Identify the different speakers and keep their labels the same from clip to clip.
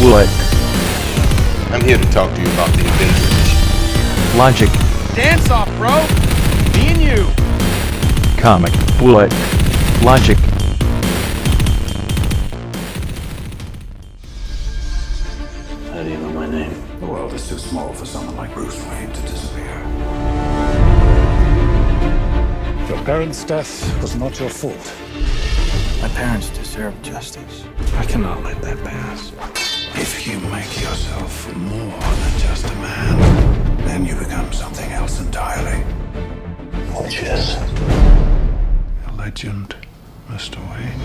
Speaker 1: What?
Speaker 2: I'm here to talk to you about the Avengers.
Speaker 1: Logic.
Speaker 3: Dance off, bro! Me and you!
Speaker 1: Comic. What? Logic.
Speaker 4: How do you know my name?
Speaker 5: The world is too small for someone like Bruce Wayne to disappear. Your parents' death was not your fault.
Speaker 4: My parents deserve justice. I cannot let that pass.
Speaker 5: If you make yourself more than just a man, then you become something else entirely.
Speaker 4: Which is?
Speaker 5: A legend, Mr. Wayne.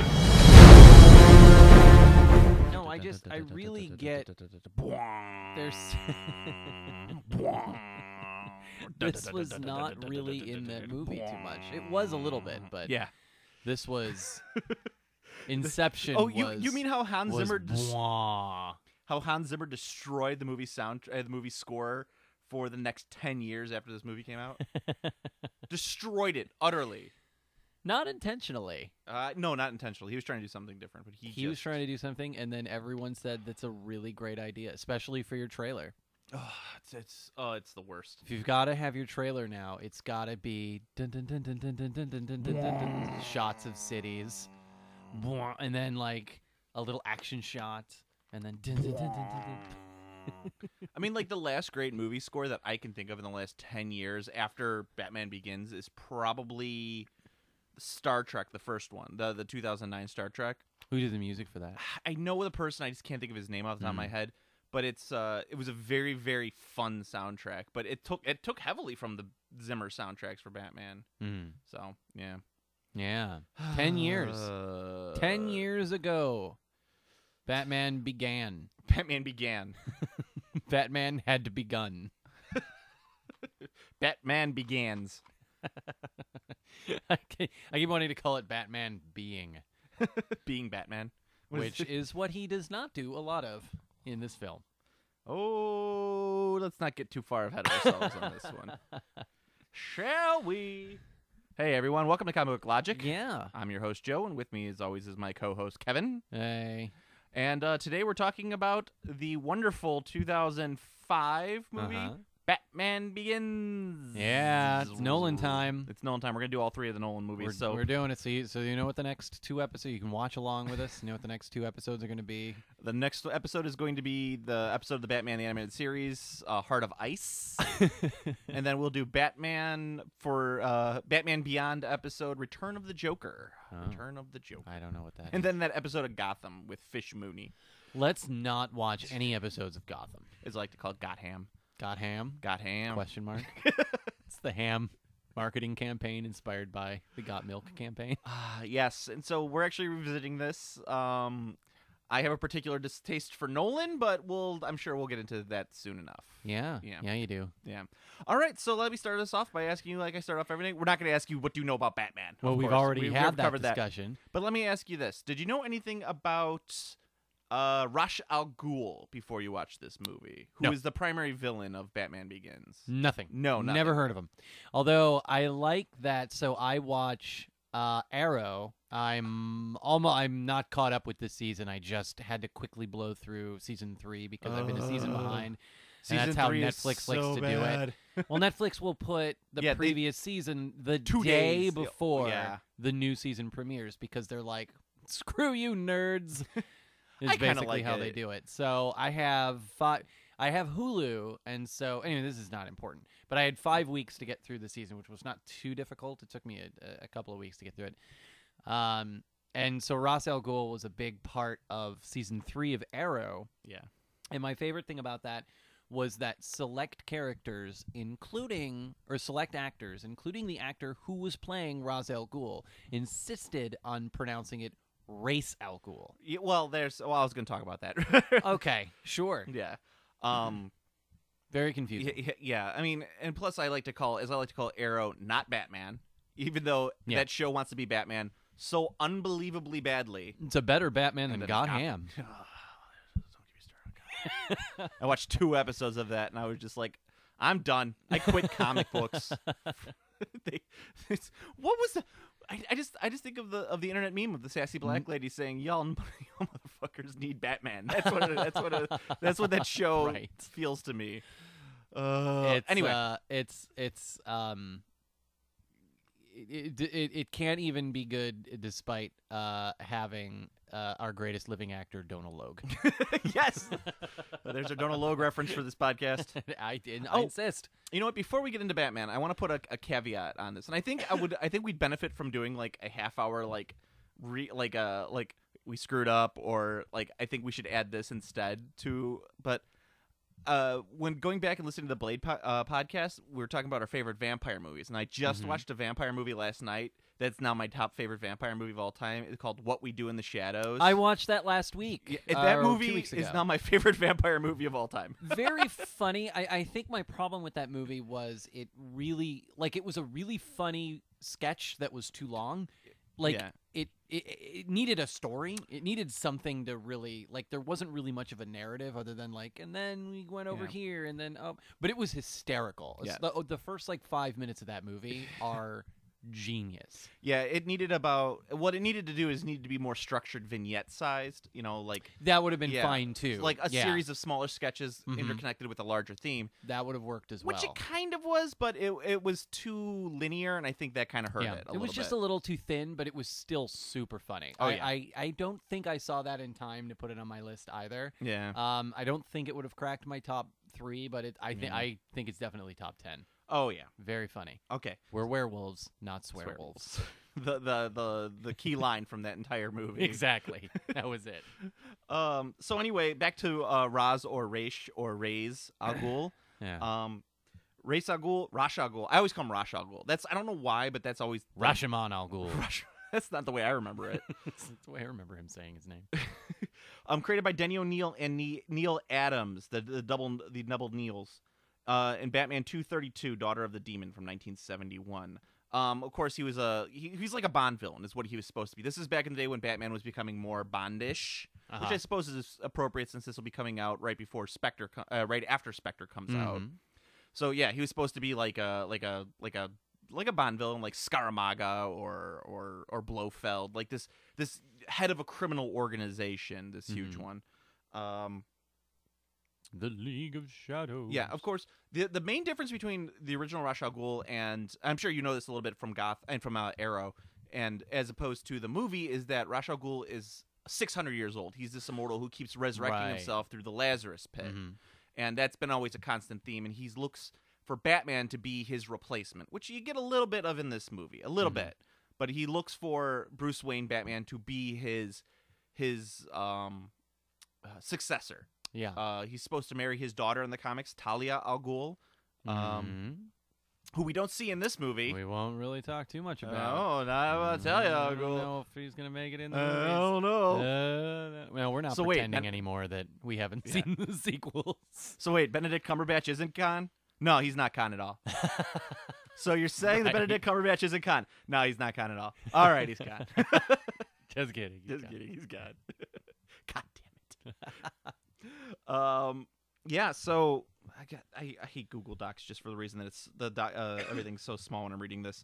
Speaker 6: No, I just I really get there's this was not really in that movie too much. It was a little bit, but
Speaker 7: Yeah.
Speaker 6: this was Inception.
Speaker 7: Oh, you you
Speaker 6: was-
Speaker 7: mean how Hans
Speaker 6: was
Speaker 7: Zimmer des-
Speaker 6: blah.
Speaker 7: how Hans Zimmer destroyed the movie sound uh, the movie score for the next ten years after this movie came out? destroyed it utterly.
Speaker 6: not intentionally.
Speaker 7: Uh, no, not intentionally. He was trying to do something different, but he,
Speaker 6: He
Speaker 7: just,
Speaker 6: was trying to do something, and then everyone said that's a really great idea, especially for your trailer.
Speaker 7: Ugh, it's it's oh, it's the worst.
Speaker 6: If you've got to have your trailer now, it's got to be dun dun dun dun dun dun dun dun dun dun dun dun shots of cities, Bwah, and then like a little action shot, and then dun dun dun dun dun dun.
Speaker 7: I mean, like the last great movie score that I can think of in the last ten years after Batman Begins is probably Star Trek, the first one, the the 2009 Star Trek.
Speaker 6: Who did the music for that?
Speaker 7: I know the person. I just can't think of his name off the top of my
Speaker 6: Mm.
Speaker 7: head. But it's uh, it was a very very fun soundtrack. But it took it took heavily from the Zimmer soundtracks for Batman.
Speaker 6: Mm.
Speaker 7: So yeah, Uh,
Speaker 6: Yeah, ten years, ten years ago, Batman began.
Speaker 7: Batman began.
Speaker 6: Batman had begun.
Speaker 7: Batman begins.
Speaker 6: I ke- I keep wanting to call it Batman being,
Speaker 7: Being Batman. What is
Speaker 6: which is what he does not do a lot of in this film.
Speaker 7: Oh, let's not get too far ahead of ourselves on this one. Shall we? Hey, everyone. Welcome to Comic Book Logic.
Speaker 6: Yeah.
Speaker 7: I'm your host, Joe, and with me, as always, is my co host, Kevin.
Speaker 6: Hey.
Speaker 7: And uh, today we're talking about the wonderful 2005 movie,
Speaker 6: Uh-huh.
Speaker 7: Batman Begins.
Speaker 6: Yeah, it's Nolan time.
Speaker 7: It's Nolan time. We're going to do all three of the Nolan movies.
Speaker 6: We're,
Speaker 7: so
Speaker 6: we're doing it. So you, so you know what the next two episodes you can watch along with us. You know what the next two episodes are going to be.
Speaker 7: the next episode is going to be the episode of the Batman the Animated Series, uh, Heart of Ice. and then we'll do Batman for uh, Batman Beyond episode, Return of the Joker.
Speaker 6: Oh.
Speaker 7: Return of the Joker.
Speaker 6: I don't know what that.
Speaker 7: And
Speaker 6: is.
Speaker 7: then that episode of Gotham with Fish Mooney
Speaker 6: Let's not watch any episodes of Gotham.
Speaker 7: is like to call Gotham.
Speaker 6: Got ham?
Speaker 7: Gotham.
Speaker 6: Question mark. it's the ham marketing campaign inspired by the Got Milk campaign.
Speaker 7: Uh, yes, and so we're actually revisiting this. Um, I have a particular distaste for Nolan, but we'll I'm sure we'll get into that soon enough.
Speaker 6: Yeah.
Speaker 7: Yeah.
Speaker 6: Yeah, you do.
Speaker 7: Yeah. All right, so let me start us off by asking you, like I start off everything. We're not going to ask you what do you know about Batman.
Speaker 6: Well,
Speaker 7: of
Speaker 6: we've
Speaker 7: course.
Speaker 6: already
Speaker 7: We- we've
Speaker 6: had that
Speaker 7: covered
Speaker 6: discussion.
Speaker 7: But let me ask you this: Did you know anything about uh, Ra's al Ghul before you watched this movie? Who
Speaker 6: No.
Speaker 7: is
Speaker 6: Mm,
Speaker 7: the primary villain of Batman Begins?
Speaker 6: Nothing.
Speaker 7: No, nothing.
Speaker 6: never heard of him. Although I like that, so I watch uh, Arrow. I'm almost. I'm not caught up with this season. I just had to quickly blow through season three because I've been a season
Speaker 7: Ugh.
Speaker 6: behind. and
Speaker 7: Season
Speaker 6: that's how
Speaker 7: three is
Speaker 6: Netflix
Speaker 7: so
Speaker 6: likes to
Speaker 7: bad.
Speaker 6: do it. Well, Netflix will put the
Speaker 7: Yeah, they-
Speaker 6: previous season the
Speaker 7: Two
Speaker 6: day
Speaker 7: days. Yeah,
Speaker 6: before
Speaker 7: yeah.
Speaker 6: the new season premieres because they're like, "Screw you, nerds."
Speaker 7: I
Speaker 6: Is
Speaker 7: kinda
Speaker 6: basically
Speaker 7: like
Speaker 6: how they
Speaker 7: it.
Speaker 6: do it. So I have five. I have Hulu, and so anyway, this is not important. But I had five weeks to get through the season, which was not too difficult. It took me a, a couple of weeks to get through it. Um, and so Ross Al Ghul was a big part of season three of Arrow.
Speaker 7: Yeah.
Speaker 6: And my favorite thing about that was that select characters, including or select actors, including the actor who was playing Ra's al Ghul, insisted on pronouncing it Race Al Ghul.
Speaker 7: Yeah, well, there's. Well, I was going to talk about that.
Speaker 6: Okay, sure.
Speaker 7: yeah. Um.
Speaker 6: Very
Speaker 7: Yeah,
Speaker 6: confusing.
Speaker 7: yeah, yeah. I mean, and plus, I like to call as I like to call Arrow not Batman, even though
Speaker 6: Yeah.
Speaker 7: that show wants to be Batman so unbelievably badly.
Speaker 6: It's a better Batman
Speaker 7: And
Speaker 6: than
Speaker 7: then Gotham.
Speaker 6: Gotham.
Speaker 7: Don't get me started on Gotham. I watched two episodes of that, and I was just like, "I'm done. I quit comic books." they, it's, what was the? I, I just I just think of the of the internet meme of the sassy
Speaker 6: Mm-hmm.
Speaker 7: black lady saying y'all, n- y'all motherfuckers need Batman. That's what it, that's what it, that's what that show
Speaker 6: Right.
Speaker 7: feels to me. Uh,
Speaker 6: it's,
Speaker 7: anyway,
Speaker 6: uh, it's it's um, it, it it- it can't even be good despite uh having uh, our greatest living actor Donald Logue.
Speaker 7: yes, there's a Donald Logue reference for this podcast.
Speaker 6: I did. I
Speaker 7: Oh.
Speaker 6: insist.
Speaker 7: You know what? Before we get into Batman, I want to put a, a caveat on this, and I think I would. I think we'd benefit from doing like a half hour, like re, like a like we screwed up, or like I think we should add this instead to. But uh, when going back and listening to the Blade po- uh, podcast, we were talking about our favorite vampire movies, and I just watched a vampire movie last night. That's now my top favorite vampire movie of all time. It's called What We Do in the Shadows. Uh,
Speaker 6: I watched that last week. uh,
Speaker 7: Yeah, that
Speaker 6: or two
Speaker 7: movie
Speaker 6: weeks
Speaker 7: is
Speaker 6: ago.
Speaker 7: now my favorite vampire movie of all time.
Speaker 6: very funny. I, I think my problem with that movie was it really like it was a really funny sketch that was too long. Like
Speaker 7: Yeah.
Speaker 6: it, it it needed a story. It needed something to really like there wasn't really much of a narrative other than like and then we went over
Speaker 7: Yeah.
Speaker 6: here and then oh but it was hysterical. It's-
Speaker 7: Yeah.
Speaker 6: The, the first like 5 minutes of that movie are genius.
Speaker 7: Yeah, it needed about what it needed to do is needed to be more structured vignette sized, you know, like
Speaker 6: That would have been
Speaker 7: Yeah.
Speaker 6: fine too.
Speaker 7: like a
Speaker 6: Yeah,
Speaker 7: series of smaller sketches
Speaker 6: Mhm.
Speaker 7: interconnected with a larger theme,
Speaker 6: that would have worked as
Speaker 7: which
Speaker 6: well.
Speaker 7: it kind of was, but it it was too linear and I think that kind of hurt
Speaker 6: yeah,
Speaker 7: it a
Speaker 6: it was
Speaker 7: little
Speaker 6: just
Speaker 7: bit.
Speaker 6: a little too thin, but it was still super funny.
Speaker 7: Oh,
Speaker 6: I,
Speaker 7: yeah.
Speaker 6: I, I don't think I saw that in time to put it on my list either.
Speaker 7: yeah.
Speaker 6: Um, I don't think it would have cracked my top three, but it, I think
Speaker 7: Yeah.
Speaker 6: I think it's definitely top ten.
Speaker 7: oh yeah.
Speaker 6: Very funny.
Speaker 7: Okay.
Speaker 6: We're werewolves, not swearwolves.
Speaker 7: the the the the key line from that entire movie.
Speaker 6: exactly. That was it.
Speaker 7: Um so anyway, back to uh Raz or Raish or Rays Al Ghul.
Speaker 6: Yeah.
Speaker 7: um Ra's al Ghul, Ra's al Ghul. I always call him Ra's al Ghul. That's I don't know why, but that's always
Speaker 6: Rashomon Al Ghul.
Speaker 7: Rush. That's not the way I remember it.
Speaker 6: That's the way I remember him saying his name.
Speaker 7: um, created by Denny O'Neil and Ne- Neil Adams, the, the double the double Neils, uh, in Batman two thirty two, Daughter of the Demon from nineteen seventy one. Um, of course, he was a he, he's like a Bond villain, is what he was supposed to be. This is back in the day when Batman was becoming more Bondish, which
Speaker 6: Uh-huh.
Speaker 7: I suppose is appropriate since this will be coming out right before Spectre, co- uh, right after Spectre comes out.
Speaker 6: Mhm.
Speaker 7: So yeah, he was supposed to be like a like a like a like a Bond villain, like Scaramaga or or or Blofeld, like this this head of a criminal organization, this huge
Speaker 6: Mhm.
Speaker 7: one. Um,
Speaker 6: The League of Shadows.
Speaker 7: yeah, of course. the The main difference between the original Ra's al Ghul and I'm sure you know this a little bit from Goth and from uh, Arrow, and as opposed to the movie, is that Ra's al Ghul is 600 years old. He's this immortal who keeps resurrecting
Speaker 6: Right.
Speaker 7: himself through the Lazarus pit.
Speaker 6: Mhm.
Speaker 7: and that's been always a constant theme and he looks for batman to be his replacement which you get a little bit of in this movie a little
Speaker 6: Mhm.
Speaker 7: bit but he looks for bruce wayne batman to be his his um uh, successor
Speaker 6: Yeah.
Speaker 7: uh he's supposed to marry his daughter in the comics talia al ghul um who we don't see in this
Speaker 6: Mhm.
Speaker 7: movie
Speaker 6: Mm-hmm. we won't really talk too much about. it. Mm-hmm.
Speaker 7: no, not Oh, Talia
Speaker 6: I
Speaker 7: al
Speaker 6: don't
Speaker 7: Ghul.
Speaker 6: know if he's gonna make it in the
Speaker 7: I
Speaker 6: movies.
Speaker 7: don't know.
Speaker 6: Uh, well, we're not
Speaker 7: So wait,
Speaker 6: pretending
Speaker 7: and-
Speaker 6: anymore that we haven't
Speaker 7: Yeah.
Speaker 6: seen the sequels.
Speaker 7: So wait, Benedict Cumberbatch isn't con? No, he's not con at all. so you're saying that
Speaker 6: Right.
Speaker 7: Benedict Cumberbatch isn't con? No, he's not con at all. All right, he's con.
Speaker 6: Just kidding. you
Speaker 7: Just
Speaker 6: got it.
Speaker 7: kidding, he's con. God damn it. um, yeah. So I got I, I hate Google Docs just for the reason that it's the doc, uh, everything's so small when I'm reading this.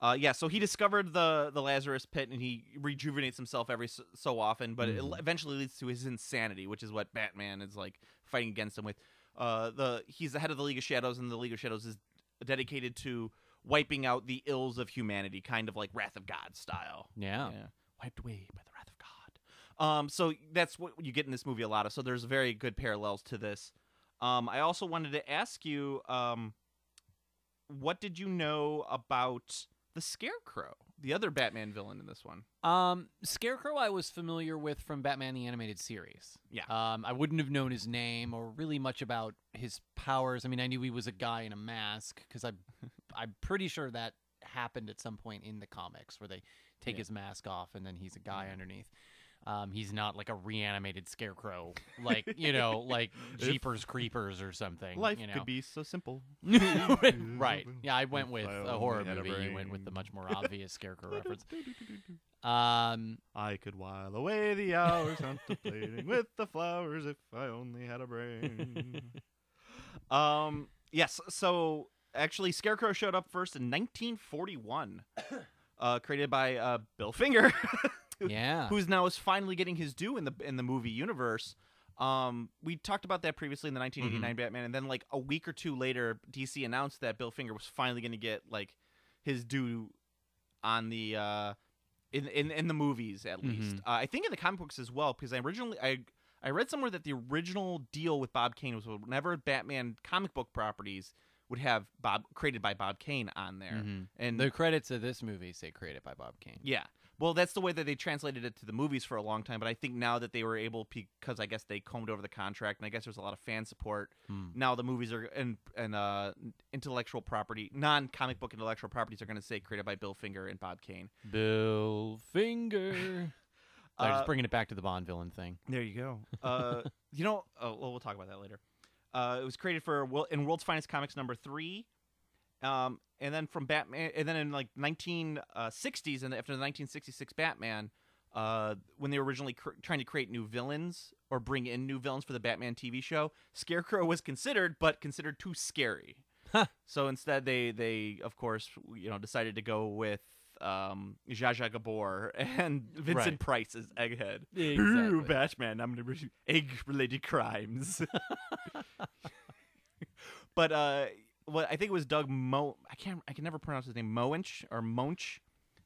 Speaker 7: Uh, yeah, so he discovered the the Lazarus pit and he rejuvenates himself every so, so often, but
Speaker 6: Mhm.
Speaker 7: it eventually leads to his insanity, which is what Batman is like fighting against him with. Uh, the he's the head of the League of Shadows, and the League of Shadows is dedicated to wiping out the ills of humanity, kind of like Wrath of God style.
Speaker 6: Yeah.
Speaker 7: Yeah. Wiped away by the wrath of God. Um, so that's what you get in this movie a lot of. So there's very good parallels to this. Um, I also wanted to ask you, um, what did you know about the Scarecrow, the other Batman villain in this one?
Speaker 6: Um, Scarecrow, I was familiar with from Batman the Animated Series.
Speaker 7: Yeah.
Speaker 6: Um, I wouldn't have known his name or really much about his powers. I mean, I knew he was a guy in a mask because I, I'm pretty sure that happened at some point in the comics where they take
Speaker 7: Yeah.
Speaker 6: his mask off and then he's a guy underneath. Um, he's not like a reanimated scarecrow, like you know, like Jeepers Creepers or something.
Speaker 7: Life
Speaker 6: you know?
Speaker 7: could be so simple.
Speaker 6: right.
Speaker 7: Mm-hmm.
Speaker 6: Yeah, I went with a horror movie. You went with the much more obvious scarecrow reference. Um,
Speaker 7: I could while away the hours contemplating with the flowers if I only had a brain. um. Yes. So actually, Scarecrow showed up first in 1941. Uh, uh, created by uh, Bill Finger, who-
Speaker 6: Yeah.
Speaker 7: who's now is finally getting his due in the in the movie universe. Um, we talked about that previously in the 1989 Batman, and then like a week or two later, DC announced that Bill Finger was finally going to get like his due on the uh, in in in the movies at least. Uh, I think in the comic books as well, because I originally I I read somewhere that the original deal with Bob Kane was whenever Batman comic book properties would have Bob created by Bob Kane on there,
Speaker 6: Mm-hmm.
Speaker 7: and
Speaker 6: The credits of this movie say created by Bob Kane.
Speaker 7: yeah. Well, that's the way that they translated it to the movies for a long time, but I think now that they were able because I guess they combed over the contract and I guess there's a lot of fan support. Now the movies are and and uh intellectual property, non-comic book intellectual properties are going to say created by Bill Finger and Bob Kane.
Speaker 6: Bill Finger. Sorry,
Speaker 7: Uh,
Speaker 6: just bringing it back to the Bond villain thing.
Speaker 7: There you go. Uh, you know, oh, well, we'll talk about that later. Uh, it was created for Wo- in World's Finest Comics number three, um, and then from Batman, and then in like 1960s, and after the 1966 Batman, uh, when they were originally cr- trying to create new villains or bring in new villains for the Batman TV show, Scarecrow was considered, but considered too scary. So instead, they they of course you know decided to go with um Zsa Zsa Gabor and Vincent
Speaker 6: Right.
Speaker 7: Price as Egghead.
Speaker 6: Exactly.
Speaker 7: Ooh, Batman! I'm gonna do egg-related crimes. but uh, what I think it was Doug Mo. I can't. I can never pronounce his name. Moench or Munch,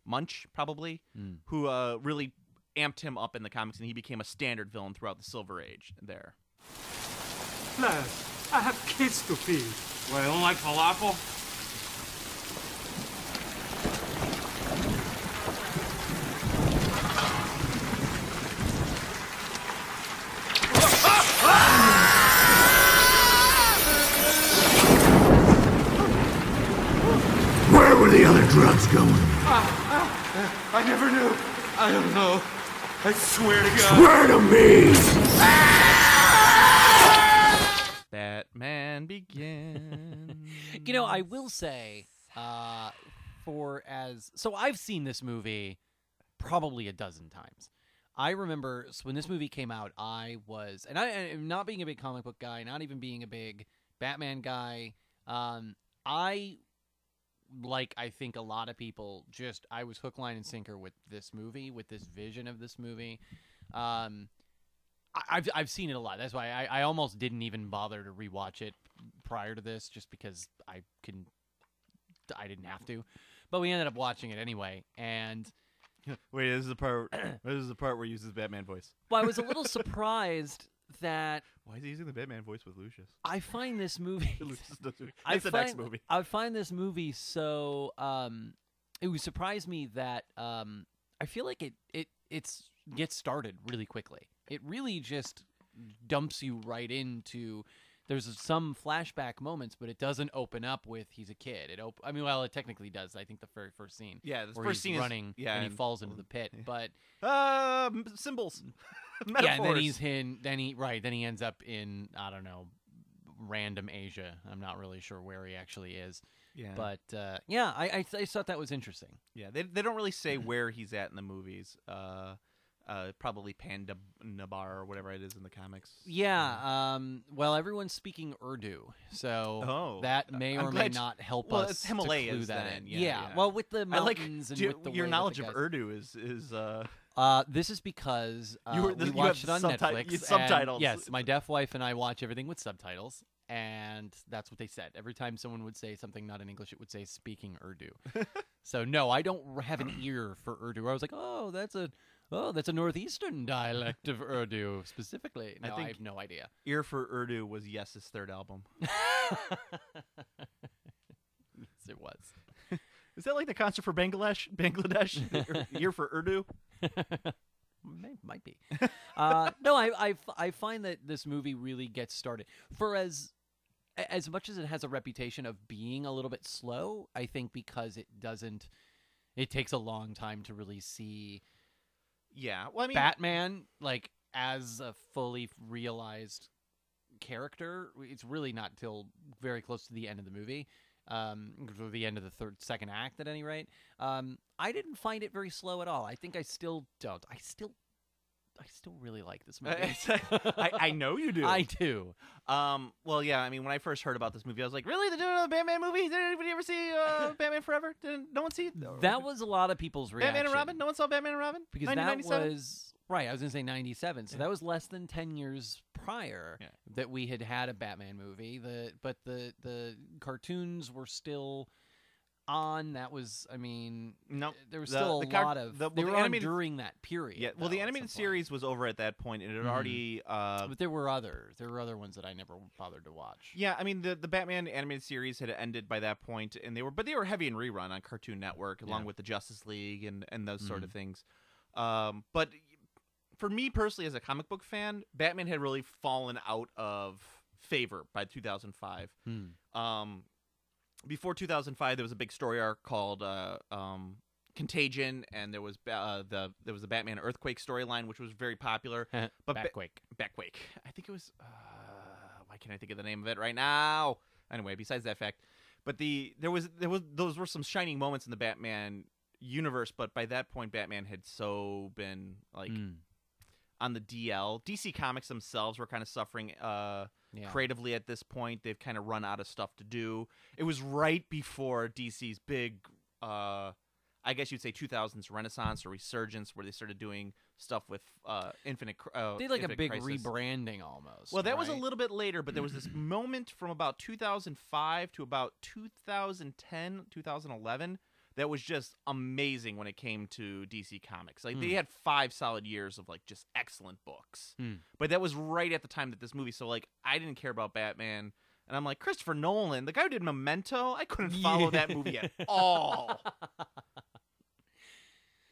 Speaker 7: Munch probably, who uh really amped him up in the comics, and he became a standard villain throughout the Silver Age. There.
Speaker 8: I have kids to feed.
Speaker 3: Well, I don't like falafel.
Speaker 5: Where were the other drugs going?
Speaker 8: I never knew. I don't know. I swear to God.
Speaker 5: Swear to me!
Speaker 7: Batman begins.
Speaker 6: You know, I will say, uh, for as so, I've seen this movie probably a dozen times. I remember s- when this movie came out, I was, and I and not being a big comic book guy, not even being a big Batman guy. Um, I like I think a lot of people just I was hook, line, and sinker with this movie, with this vision of this movie. Um, I- I've I've seen it a lot. That's why I, I almost didn't even bother to rewatch it prior to this, just because I couldn't, I didn't have to. But we ended up watching it anyway, and
Speaker 7: Wait, this is the part. this is the part where he uses Batman voice.
Speaker 6: well, I was a little surprised that
Speaker 7: Why is he using the Batman voice with Lucius?
Speaker 6: I find this movie.
Speaker 7: Lucius does it.
Speaker 6: I
Speaker 7: That's the next
Speaker 6: find-
Speaker 7: movie.
Speaker 6: I find this movie so. Um, it was surprised me that um, I feel like it it it's gets started really quickly. It really just dumps you right into. There's some flashback moments, but it doesn't open up with he's a kid. It op- I mean, well, it technically does. I think the very first scene.
Speaker 7: Yeah, the
Speaker 6: where
Speaker 7: first
Speaker 6: he's
Speaker 7: scene is-
Speaker 6: running
Speaker 7: yeah,
Speaker 6: and he
Speaker 7: and-
Speaker 6: falls into the pit, but
Speaker 7: Uh, m- symbols. Metaphors.
Speaker 6: Mm. yeah, and then he's in. Then he right. Then he ends up in I don't know, random Asia. I'm not really sure where he actually is.
Speaker 7: Yeah.
Speaker 6: But uh, yeah, I, I I just thought that was interesting.
Speaker 7: Yeah, they, they don't really say where he's at in the movies. Uh, uh, probably Panda Nabar or whatever it is in the comics.
Speaker 6: Yeah. Um. Well, everyone's speaking Urdu, so
Speaker 7: Oh.
Speaker 6: that may
Speaker 7: I'm
Speaker 6: or may
Speaker 7: glad-
Speaker 6: not help
Speaker 7: well,
Speaker 6: us
Speaker 7: it's
Speaker 6: to
Speaker 7: Himalayas
Speaker 6: clue that
Speaker 7: then,
Speaker 6: in.
Speaker 7: yeah, yeah.
Speaker 6: Well, with the
Speaker 7: I like
Speaker 6: mountains and
Speaker 7: do-
Speaker 6: with the
Speaker 7: your
Speaker 6: way that
Speaker 7: knowledge
Speaker 6: the
Speaker 7: of
Speaker 6: guys-
Speaker 7: Urdu is is uh
Speaker 6: Uh, this is because uh,
Speaker 7: You were-
Speaker 6: we
Speaker 7: you
Speaker 6: watched it
Speaker 7: have
Speaker 6: on
Speaker 7: subti-
Speaker 6: Netflix.
Speaker 7: you-
Speaker 6: and-
Speaker 7: subtitles.
Speaker 6: yes, my deaf wife and I watch everything with subtitles, and that's what they said. Every time someone would say something not in English, it would say "speaking Urdu." so no, I don't r- have an ear for Urdu. I was like, oh, that's a oh, that's a northeastern dialect of Urdu specifically. No, I,
Speaker 7: think-
Speaker 6: have no idea.
Speaker 7: Ear for Urdu was Yes's third album.
Speaker 6: Yes, it was.
Speaker 7: Is that like the concert for Bangladesh? Bangladesh? Ear- Ear for Urdu?
Speaker 6: May, might be. uh, no, I, I f- I find that this movie really gets started. For as a- as much as it has a reputation of being a little bit slow, I think because it doesn't, it takes a long time to really see
Speaker 7: Yeah. Well, I mean,
Speaker 6: Batman like as a fully realized character. It's really not till very close to the end of the movie, um, or the end of the third second act at any rate. Um, I didn't find it very slow at all. I think I still don't. I still I still really like this movie.
Speaker 7: I, I know you do.
Speaker 6: I do.
Speaker 7: Um, well, yeah. I mean, when I first heard about this movie, I was like, "Really? They're doing another Batman movie? Did anybody ever see uh, Batman Forever? Did no one see
Speaker 6: That was a lot of people's reaction.
Speaker 7: Batman and Robin? No one saw Batman and Robin
Speaker 6: because that
Speaker 7: 1997?
Speaker 6: was right. I was gonna say '97, so that was less than ten years prior
Speaker 7: Yeah.
Speaker 6: that we had had a Batman movie. The but the the cartoons were still on. That was, I mean,
Speaker 7: Nope.
Speaker 6: there was
Speaker 7: The-
Speaker 6: still a
Speaker 7: the car-
Speaker 6: lot of
Speaker 7: the-
Speaker 6: they
Speaker 7: well, the
Speaker 6: were on
Speaker 7: animated-
Speaker 6: during that period.
Speaker 7: Yeah. Well,
Speaker 6: though,
Speaker 7: the
Speaker 6: at some
Speaker 7: animated
Speaker 6: point.
Speaker 7: series was over at that point, and it had already uh,
Speaker 6: but there were other there were other ones that I never bothered to watch.
Speaker 7: Yeah, I mean the the Batman animated series had ended by that point, and they were but they were heavy in rerun on Cartoon Network along with the Justice League and and those sort of things. Um, but for me personally, as a comic book fan, Batman had really fallen out of favor by 2005. Um, before 2005, there was a big story arc called uh, um, Contagion, and there was ba- uh, the there was the Batman earthquake storyline, which was very popular.
Speaker 6: but
Speaker 7: Ba-
Speaker 6: Batquake.
Speaker 7: Beckwake. I think it was. Uh, why can't I think of the name of it right now? Anyway, besides that fact, but the there was there was those were some shining moments in the Batman universe, but by that point, Batman had so been like
Speaker 6: Mm.
Speaker 7: on the DL. DC Comics themselves were kind of suffering. Uh,
Speaker 6: yeah.
Speaker 7: creatively at this point. They've kind of run out of stuff to do. It was right before DC's big, uh, I guess you'd say 2000s renaissance or resurgence, where they started doing stuff with uh, Infinite. Cr- Uh,
Speaker 6: they did like a
Speaker 7: Infinite
Speaker 6: big
Speaker 7: Crisis.
Speaker 6: rebranding almost.
Speaker 7: Well, that was a
Speaker 6: right?
Speaker 7: little bit later, but there was this moment from about 2005 to about 2010, 2011 that was just amazing when it came to DC Comics. Like they had 5 solid years of like just excellent books.
Speaker 6: Mm.
Speaker 7: But that was right at the time that this movie so like I didn't care about Batman and I'm like Christopher Nolan, the guy who did Memento, I couldn't follow that movie at all.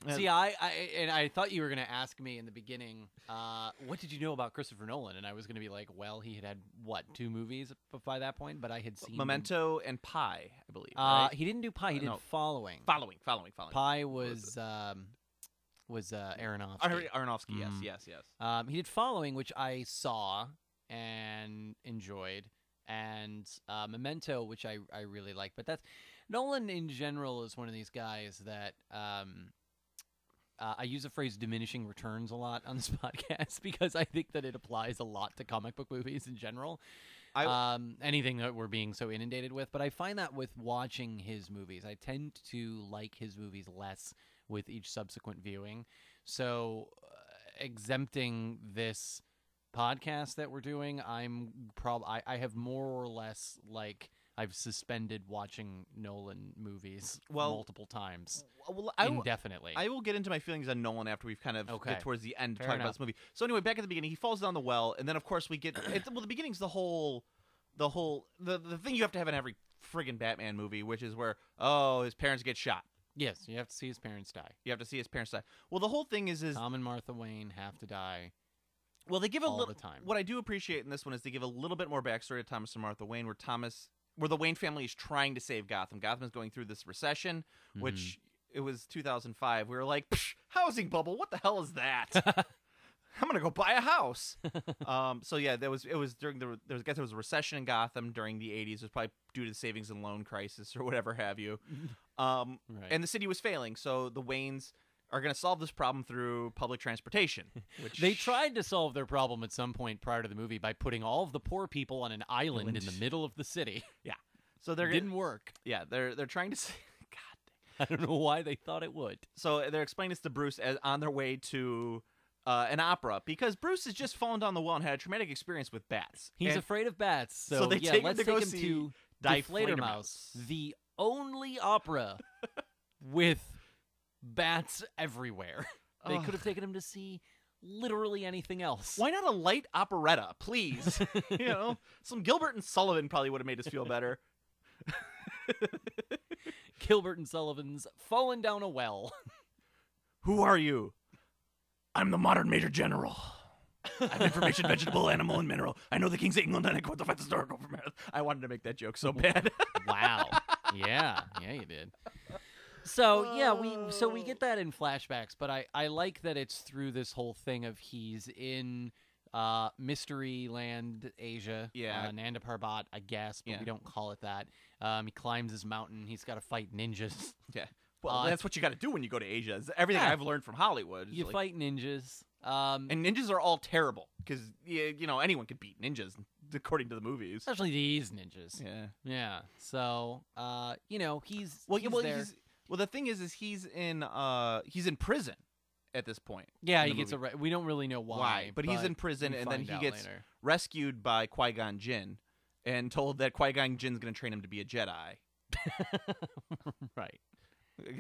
Speaker 7: Uh,
Speaker 6: See, I, I and I thought you were going to ask me in the beginning, uh, what did you know about Christopher Nolan? And I was going to be like, well, he had had what two movies b- by that point, but I had seen
Speaker 7: Memento and Pie, I believe.
Speaker 6: Uh,
Speaker 7: right?
Speaker 6: He didn't do Pie. He
Speaker 7: Uh,
Speaker 6: did
Speaker 7: no.
Speaker 6: Following.
Speaker 7: Following, following, following.
Speaker 6: Pie was um, was uh, Aronofsky.
Speaker 7: Ar- Aronofsky, yes,
Speaker 6: Mm.
Speaker 7: yes, yes.
Speaker 6: Um, he did Following, which I saw and enjoyed, and uh, Memento, which I, I really like. But that's Nolan in general is one of these guys that um, uh, I use the phrase diminishing returns a lot on this podcast because I think that it applies a lot to comic book movies in general.
Speaker 7: I-
Speaker 6: um, anything that we're being so inundated with, but I find that with watching his movies, I tend to like his movies less with each subsequent viewing. So, uh, exempting this podcast that we're doing, I'm prob I, I have more or less like I've suspended watching Nolan movies
Speaker 7: Well,
Speaker 6: multiple times
Speaker 7: Well, I, w-
Speaker 6: indefinitely.
Speaker 7: I will get into my feelings on Nolan after we've kind of
Speaker 6: Okay.
Speaker 7: get towards the end to
Speaker 6: Fair
Speaker 7: talk
Speaker 6: enough.
Speaker 7: about this movie. So anyway, back at the beginning, he falls down the well, and then of course we get it's, well. The beginning's the whole, the whole the the thing you have to have in every friggin' Batman movie, which is where oh his parents get shot.
Speaker 6: yes, you have to see his parents die.
Speaker 7: You have to see his parents die. Well, the whole thing is is
Speaker 6: Tom and Martha Wayne have to die.
Speaker 7: Well, they give a
Speaker 6: all
Speaker 7: little
Speaker 6: the time.
Speaker 7: What I do appreciate in this one is they give a little bit more backstory to Thomas and Martha Wayne, where Thomas, where the Wayne family is trying to save Gotham. Gotham is going through this recession,
Speaker 6: Mm-hmm.
Speaker 7: which it was 2005. We were like, Psh, housing bubble. What the hell is that? I'm gonna go buy a house. um, so yeah, that was it was during the there was I guess there was a recession in Gotham during the 80s. It was probably due to the savings and loan crisis or whatever have you. Um,
Speaker 6: Right.
Speaker 7: And the city was failing, so the Waynes are gonna solve this problem through public transportation. Which
Speaker 6: They tried to solve their problem at some point prior to the movie by putting all of the poor people on an island in the middle of the city.
Speaker 7: so they're
Speaker 6: Didn't work.
Speaker 7: Yeah, they're they're trying to. s- God.
Speaker 6: I don't know why they thought it would.
Speaker 7: So they're explaining this to Bruce as on their way to uh, an opera because Bruce has just fallen down the well and had a traumatic experience with bats.
Speaker 6: He's
Speaker 7: And-
Speaker 6: afraid of bats, so,
Speaker 7: they
Speaker 6: yeah,
Speaker 7: take him
Speaker 6: let's
Speaker 7: to
Speaker 6: take
Speaker 7: go
Speaker 6: him
Speaker 7: see
Speaker 6: to
Speaker 7: Mouse.
Speaker 6: Mouse, the only opera with bats everywhere. They could have taken him to see literally anything else.
Speaker 7: Why not a light operetta, please? you know, some Gilbert and Sullivan probably would have made us feel better.
Speaker 6: Gilbert and Sullivan's fallen down a well.
Speaker 7: Who are you?
Speaker 5: I'm the modern Major General. I'm information, vegetable, animal, and mineral. I know the kings of England and I quote the facts historical from Earth.
Speaker 7: I wanted to make that joke so bad.
Speaker 6: Wow. yeah. Yeah, you did. So yeah, we so we get that in flashbacks, but I I like that it's through this whole thing of he's in uh mystery land Asia.
Speaker 7: Yeah.
Speaker 6: Uh, Nanda Parbat, I guess, but
Speaker 7: Yeah.
Speaker 6: we don't call it that. Um he climbs his mountain, he's gotta fight ninjas.
Speaker 7: yeah. Well,
Speaker 6: Uh,
Speaker 7: that's what you got to do when you go to Asia. It's everything
Speaker 6: yeah.
Speaker 7: I've learned from Hollywood. is
Speaker 6: You
Speaker 7: like,
Speaker 6: fight ninjas. Um,
Speaker 7: And ninjas are all terrible because you know anyone could beat ninjas according to the movies.
Speaker 6: especially these ninjas. Yeah.
Speaker 7: Yeah.
Speaker 6: So, uh, you know, he's
Speaker 7: Well, yeah,
Speaker 6: he's
Speaker 7: well,
Speaker 6: there.
Speaker 7: he's well. The thing is, is he's in uh he's in prison at this point.
Speaker 6: yeah,
Speaker 7: in
Speaker 6: he
Speaker 7: the
Speaker 6: gets
Speaker 7: movie.
Speaker 6: arrested. We don't really know why,
Speaker 7: But, he's in prison,
Speaker 6: we
Speaker 7: and then
Speaker 6: find
Speaker 7: he
Speaker 6: out
Speaker 7: gets
Speaker 6: later.
Speaker 7: rescued by Qui Gon Jinn, and told that Qui Gon Jinn's going to train him to be a Jedi.
Speaker 6: right.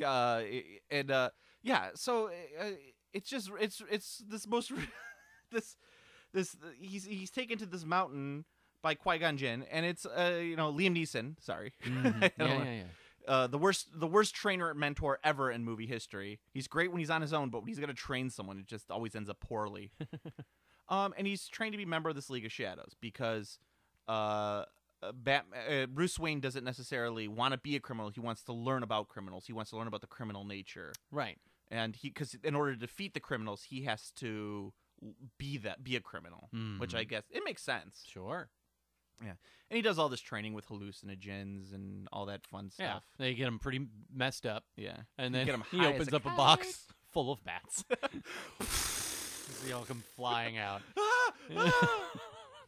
Speaker 7: Uh, and uh, yeah, so uh, it's just it's it's this most this this he's he's taken to this mountain by Qui Gon Jinn, and it's uh you know Liam Neeson, sorry, I don't
Speaker 6: Yeah,
Speaker 7: wanna-
Speaker 6: yeah, yeah.
Speaker 7: uh, the worst the worst trainer and mentor ever in movie history. He's great when he's on his own, but when he's gonna train someone, it just always ends up poorly. um, and he's trained to be a member of this League of Shadows because uh, uh, Bat- uh, Bruce Wayne doesn't necessarily want to be a criminal. He wants to learn about criminals. He wants to learn about the criminal nature,
Speaker 6: Right.
Speaker 7: and he because in order to defeat the criminals, he has to be that be a criminal, which I guess it makes sense.
Speaker 6: Sure.
Speaker 7: And he does all this training with hallucinogens and all that fun
Speaker 6: Yeah.
Speaker 7: stuff.
Speaker 6: They get him pretty messed up,
Speaker 7: Yeah.
Speaker 6: and
Speaker 7: You
Speaker 6: then
Speaker 7: get 'em
Speaker 6: he
Speaker 7: high as
Speaker 6: opens
Speaker 7: a
Speaker 6: up a box full of bats. they all come flying out.
Speaker 7: Ah!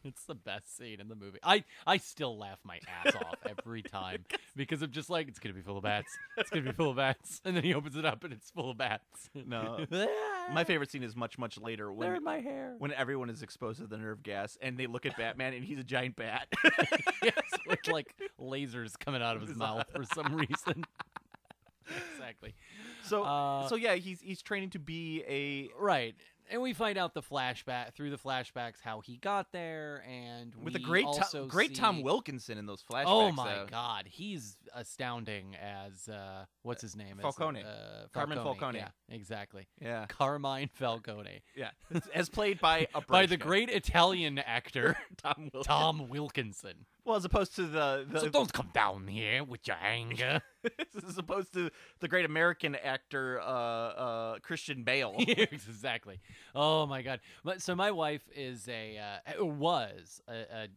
Speaker 6: it's the best scene in the movie. I, I still laugh my ass off every time because I'm just like, it's gonna be full of bats. It's gonna be full of bats. And then he opens it up and it's full of bats.
Speaker 7: No. My favorite scene is much, much later when my hair. when everyone is exposed to the nerve gas and they look at Batman and he's a giant bat.
Speaker 6: yes, with like lasers coming out of his mouth for some reason. exactly.
Speaker 7: so
Speaker 6: Uh,
Speaker 7: so yeah, he's he's training to be a
Speaker 6: Right. And we find out the flashback through the flashbacks how he got there and
Speaker 7: with a
Speaker 6: we
Speaker 7: great
Speaker 6: also
Speaker 7: Tom, great Tom
Speaker 6: see-
Speaker 7: Wilkinson in those flashbacks.
Speaker 6: Oh my
Speaker 7: though.
Speaker 6: god, he's astounding as uh what's his name? As,
Speaker 7: Falcone.
Speaker 6: uh,
Speaker 7: Carmen Falcone.
Speaker 6: Yeah, exactly.
Speaker 7: Yeah.
Speaker 6: Carmine Falcone.
Speaker 7: Yeah. As played by a
Speaker 6: By the
Speaker 7: Brezhnev,
Speaker 6: great Italian actor
Speaker 7: Tom Wilkinson.
Speaker 6: Tom Wilkinson.
Speaker 7: Well, as opposed to the, the
Speaker 6: So don't come down here with your anger.
Speaker 7: as opposed to the great American actor uh, uh, Christian Bale.
Speaker 6: exactly. Oh my god. My- So my wife is a uh, was a,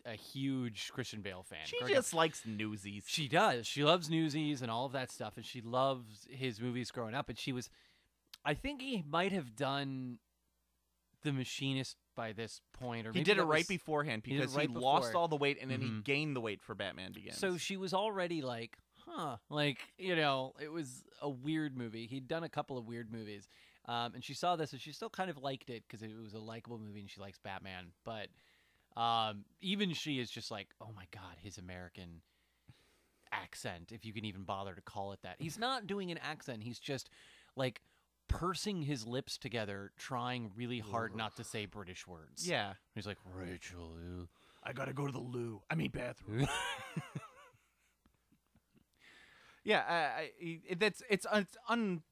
Speaker 6: a, a huge Christian Bale fan.
Speaker 7: She
Speaker 6: growing up.
Speaker 7: just likes newsies.
Speaker 6: She does. She loves Newsies and all of that stuff, and she loves his movies growing up. And she was, I think he might have done The Machinist by this point, or
Speaker 7: he
Speaker 6: maybe
Speaker 7: did it Mm-hmm.
Speaker 6: that
Speaker 7: right
Speaker 6: was-
Speaker 7: beforehand
Speaker 6: he did it
Speaker 7: because he,
Speaker 6: right
Speaker 7: lost
Speaker 6: before.
Speaker 7: all the weight and then he
Speaker 6: Mhm.
Speaker 7: gained the weight for Batman Begins.
Speaker 6: So she was already like, huh, like you know, it was a weird movie. He'd done a couple of weird movies, um, and she saw this and she still kind of liked it because it was a likable movie and she likes Batman. But um, even she is just like, oh my god, his American accent, if you can even bother to call it that. He's not doing an accent. He's just like pursing his lips together, trying really hard not to say British words.
Speaker 7: yeah.
Speaker 6: he's like Rachel. ooh."
Speaker 5: I gotta go to the loo. I mean bathroom.
Speaker 7: Yeah, I, I, it- that's it's un. It's un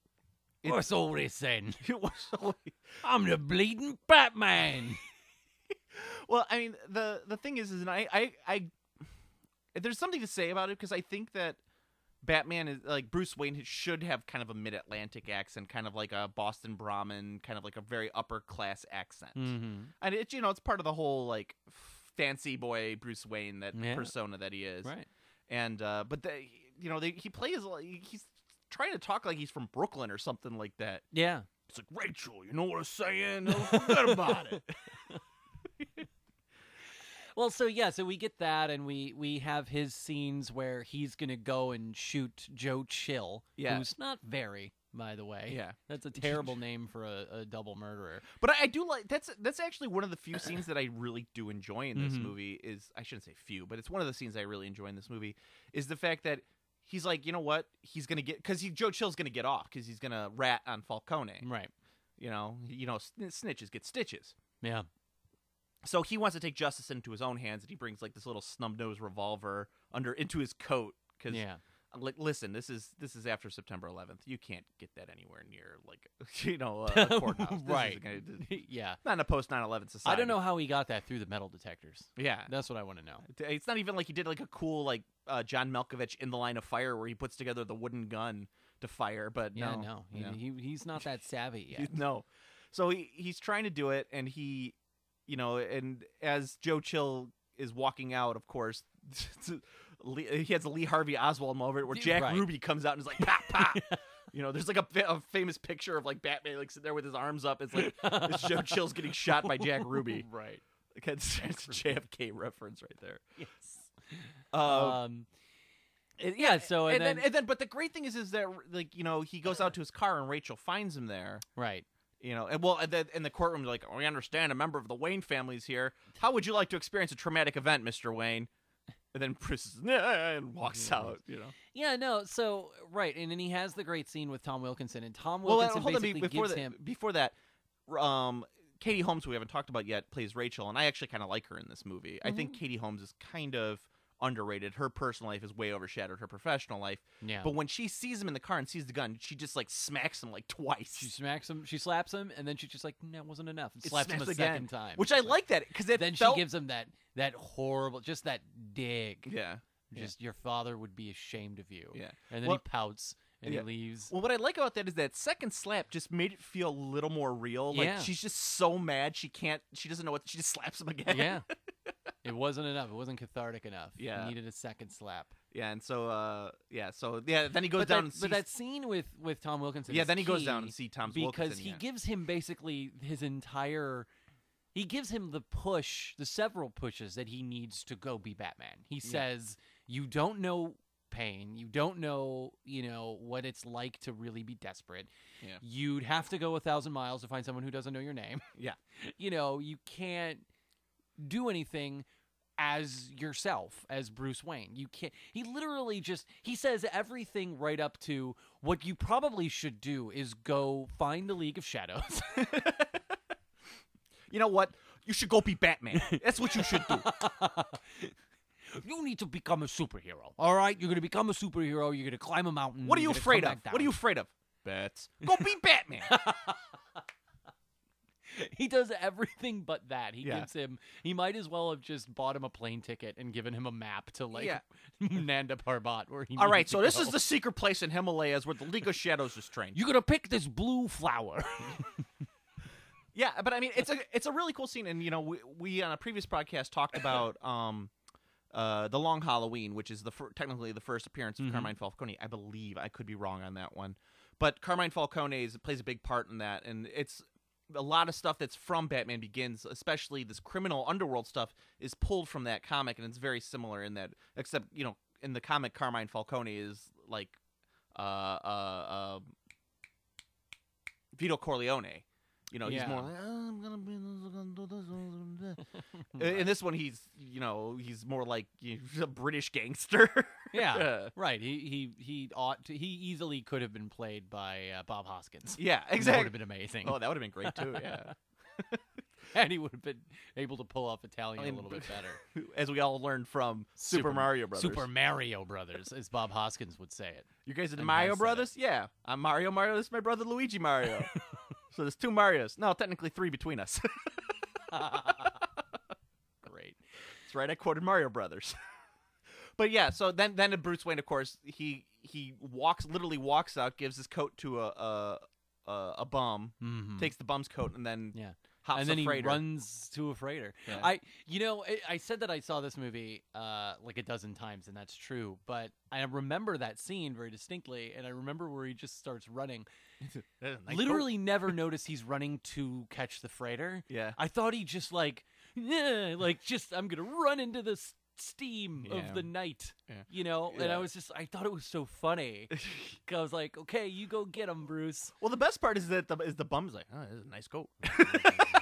Speaker 7: It-
Speaker 6: What's all this then?
Speaker 7: it was only-
Speaker 6: I'm the bleeding Batman.
Speaker 7: well, I mean, the the thing is, is and I, I, I, there's something to say about it because I think that Batman is like Bruce Wayne should have kind of a mid Atlantic accent, kind of like a Boston Brahmin, kind of like a very upper class accent,
Speaker 6: Mm.
Speaker 7: and it's you know it's part of the whole like fancy boy Bruce Wayne that
Speaker 6: Yeah.
Speaker 7: persona that he is,
Speaker 6: Right.
Speaker 7: and uh but the, you know they, he plays like- he's trying to talk like he's from Brooklyn or something like that.
Speaker 6: Yeah.
Speaker 5: It's like Rachel, you know what I'm saying? Don't forget about it.
Speaker 6: Well, so yeah, so we get that, and we we have his scenes where he's gonna go and shoot Joe Chill,
Speaker 7: Yeah.
Speaker 6: who's not very, by the way.
Speaker 7: Yeah.
Speaker 6: that's a terrible name for a, a double murderer.
Speaker 7: But I, I do like that's that's actually one of the few scenes that I really do enjoy in this
Speaker 6: Mhm.
Speaker 7: movie is I shouldn't say few, but it's one of the scenes I really enjoy in this movie is the fact that he's like, you know what, he's gonna get because he Joe Chill's gonna get off because he's gonna rat on Falcone.
Speaker 6: Right.
Speaker 7: You know, you know, sn- snitches get stitches.
Speaker 6: Yeah.
Speaker 7: So he wants to take justice into his own hands, and he brings like this little snub nosed revolver under into his coat because
Speaker 6: Yeah.
Speaker 7: Like, listen, this is this is after September 11th. You can't get that anywhere near like you know a, a courthouse, This isn't
Speaker 6: Right.
Speaker 7: gonna- this-
Speaker 6: yeah.
Speaker 7: not in a post 9/11 society.
Speaker 6: I don't know how he got that through the metal detectors.
Speaker 7: Yeah,
Speaker 6: That's what I want to know.
Speaker 7: it's not even like he did like a cool like uh, John Malkovich in the line of fire where he puts together the wooden gun to fire. But
Speaker 6: Yeah,
Speaker 7: no,
Speaker 6: no, he,
Speaker 7: no.
Speaker 6: He, he's not that savvy yet.
Speaker 7: No. So he he's trying to do it, and he, you know, and as Joe Chill is walking out, of course, Lee- he has a Lee Harvey Oswald moment where
Speaker 6: Dude,
Speaker 7: Jack
Speaker 6: right.
Speaker 7: Ruby comes out and is like, pop, pop. You know, there's like a, fa- a famous picture of like Batman like sitting there with his arms up. It's like it's Joe Chill's getting shot by Jack Ruby.
Speaker 6: right.
Speaker 7: Like, It's, it's a JFK reference right there.
Speaker 6: Yes.
Speaker 7: Uh,
Speaker 6: Um. it- yeah. So and,
Speaker 7: and then,
Speaker 6: then,
Speaker 7: and then, but the great thing is, is that like you know he goes out to his car and Rachel finds him there.
Speaker 6: right.
Speaker 7: You know, and well, and then in the courtroom, like we understand a member of the Wayne family's here. How would you like to experience a traumatic event, Mister Wayne? And then Pris and walks out. You know,
Speaker 6: Yeah. No. So right. And then he has the great scene with Tom Wilkinson, and Tom
Speaker 7: well, uh,
Speaker 6: Wilkinson
Speaker 7: hold on be-
Speaker 6: basically
Speaker 7: before
Speaker 6: gives
Speaker 7: that.
Speaker 6: him.
Speaker 7: Before that, um, Katie Holmes, who we haven't talked about yet, plays Rachel, and I actually kind of like her in this movie. I
Speaker 6: Mm-hmm.
Speaker 7: think Katie Holmes is kind of underrated. Her personal life is way overshadowed her professional life.
Speaker 6: Yeah.
Speaker 7: But when she sees him in the car and sees the gun, she just like smacks him like twice.
Speaker 6: she smacks him. She slaps him, and then she's just like, "That wasn't enough," and
Speaker 7: It
Speaker 6: slaps him a
Speaker 7: smacks again,
Speaker 6: second time.
Speaker 7: which I like that because it
Speaker 6: then
Speaker 7: felt-
Speaker 6: she gives him that that horrible, just that dig.
Speaker 7: yeah. yeah.
Speaker 6: Just your father would be ashamed of you.
Speaker 7: Yeah.
Speaker 6: And then
Speaker 7: Well-
Speaker 6: he pouts and
Speaker 7: Yeah.
Speaker 6: he leaves.
Speaker 7: Well, what I like about that is that second slap just made it feel a little more real. Like
Speaker 6: Yeah.
Speaker 7: she's just so mad she can't, she doesn't know what she just slaps him again.
Speaker 6: yeah. It wasn't enough. It wasn't cathartic enough.
Speaker 7: Yeah.
Speaker 6: He needed a second slap.
Speaker 7: yeah. And so, uh, yeah. So yeah, then he goes
Speaker 6: but that,
Speaker 7: down.
Speaker 6: but
Speaker 7: and sees-
Speaker 6: that scene with with Tom Wilkinson.
Speaker 7: yeah.
Speaker 6: is
Speaker 7: Then he goes down
Speaker 6: key
Speaker 7: and see Tom
Speaker 6: because
Speaker 7: Wilkinson,
Speaker 6: he
Speaker 7: yeah.
Speaker 6: gives him basically his entire. He gives him the push, the several pushes that he needs to go be Batman. He says, "You don't know pain. You don't know, you know, what it's like to really be desperate.
Speaker 7: Yeah.
Speaker 6: You'd have to go a thousand miles to find someone who doesn't know your name.
Speaker 7: Yeah.
Speaker 6: you know, you can't do anything as yourself as Bruce Wayne. You can't. He literally just he says everything right up to what you probably should do is go find the League of Shadows.
Speaker 7: You know what? You should go be Batman. That's what you should do.
Speaker 6: you need to become a superhero. All right, you're gonna become a superhero. You're gonna climb a mountain.
Speaker 7: What are you
Speaker 6: you're gonna come
Speaker 7: afraid of?
Speaker 6: back
Speaker 7: What
Speaker 6: down.
Speaker 7: are you afraid of? Bats. Go be Batman.
Speaker 6: He does everything but that. He
Speaker 7: Yeah.
Speaker 6: gives him. He might as well have just bought him a plane ticket and given him a map to like
Speaker 7: Yeah.
Speaker 6: Nanda Parbat, where he.
Speaker 7: All
Speaker 6: needed
Speaker 7: right.
Speaker 6: to
Speaker 7: So this
Speaker 6: go.
Speaker 7: is the secret place in Himalayas where the League of Shadows is trained.
Speaker 6: You're gonna pick this blue flower.
Speaker 7: Yeah, but I mean, it's a it's a really cool scene, and you know, we, we on a previous podcast talked about um, uh, the Long Halloween, which is the fir- technically the first appearance of Carmine Falcone. I believe I could be wrong on that one, but Carmine Falcone is, plays a big part in that, and it's a lot of stuff that's from Batman Begins, especially this criminal underworld stuff, is pulled from that comic, and it's very similar in that, except you know, in the comic, Carmine Falcone is like uh uh. uh Vito Corleone, you know, he's
Speaker 6: Yeah.
Speaker 7: more like, "Ah, I'm gonna be I'm gonna do this. I'm gonna do that." In- In this one, he's you know he's more like you know, a British gangster.
Speaker 6: Yeah, right. He he he ought to. He easily could have been played by uh, Bob Hoskins.
Speaker 7: yeah,
Speaker 6: Would have
Speaker 7: exactly.
Speaker 6: been amazing,
Speaker 7: Oh, that would have been great too. Yeah,
Speaker 6: and he would have been able to pull off Italian
Speaker 7: I mean,
Speaker 6: a little bit better.
Speaker 7: as we all learned from Super,
Speaker 6: Super-
Speaker 7: Mario Brothers.
Speaker 6: Super Mario Brothers, as Bob Hoskins would say it.
Speaker 7: You guys are the
Speaker 6: and Hans
Speaker 7: Mario
Speaker 6: said it.
Speaker 7: Brothers? Yeah, I'm Mario Mario. This is my brother Luigi Mario. so there's two Marios. No, technically three between us.
Speaker 6: Great.
Speaker 7: That's right. I quoted Mario Brothers. but yeah, so then then Bruce Wayne, of course, he he walks literally walks out, gives his coat to a a, a, a bum,
Speaker 6: Mhm.
Speaker 7: takes the bum's coat, and then
Speaker 6: Yeah.
Speaker 7: hops
Speaker 6: and then
Speaker 7: a
Speaker 6: he
Speaker 7: freighter.
Speaker 6: runs to a freighter.
Speaker 7: Yeah.
Speaker 6: I, you know, I, I said that I saw this movie uh, like a dozen times, and that's true. But I remember that scene very distinctly, and I remember where he just starts running. Literally, never notice he's running to catch the freighter.
Speaker 7: Yeah.
Speaker 6: I thought he just like, "Yeah," like just I'm gonna run into the s- steam
Speaker 7: Yeah.
Speaker 6: of the night,
Speaker 7: Yeah.
Speaker 6: you know. And
Speaker 7: Yeah.
Speaker 6: I was just, I thought it was so funny. 'Cause I was like, okay, you go get him, Bruce.
Speaker 7: Well, the best part is that the is the bum's like, oh, this is a nice coat.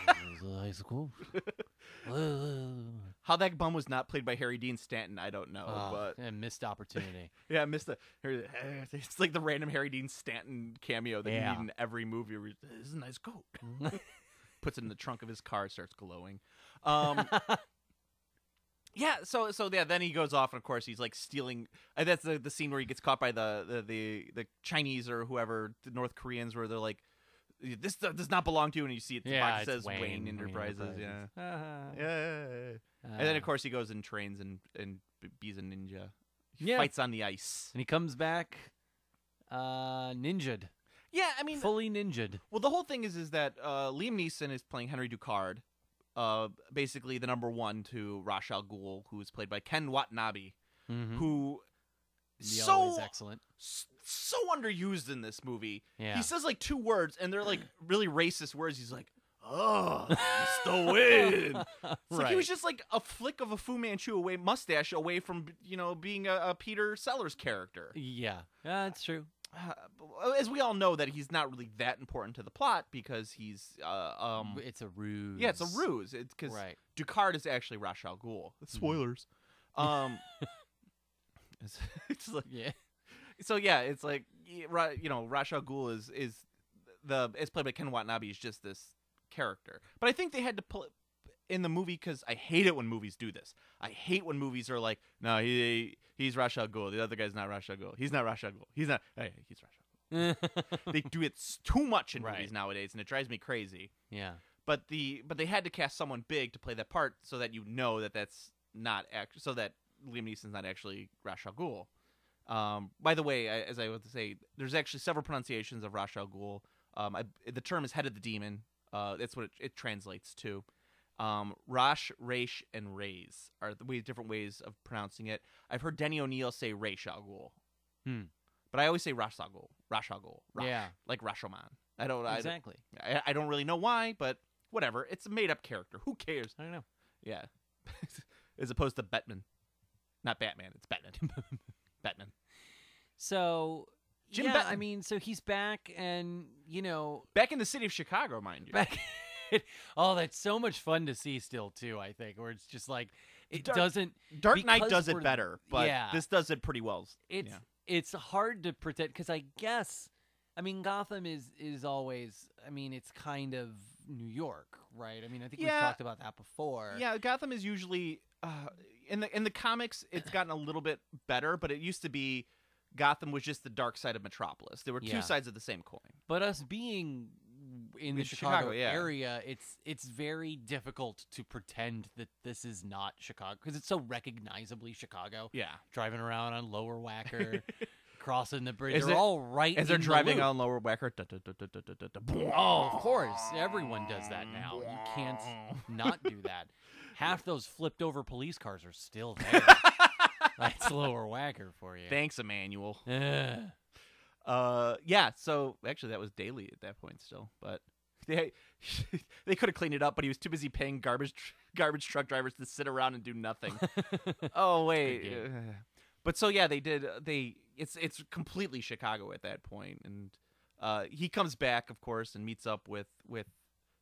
Speaker 7: Oh, How that bum was not played by Harry Dean Stanton, I don't know,
Speaker 6: Oh,
Speaker 7: but
Speaker 6: a missed opportunity.
Speaker 7: yeah, I missed the. It's like the random Harry Dean Stanton cameo that
Speaker 6: Yeah. Mm-hmm.
Speaker 7: you need in every movie. where he's, This is a nice coat. Puts it in the trunk of his car, starts glowing. Um, yeah, so so yeah, then he goes off, and of course he's like stealing. Uh, that's the, the scene where he gets caught by the the the, the Chinese or whoever, the North Koreans, where they're like, "This stuff does not belong to you," and you see it. the
Speaker 6: Yeah,
Speaker 7: box
Speaker 6: it's
Speaker 7: says Wayne,
Speaker 6: Wayne- Wayne
Speaker 7: Enterprises. Yeah.
Speaker 6: Enterprises.
Speaker 7: yeah,
Speaker 6: Uh,
Speaker 7: yeah, yeah. and then of course he goes and trains and and b- bees a ninja. He
Speaker 6: Yeah.
Speaker 7: fights on the ice.
Speaker 6: and he comes back, uh, ninja'd,
Speaker 7: Yeah, I mean,
Speaker 6: fully ninja'd.
Speaker 7: Well, the whole thing is is that uh, Liam Neeson is playing Henry Ducard, uh, basically the number one to Ra's al Ghul, who is played by Ken Watanabe,
Speaker 6: Mm-hmm.
Speaker 7: who
Speaker 6: Hmm. The
Speaker 7: so
Speaker 6: excellent.
Speaker 7: s- so underused in this movie.
Speaker 6: Yeah.
Speaker 7: He says like two words, and they're like really racist words. He's like, "Oh, it's the win." It's like he
Speaker 6: Right.
Speaker 7: was just like a flick of a Fu Manchu away mustache away from you know being a, a Peter Sellers character.
Speaker 6: Yeah, that's true.
Speaker 7: Uh, as we all know, that he's not really that important to the plot because he's uh, um
Speaker 6: It's a ruse.
Speaker 7: yeah, it's a ruse. It's because
Speaker 6: Right. Mm-hmm.
Speaker 7: Ducard is actually Ra's al Ghul. Spoilers. Um, it's, it's like
Speaker 6: Yeah.
Speaker 7: so yeah, it's like y- Ra- you know, Ra's al Ghul is is the is played by Ken Watanabe is just this character. But I think they had to pull in the movie because I hate it when movies do this. I hate when movies are like, no, he he's Ra's al Ghul. The other guy's not Ra's al Ghul. He's not Ra's al Ghul. He's not. Hey, he's Ra's al Ghul. They do it s- too much in
Speaker 6: Right.
Speaker 7: movies nowadays, and it drives me crazy.
Speaker 6: yeah.
Speaker 7: But the but they had to cast someone big to play that part so that you know that that's not act so that Liam Neeson's not actually Ra's al Ghul. Um, by the way, I, as I was to say, there's actually several pronunciations of Ra's al Ghul. Um, I, the term is head of the demon. Uh, that's what it, it translates to. Um, Rash, Raish, and Rays are the way, different ways of pronouncing it. I've heard Denny O'Neill say Raish al Ghul.
Speaker 6: Hmm.
Speaker 7: But I always say Ra's al Ghul. Ra's al Ghul. Rash,
Speaker 6: Yeah.
Speaker 7: Like Rashomon. I don't, I don't
Speaker 6: Exactly.
Speaker 7: I, I don't really know why, but whatever. It's a made up character. Who cares?
Speaker 6: I don't know.
Speaker 7: Yeah. As opposed to Batman. Not Batman, it's Batman. Batman.
Speaker 6: So
Speaker 7: Jim
Speaker 6: yeah, I
Speaker 7: Benton.
Speaker 6: mean, so he's back, and you know,
Speaker 7: Back in the city of Chicago, mind you.
Speaker 6: back. oh, that's so much fun to see still too. I think where it's just like it
Speaker 7: Dark-
Speaker 6: doesn't.
Speaker 7: Dark Knight
Speaker 6: because
Speaker 7: does
Speaker 6: we're-
Speaker 7: it better, but
Speaker 6: yeah.
Speaker 7: this does it pretty well.
Speaker 6: It's
Speaker 7: Yeah.
Speaker 6: it's hard to pretend because I guess I mean Gotham is is always. I mean, it's kind of New York, right? I mean, I think we've
Speaker 7: Yeah.
Speaker 6: talked about that before.
Speaker 7: Yeah, Gotham is usually uh, in the in the comics. It's gotten a little bit better, but it used to be Gotham was just the dark side of Metropolis. There were
Speaker 6: Yeah.
Speaker 7: two sides of the same coin.
Speaker 6: But us being in the
Speaker 7: In
Speaker 6: Chicago,
Speaker 7: Chicago, yeah.
Speaker 6: area, it's it's very difficult to pretend that this is not Chicago because it's so recognizably Chicago.
Speaker 7: Yeah,
Speaker 6: driving around on Lower Wacker, crossing the bridge.
Speaker 7: As
Speaker 6: they're
Speaker 7: it-
Speaker 6: all right.
Speaker 7: as they're
Speaker 6: in the
Speaker 7: driving
Speaker 6: loop.
Speaker 7: on Lower Wacker. da- da- da- da- da- da- da- boom.
Speaker 6: Oh, of course, everyone does that now. You can't not do that. Half those flipped over police cars are still there. That's Lower Wacker for you.
Speaker 7: Thanks, Emmanuel.
Speaker 6: Ugh.
Speaker 7: Uh, yeah. So actually, that was daily at that point still, but they they could have cleaned it up, but he was too busy paying garbage tr- garbage truck drivers to sit around and do nothing. oh wait, uh, but so yeah, they did. uh, They it's it's completely Chicago at that point, and uh, he comes back, of course, and meets up with with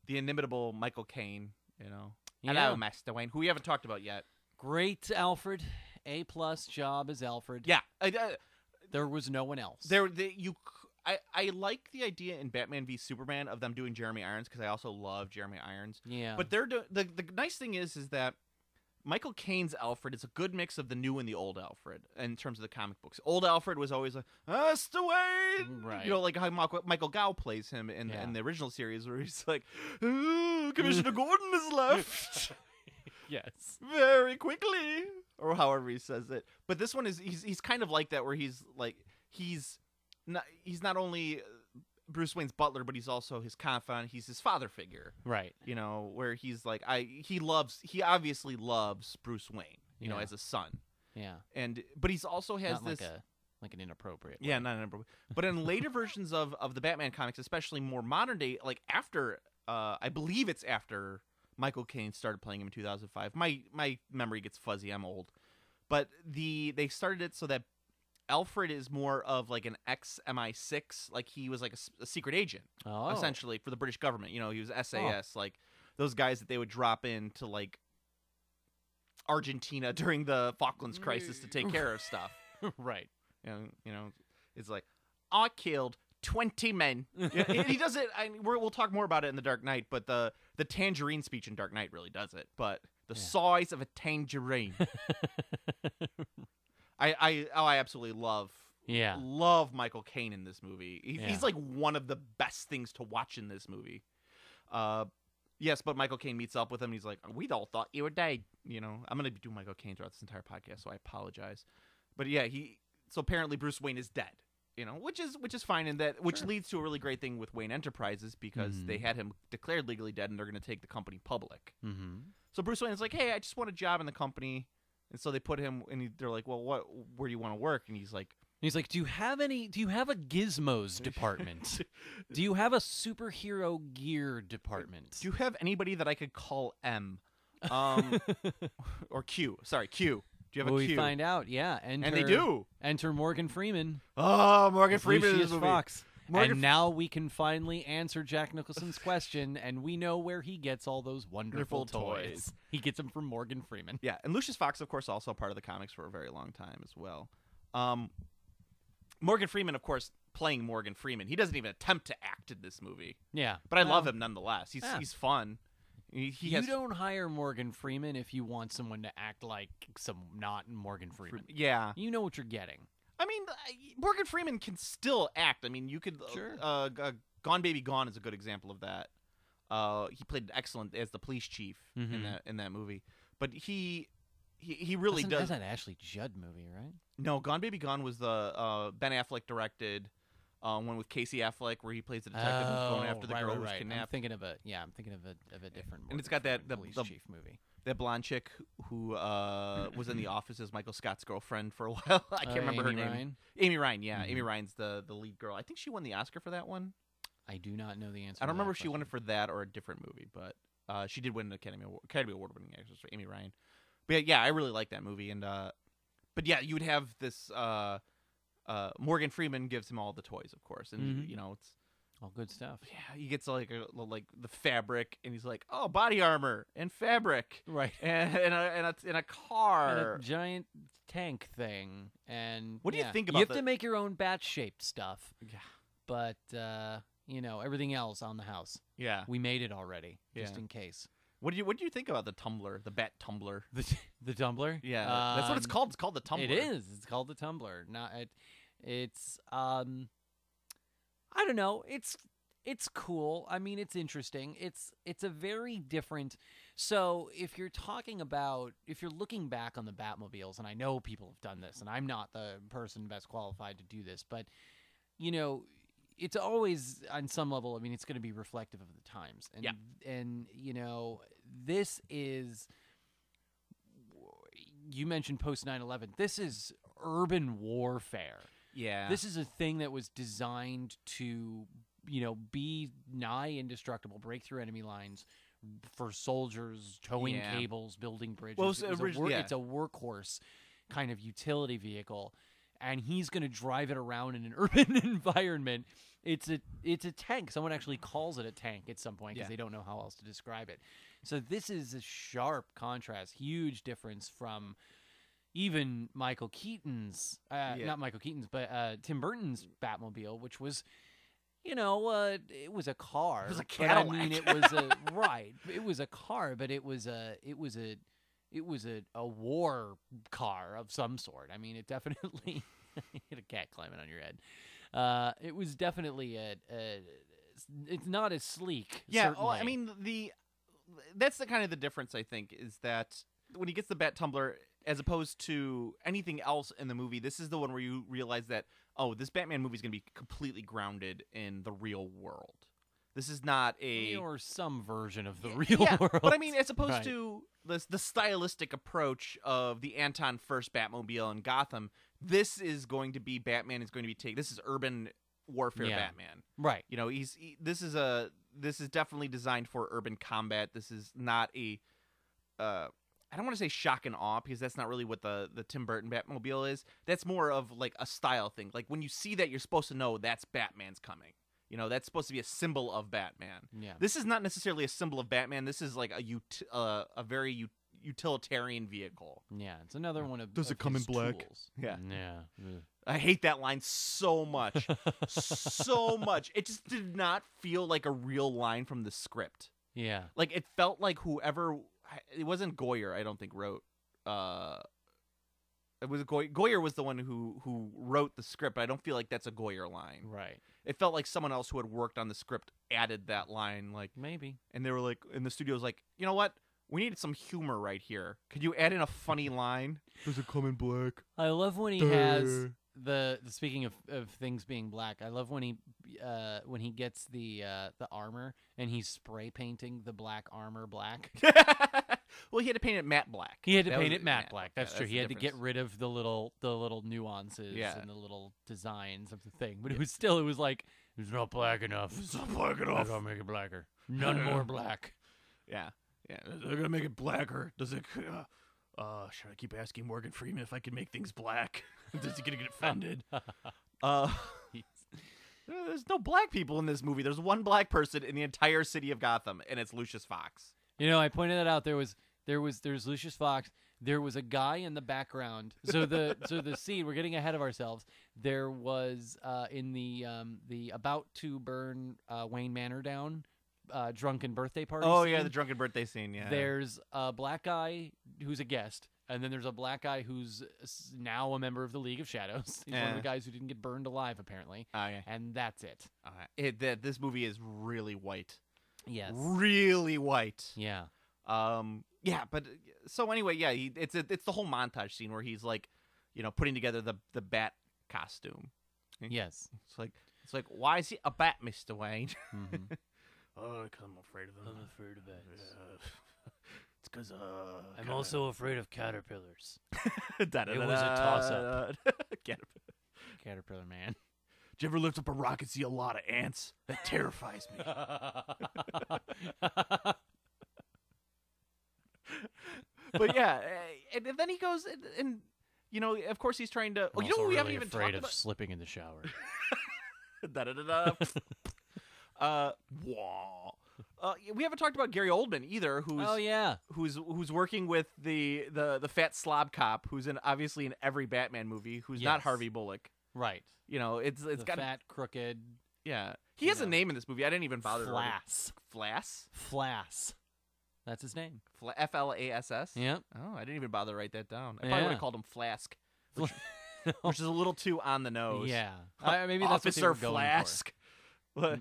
Speaker 7: the inimitable Michael Caine. You know,
Speaker 6: Yeah.
Speaker 7: hello, Master Wayne, who we haven't talked about yet.
Speaker 6: Great Alfred. A plus job as Alfred.
Speaker 7: Yeah, I, I,
Speaker 6: There was no one else.
Speaker 7: There, they, you. c- I, I like the idea in Batman v Superman of them doing Jeremy Irons because I also love Jeremy Irons.
Speaker 6: Yeah.
Speaker 7: But they're do- the the nice thing is is that Michael Caine's Alfred is a good mix of the new and the old Alfred in terms of the comic books. Old Alfred was always like, "That's the way,"
Speaker 6: Right.
Speaker 7: You know, like how Michael, Michael Gow plays him in,
Speaker 6: Yeah.
Speaker 7: in the original series, where he's like, "Ooh, "Commissioner Gordon has left."
Speaker 6: yes.
Speaker 7: very quickly or however he says it but this one is he's, he's kind of like that where he's like he's not he's not only uh, bruce wayne's butler but he's also his confidant he's his father figure
Speaker 6: Right.
Speaker 7: you know where he's like i he loves he obviously loves bruce wayne you know
Speaker 6: Yeah.
Speaker 7: as a son
Speaker 6: Yeah.
Speaker 7: and but he's also has
Speaker 6: Not
Speaker 7: this
Speaker 6: like a like an inappropriate.
Speaker 7: yeah, not number one. But in later versions of of the Batman comics, especially more modern day, like after uh I believe it's after Michael Caine started playing him in 2005. My my memory gets fuzzy. I'm old. But the they started it so that Alfred is more of like an ex MI6, like he was like a s a a secret agent
Speaker 6: Oh.
Speaker 7: essentially for the British government. You know, he was SAS, like those guys that they would drop in to like Argentina during the Falklands crisis to take care of stuff.
Speaker 6: right.
Speaker 7: And you know, it's like I killed twenty men. Yeah, and he does it. I mean, we're, we'll talk more about it in the Dark Knight, but the the tangerine speech in Dark Knight really does it. But the size of a tangerine. I I oh I absolutely love
Speaker 6: Yeah.
Speaker 7: love Michael Caine in this movie. He,
Speaker 6: Yeah.
Speaker 7: He's like one of the best things to watch in this movie. Uh, yes, but Michael Caine meets up with him. And he's like, "We all thought you were dead." You know, I'm gonna do Michael Caine throughout this entire podcast, so I apologize. But yeah, he so apparently Bruce Wayne is dead. You know, which is which is fine, and that which leads to a really great thing with Wayne Enterprises because
Speaker 6: Mm.
Speaker 7: they had him declared legally dead, and they're gonna take the company public.
Speaker 6: Mm-hmm.
Speaker 7: So Bruce Wayne's like, "Hey, I just want a job in the company," and so they put him, and he, they're like, "Well, what? Where do you want to work?" And he's like,
Speaker 6: he's like, "Do you have any? Do you have a gizmos department? do you have a superhero gear department?"
Speaker 7: Do you have anybody that I could call M? Um, or Q. Sorry, Q. Do you have
Speaker 6: well,
Speaker 7: a Q?
Speaker 6: we find out. Yeah, enter,
Speaker 7: they do.
Speaker 6: Enter Morgan Freeman,
Speaker 7: oh, Morgan
Speaker 6: as
Speaker 7: Freeman in this
Speaker 6: Lucius
Speaker 7: movie.
Speaker 6: Fox.
Speaker 7: Morgan
Speaker 6: and
Speaker 7: F-
Speaker 6: now we can finally answer Jack Nicholson's question, and we know where he gets all those wonderful
Speaker 7: Wonderful toys.
Speaker 6: toys. He gets them from Morgan Freeman.
Speaker 7: Yeah, and Lucius Fox, of course, also part of the comics for a very long time as well. Um, Morgan Freeman, of course, playing Morgan Freeman. He doesn't even attempt to act in this movie,
Speaker 6: Yeah,
Speaker 7: but I love
Speaker 6: Well,
Speaker 7: him nonetheless. He's
Speaker 6: yeah.
Speaker 7: he's fun. He, he
Speaker 6: You
Speaker 7: has,
Speaker 6: don't hire Morgan Freeman if you want someone to act like some not Morgan Freeman.
Speaker 7: yeah.
Speaker 6: You know what you're getting.
Speaker 7: I mean, I- Morgan Freeman can still act. I mean, you could.
Speaker 6: Sure.
Speaker 7: Uh, g- uh, Gone Baby Gone is a good example of that. Uh, he played excellent as the police chief in
Speaker 6: Mhm.
Speaker 7: that in that movie, but he he, he really
Speaker 6: That's an-
Speaker 7: does.
Speaker 6: That's an Ashley Judd movie, right?
Speaker 7: No, Gone Baby Gone was the uh, Ben Affleck directed um, one with Casey Affleck where he plays the detective who's going after the
Speaker 6: Oh, right,
Speaker 7: girl
Speaker 6: right,
Speaker 7: who's
Speaker 6: right. I'm
Speaker 7: kidnapped.
Speaker 6: thinking of a yeah, I'm thinking of a of a different.
Speaker 7: And
Speaker 6: Morgan
Speaker 7: it's got that-
Speaker 6: Freeman
Speaker 7: the-
Speaker 6: police
Speaker 7: the-
Speaker 6: chief movie.
Speaker 7: That blonde chick who uh, was in the office as Michael Scott's girlfriend for a while. I can't
Speaker 6: Uh,
Speaker 7: remember her
Speaker 6: Amy
Speaker 7: name.
Speaker 6: Ryan? Mm-hmm.
Speaker 7: Amy Ryan, yeah, Amy Ryan's the the lead girl. I think she won the Oscar for that one.
Speaker 6: I do not know the answer. to
Speaker 7: I don't
Speaker 6: that
Speaker 7: remember if she won it
Speaker 6: question.
Speaker 7: for that or a different movie, but uh, she did win an Academy Award, Academy Award winning actress for Amy Ryan. But yeah, I really like that movie, and uh, but yeah, you would have this. Uh, uh, Morgan Freeman gives him all the toys, of course, and
Speaker 6: Mhm.
Speaker 7: you know it's
Speaker 6: All good stuff.
Speaker 7: yeah, he gets like a, like the fabric, and he's like, oh, body armor and fabric,
Speaker 6: Right.
Speaker 7: and and a and a, and a car.
Speaker 6: And a giant tank thing, and
Speaker 7: What do you
Speaker 6: yeah,
Speaker 7: think
Speaker 6: You
Speaker 7: about
Speaker 6: have
Speaker 7: the-
Speaker 6: to make your own bat shaped stuff,
Speaker 7: yeah,
Speaker 6: but uh, you know everything else on the house.
Speaker 7: yeah.
Speaker 6: We made it already, just
Speaker 7: Yeah.
Speaker 6: in case.
Speaker 7: What do you what do you think about the tumbler, the bat tumbler?
Speaker 6: The the tumbler.
Speaker 7: Yeah, that's what it's
Speaker 6: Um,
Speaker 7: called. It's called the tumbler.
Speaker 6: It is. It's called the Tumblr. Not it, it's um I don't know. It's it's cool. I mean, it's interesting. It's it's a very different so if you're talking about if you're looking back on the Batmobiles and I know people have done this and I'm not the person best qualified to do this, but you know, it's always on some level, I mean, it's going to be reflective of the times. And
Speaker 7: Yeah.
Speaker 6: and you know, this is you mentioned post 9-11 this is urban warfare
Speaker 7: Yeah,
Speaker 6: this is a thing that was designed to you know be nigh indestructible break through enemy lines for soldiers towing
Speaker 7: Yeah.
Speaker 6: cables building bridges
Speaker 7: Well, it was
Speaker 6: it was a
Speaker 7: origi-
Speaker 6: wor-
Speaker 7: yeah.
Speaker 6: it's a workhorse kind of utility vehicle and he's going to drive it around in an urban environment it's a it's a tank someone actually calls it a tank at some point because
Speaker 7: Yeah.
Speaker 6: they don't know how else to describe it so this is a sharp contrast huge difference from even Michael Keaton's, uh,
Speaker 7: Yeah.
Speaker 6: not Michael Keaton's, but uh, Tim Burton's Batmobile, which was, you know, uh, it was a car.
Speaker 7: was a
Speaker 6: but I mean, it
Speaker 7: Cadillac.
Speaker 6: was a right. It was a car, but it was a it was a it was a, a war car of some sort. I mean, it definitely you had a cat climbing on your head. Uh, it was definitely a. a it's not as sleek.
Speaker 7: Yeah, well, I
Speaker 6: certainly.
Speaker 7: mean the that's the kind of the difference I think is that when he gets the bat tumbler as opposed to anything else in the movie, this is the one where you realize that oh, this Batman movie is going to be completely grounded in the real world. This is not a
Speaker 6: or some version of the
Speaker 7: Yeah,
Speaker 6: real
Speaker 7: yeah,
Speaker 6: world.
Speaker 7: But I mean, as opposed
Speaker 6: Right.
Speaker 7: to the the stylistic approach of the Anton First Batmobile and Gotham, this is going to be Batman is going to be take this is urban warfare
Speaker 6: Yeah.
Speaker 7: Batman
Speaker 6: right.
Speaker 7: you know he's he, this is a this is definitely designed for urban combat this is not a uh i don't want to say shock and awe because that's not really what the the tim burton batmobile is that's more of like a style thing like when you see that you're supposed to know that's batman's coming you know that's supposed to be a symbol of batman
Speaker 6: Yeah.
Speaker 7: this is not necessarily a symbol of batman this is like a ut- uh, a very ut- utilitarian vehicle
Speaker 6: Yeah, it's another one of.
Speaker 7: Does it
Speaker 6: of
Speaker 7: come in
Speaker 6: his
Speaker 7: black?
Speaker 6: tools.
Speaker 7: Yeah.
Speaker 6: Yeah.
Speaker 7: I hate that line so much. so much. It just did not feel like a real line from the script.
Speaker 6: Yeah.
Speaker 7: Like it felt like whoever it wasn't Goyer, I don't think wrote uh it was Goy- Goyer was the one who who wrote the script. but I don't feel like that's a Goyer line.
Speaker 6: Right.
Speaker 7: It felt like someone else who had worked on the script added that line like
Speaker 6: Maybe.
Speaker 7: and they were like and the studio was like, "You know what? We needed some humor right here. Could you add in a funny line?" Does it come in black?
Speaker 6: I love when he has the, the speaking of, of things being black. I love when he uh, when he gets the uh, the armor and he's spray painting the black armor black.
Speaker 7: well, he had to paint it matte black.
Speaker 6: He had to
Speaker 7: That
Speaker 6: paint
Speaker 7: was-
Speaker 6: it matte black. That's
Speaker 7: yeah,
Speaker 6: true. he
Speaker 7: the
Speaker 6: had to get
Speaker 7: difference.
Speaker 6: rid of the little the little nuances
Speaker 7: Yeah.
Speaker 6: and the little designs of the thing. But it was still it was like it's not black enough.
Speaker 5: It's not black
Speaker 6: I
Speaker 5: enough.
Speaker 6: gotta make it blacker. None more black.
Speaker 7: Yeah, yeah.
Speaker 5: They're gonna make it blacker. Does it? Uh, uh, should I keep asking Morgan Freeman if I can make things black? Does he gonna get offended?
Speaker 7: Uh, there's no black people in this movie. There's one black person in the entire city of Gotham, and it's Lucius Fox.
Speaker 6: You know, I pointed that out. There was there was there's Lucius Fox. There was a guy in the background. So the so the scene we're getting ahead of ourselves. There was uh, in the um, the about to burn uh, Wayne Manor down uh, drunken birthday party.
Speaker 7: Oh yeah,
Speaker 6: scene.
Speaker 7: the drunken birthday scene. Yeah,
Speaker 6: There's a black guy who's a guest, and then there's a black guy who's s- now a member of the League of Shadows. He's one of
Speaker 7: Yeah.
Speaker 6: the guys who didn't get burned alive, apparently.
Speaker 7: Oh, yeah.
Speaker 6: And that's it.
Speaker 7: Uh, it, that this movie is really white,
Speaker 6: Yes.
Speaker 7: really white.
Speaker 6: Yeah.
Speaker 7: Um, yeah, but uh, so anyway, yeah, he, it's a, it's the whole montage scene where he's like, you know, putting together the the bat costume.
Speaker 6: Yes.
Speaker 7: It's like it's like why is he a bat, Mister Wayne?
Speaker 6: Mhm.
Speaker 5: Oh, because I'm afraid of them. I'm afraid of
Speaker 6: bats.
Speaker 5: it's because uh,
Speaker 3: I'm also afraid of caterpillars.
Speaker 7: it was
Speaker 3: toss-up.
Speaker 7: Get it.
Speaker 6: Caterpillar man.
Speaker 5: Did you ever lift up a rock and see a lot of ants? That terrifies me.
Speaker 7: but yeah, eh, and, and then he goes and, and you know, of course, he's trying to. Oh, you know, what we haven't even
Speaker 6: afraid
Speaker 7: talked
Speaker 6: of
Speaker 7: about.
Speaker 6: slipping in the shower.
Speaker 7: da, da, da, da. uh, wow. Uh, we haven't talked about Gary Oldman either, who's
Speaker 6: oh yeah.
Speaker 7: who's who's working with the the the fat slob cop, who's in obviously in every Batman movie, who's not
Speaker 6: Yes.
Speaker 7: Harvey Bullock.
Speaker 6: Right.
Speaker 7: You know, it's it's
Speaker 6: the
Speaker 7: got
Speaker 6: fat, crooked
Speaker 7: yeah. He
Speaker 6: you
Speaker 7: has a
Speaker 6: know.
Speaker 7: name in this movie. I didn't even bother. writing-
Speaker 6: flass.
Speaker 7: Flass.
Speaker 6: Flass. That's his name.
Speaker 7: Fla- F L A S S.
Speaker 6: Yep.
Speaker 7: Oh, I didn't even bother to write that down. I probably would
Speaker 6: Yeah.
Speaker 7: have called him Flask, which is a little too on the nose.
Speaker 6: yeah. I, maybe that's what they
Speaker 7: Oh, Officer
Speaker 6: were going for.
Speaker 7: Flask. What?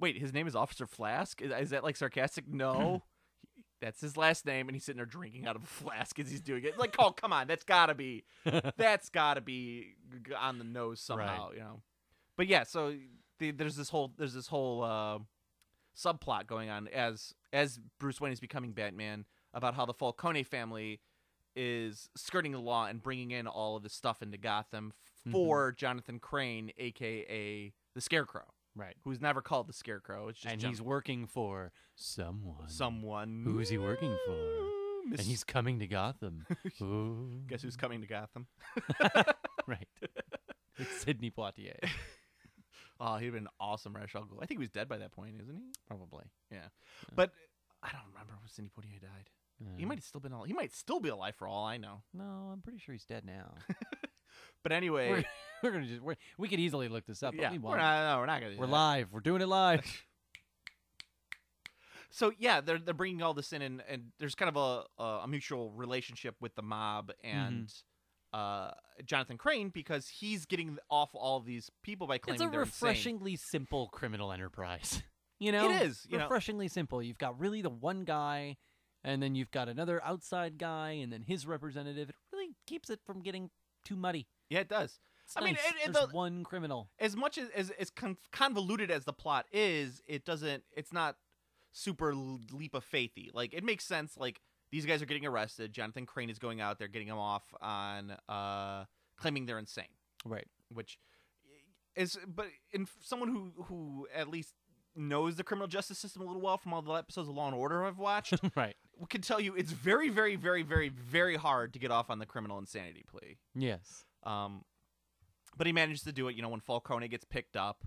Speaker 7: Wait, his name is Officer Flask? Is, is that like sarcastic? No. that's his last name, and he's sitting there drinking out of a flask as he's doing it. Like, oh, come on. That's got to be. That's got to be g- on the nose somehow, you know? But yeah, so the, there's this whole there's this whole uh, subplot going on as as Bruce Wayne is becoming Batman about how the Falcone family is skirting the law and bringing in all of this stuff into Gotham
Speaker 6: Mhm.
Speaker 7: for Jonathan Crane, aka the Scarecrow,
Speaker 6: Right.
Speaker 7: who's never called the Scarecrow. It's just
Speaker 6: and he's
Speaker 7: Jonathan-
Speaker 6: working for someone.
Speaker 7: someone.
Speaker 6: Who is he working for?
Speaker 7: Ooh, Miss-
Speaker 6: And he's coming to Gotham. Ooh.
Speaker 7: guess who's coming to Gotham?
Speaker 6: right. It's Sidney Poitier,
Speaker 7: Oh, he'd been an awesome Rachel Gould. I think he was dead by that point, isn't he?
Speaker 6: probably.
Speaker 7: But I don't remember when Sidney Poitier died. He
Speaker 6: Uh,
Speaker 7: might have still been al- he might still be alive for all I know.
Speaker 6: No, I'm pretty sure he's dead now.
Speaker 7: But anyway,
Speaker 6: we're, we're gonna just we're, we could easily look this up. But
Speaker 7: yeah,
Speaker 6: we
Speaker 7: we're
Speaker 6: won't.
Speaker 7: not, no, we're not gonna. do
Speaker 6: We're
Speaker 7: that.
Speaker 6: live. We're doing it live.
Speaker 7: so yeah, they're they're bringing all this in, and, and there's kind of a a mutual relationship with the mob
Speaker 6: Mm-hmm.
Speaker 7: and uh, Jonathan Crane because he's getting off all these people by claiming
Speaker 6: it's a
Speaker 7: they're insane.
Speaker 6: refreshingly simple criminal enterprise. You know,
Speaker 7: is, you know.
Speaker 6: refreshingly simple. You've got really the one guy, and then you've got another outside guy, and then his representative. It really keeps it from getting too muddy.
Speaker 7: Yeah, it does.
Speaker 6: It's
Speaker 7: I mean,
Speaker 6: nice.
Speaker 7: and- and
Speaker 6: There's
Speaker 7: the-
Speaker 6: one criminal.
Speaker 7: As much as as, as conf- convoluted as the plot is, it doesn't. It's not super l- leap of faithy. Like it makes sense. Like these guys are getting arrested. Jonathan Crane is going out. They're getting them off on uh, claiming they're insane.
Speaker 6: Right.
Speaker 7: which is but in someone who who at least knows the criminal justice system a little well from all the episodes of Law and Order I've watched
Speaker 6: Right.
Speaker 7: can tell you it's very very very very very hard to get off on the criminal insanity plea.
Speaker 6: Yes.
Speaker 7: Um, but he manages to do it. You know when Falcone gets picked up,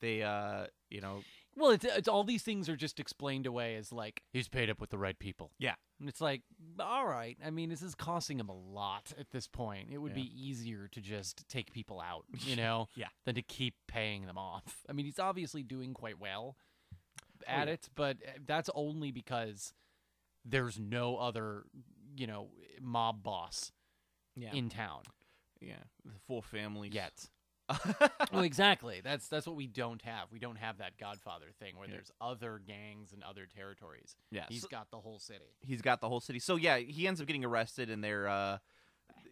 Speaker 7: they uh you know
Speaker 6: Well, it's, it's all these things are just explained away as like he's paid up with the right people.
Speaker 7: Yeah.
Speaker 6: and it's like all right. I mean, this is costing him a lot at this point. It would
Speaker 7: Yeah.
Speaker 6: be easier to just take people out, you know,
Speaker 7: Yeah.
Speaker 6: than to keep paying them off. I mean, he's obviously doing quite well at
Speaker 7: yeah.
Speaker 6: it, but uh, that's only because there's no other, you know, mob boss
Speaker 7: yeah
Speaker 6: in town
Speaker 7: yeah the full family
Speaker 6: yet. well, exactly. That's that's what we don't have. We don't have that Godfather thing where
Speaker 7: Yeah.
Speaker 6: there's other gangs and other territories.
Speaker 7: yeah
Speaker 6: He's got the whole city.
Speaker 7: he's got the whole city. So yeah, he ends up getting arrested, and they're, uh,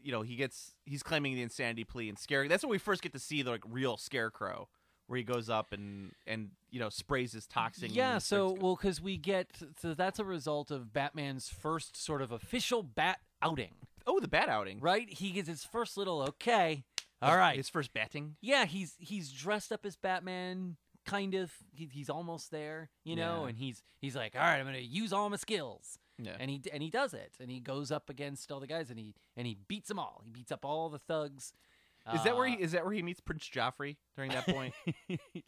Speaker 7: you know, he gets he's claiming the insanity plea and scary. That's when we first get to see the like real scarecrow where he goes up and and you know sprays his toxin.
Speaker 6: Yeah,
Speaker 7: and
Speaker 6: so
Speaker 7: starts-
Speaker 6: well, because we get so that's a result of Batman's first sort of official bat outing,
Speaker 7: oh, the bat outing.
Speaker 6: right? He gets his first little okay, all right.
Speaker 7: his first batting.
Speaker 6: yeah, he's he's dressed up as Batman, kind of. He, he's almost there, you know,
Speaker 7: Yeah.
Speaker 6: and he's he's like, all right, I'm gonna use all my skills,
Speaker 7: Yeah.
Speaker 6: and he d- and he does it, and he goes up against all the guys, and he and he beats them all. He beats up all the thugs.
Speaker 7: Is that where
Speaker 6: Uh,
Speaker 7: he is that where he meets Prince Joffrey during that point?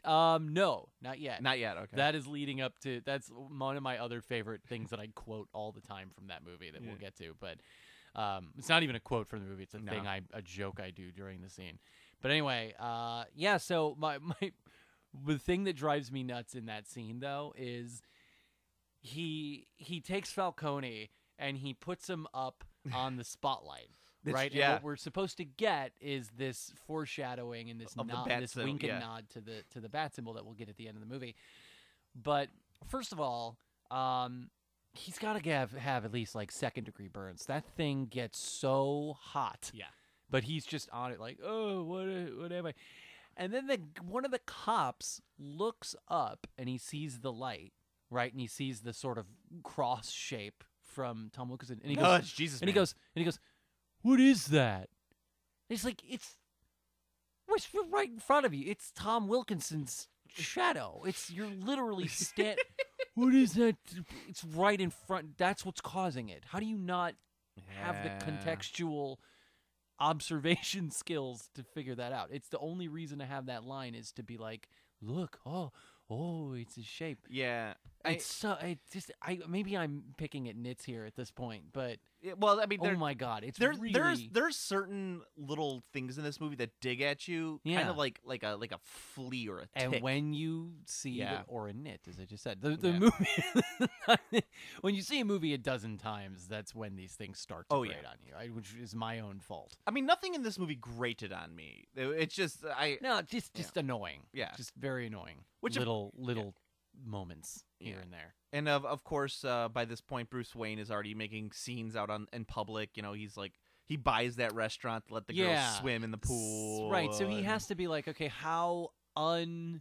Speaker 6: um, no, not yet.
Speaker 7: Not yet. Okay.
Speaker 6: That is leading up to that's one of my other favorite things that I quote all the time from that movie that we'll get to, but um, it's not even a quote from the movie. It's a thing I a joke I do during the scene. But anyway, uh, yeah. So my my the thing that drives me nuts in that scene though is he he takes Falcone and he puts him up on the spotlight.
Speaker 7: This-
Speaker 6: right, and
Speaker 7: yeah.
Speaker 6: what we're supposed to get is this foreshadowing and this
Speaker 7: Of the
Speaker 6: nod,
Speaker 7: bat
Speaker 6: this
Speaker 7: symbol,
Speaker 6: wink and
Speaker 7: yeah.
Speaker 6: nod to the to the bat symbol that we'll get at the end of the movie. But first of all, um, he's got to have have at least like second degree burns. That thing gets so hot.
Speaker 5: Yeah.
Speaker 6: But he's just on it, like, oh, what, what am I? And then the one of the cops looks up and he sees the light, right? And he sees the sort of cross shape from Tom Lucas, and he goes,
Speaker 7: oh, it's Jesus.
Speaker 6: and he
Speaker 7: man.
Speaker 6: goes, and he goes, what is that? And he's like, it's, what's right in front of you? It's Tom Wilkinson's shadow. It's you're literally stand. what is that? It's right in front. That's what's causing it. How do you not have the
Speaker 7: Yeah.
Speaker 6: contextual observation skills to figure that out? It's the only reason to have that line is to be like, look, oh, oh, it's a shape.
Speaker 7: Yeah. I-
Speaker 6: It's so it just I maybe I'm picking at nits here at this point, but
Speaker 7: yeah, well, I mean,
Speaker 6: oh
Speaker 7: there,
Speaker 6: my god, it's
Speaker 7: there,
Speaker 6: really
Speaker 7: there's there's certain little things in this movie that dig at you, kind
Speaker 6: Yeah.
Speaker 7: of like like a like a flea or a tick.
Speaker 6: and when you see
Speaker 7: Yeah.
Speaker 6: the, or a knit, as I just said, the, the
Speaker 7: Yeah.
Speaker 6: movie when you see a movie a dozen times, that's when these things start to
Speaker 7: Oh,
Speaker 6: grate
Speaker 7: yeah.
Speaker 6: on you, right? which is my own fault.
Speaker 7: I mean, nothing in this movie grated on me. It- It's just I
Speaker 6: No, just just annoying.
Speaker 7: Yeah.
Speaker 6: just very annoying.
Speaker 7: Which a-
Speaker 6: little little moments here
Speaker 7: Yeah.
Speaker 6: and there.
Speaker 7: and of of course uh, by this point Bruce Wayne is already making scenes out on in public. You know, he's like he buys that restaurant to let the
Speaker 6: Yeah.
Speaker 7: girls swim in the
Speaker 6: S-
Speaker 7: pool.
Speaker 6: Right. So he
Speaker 7: and-
Speaker 6: has to be like, okay, how un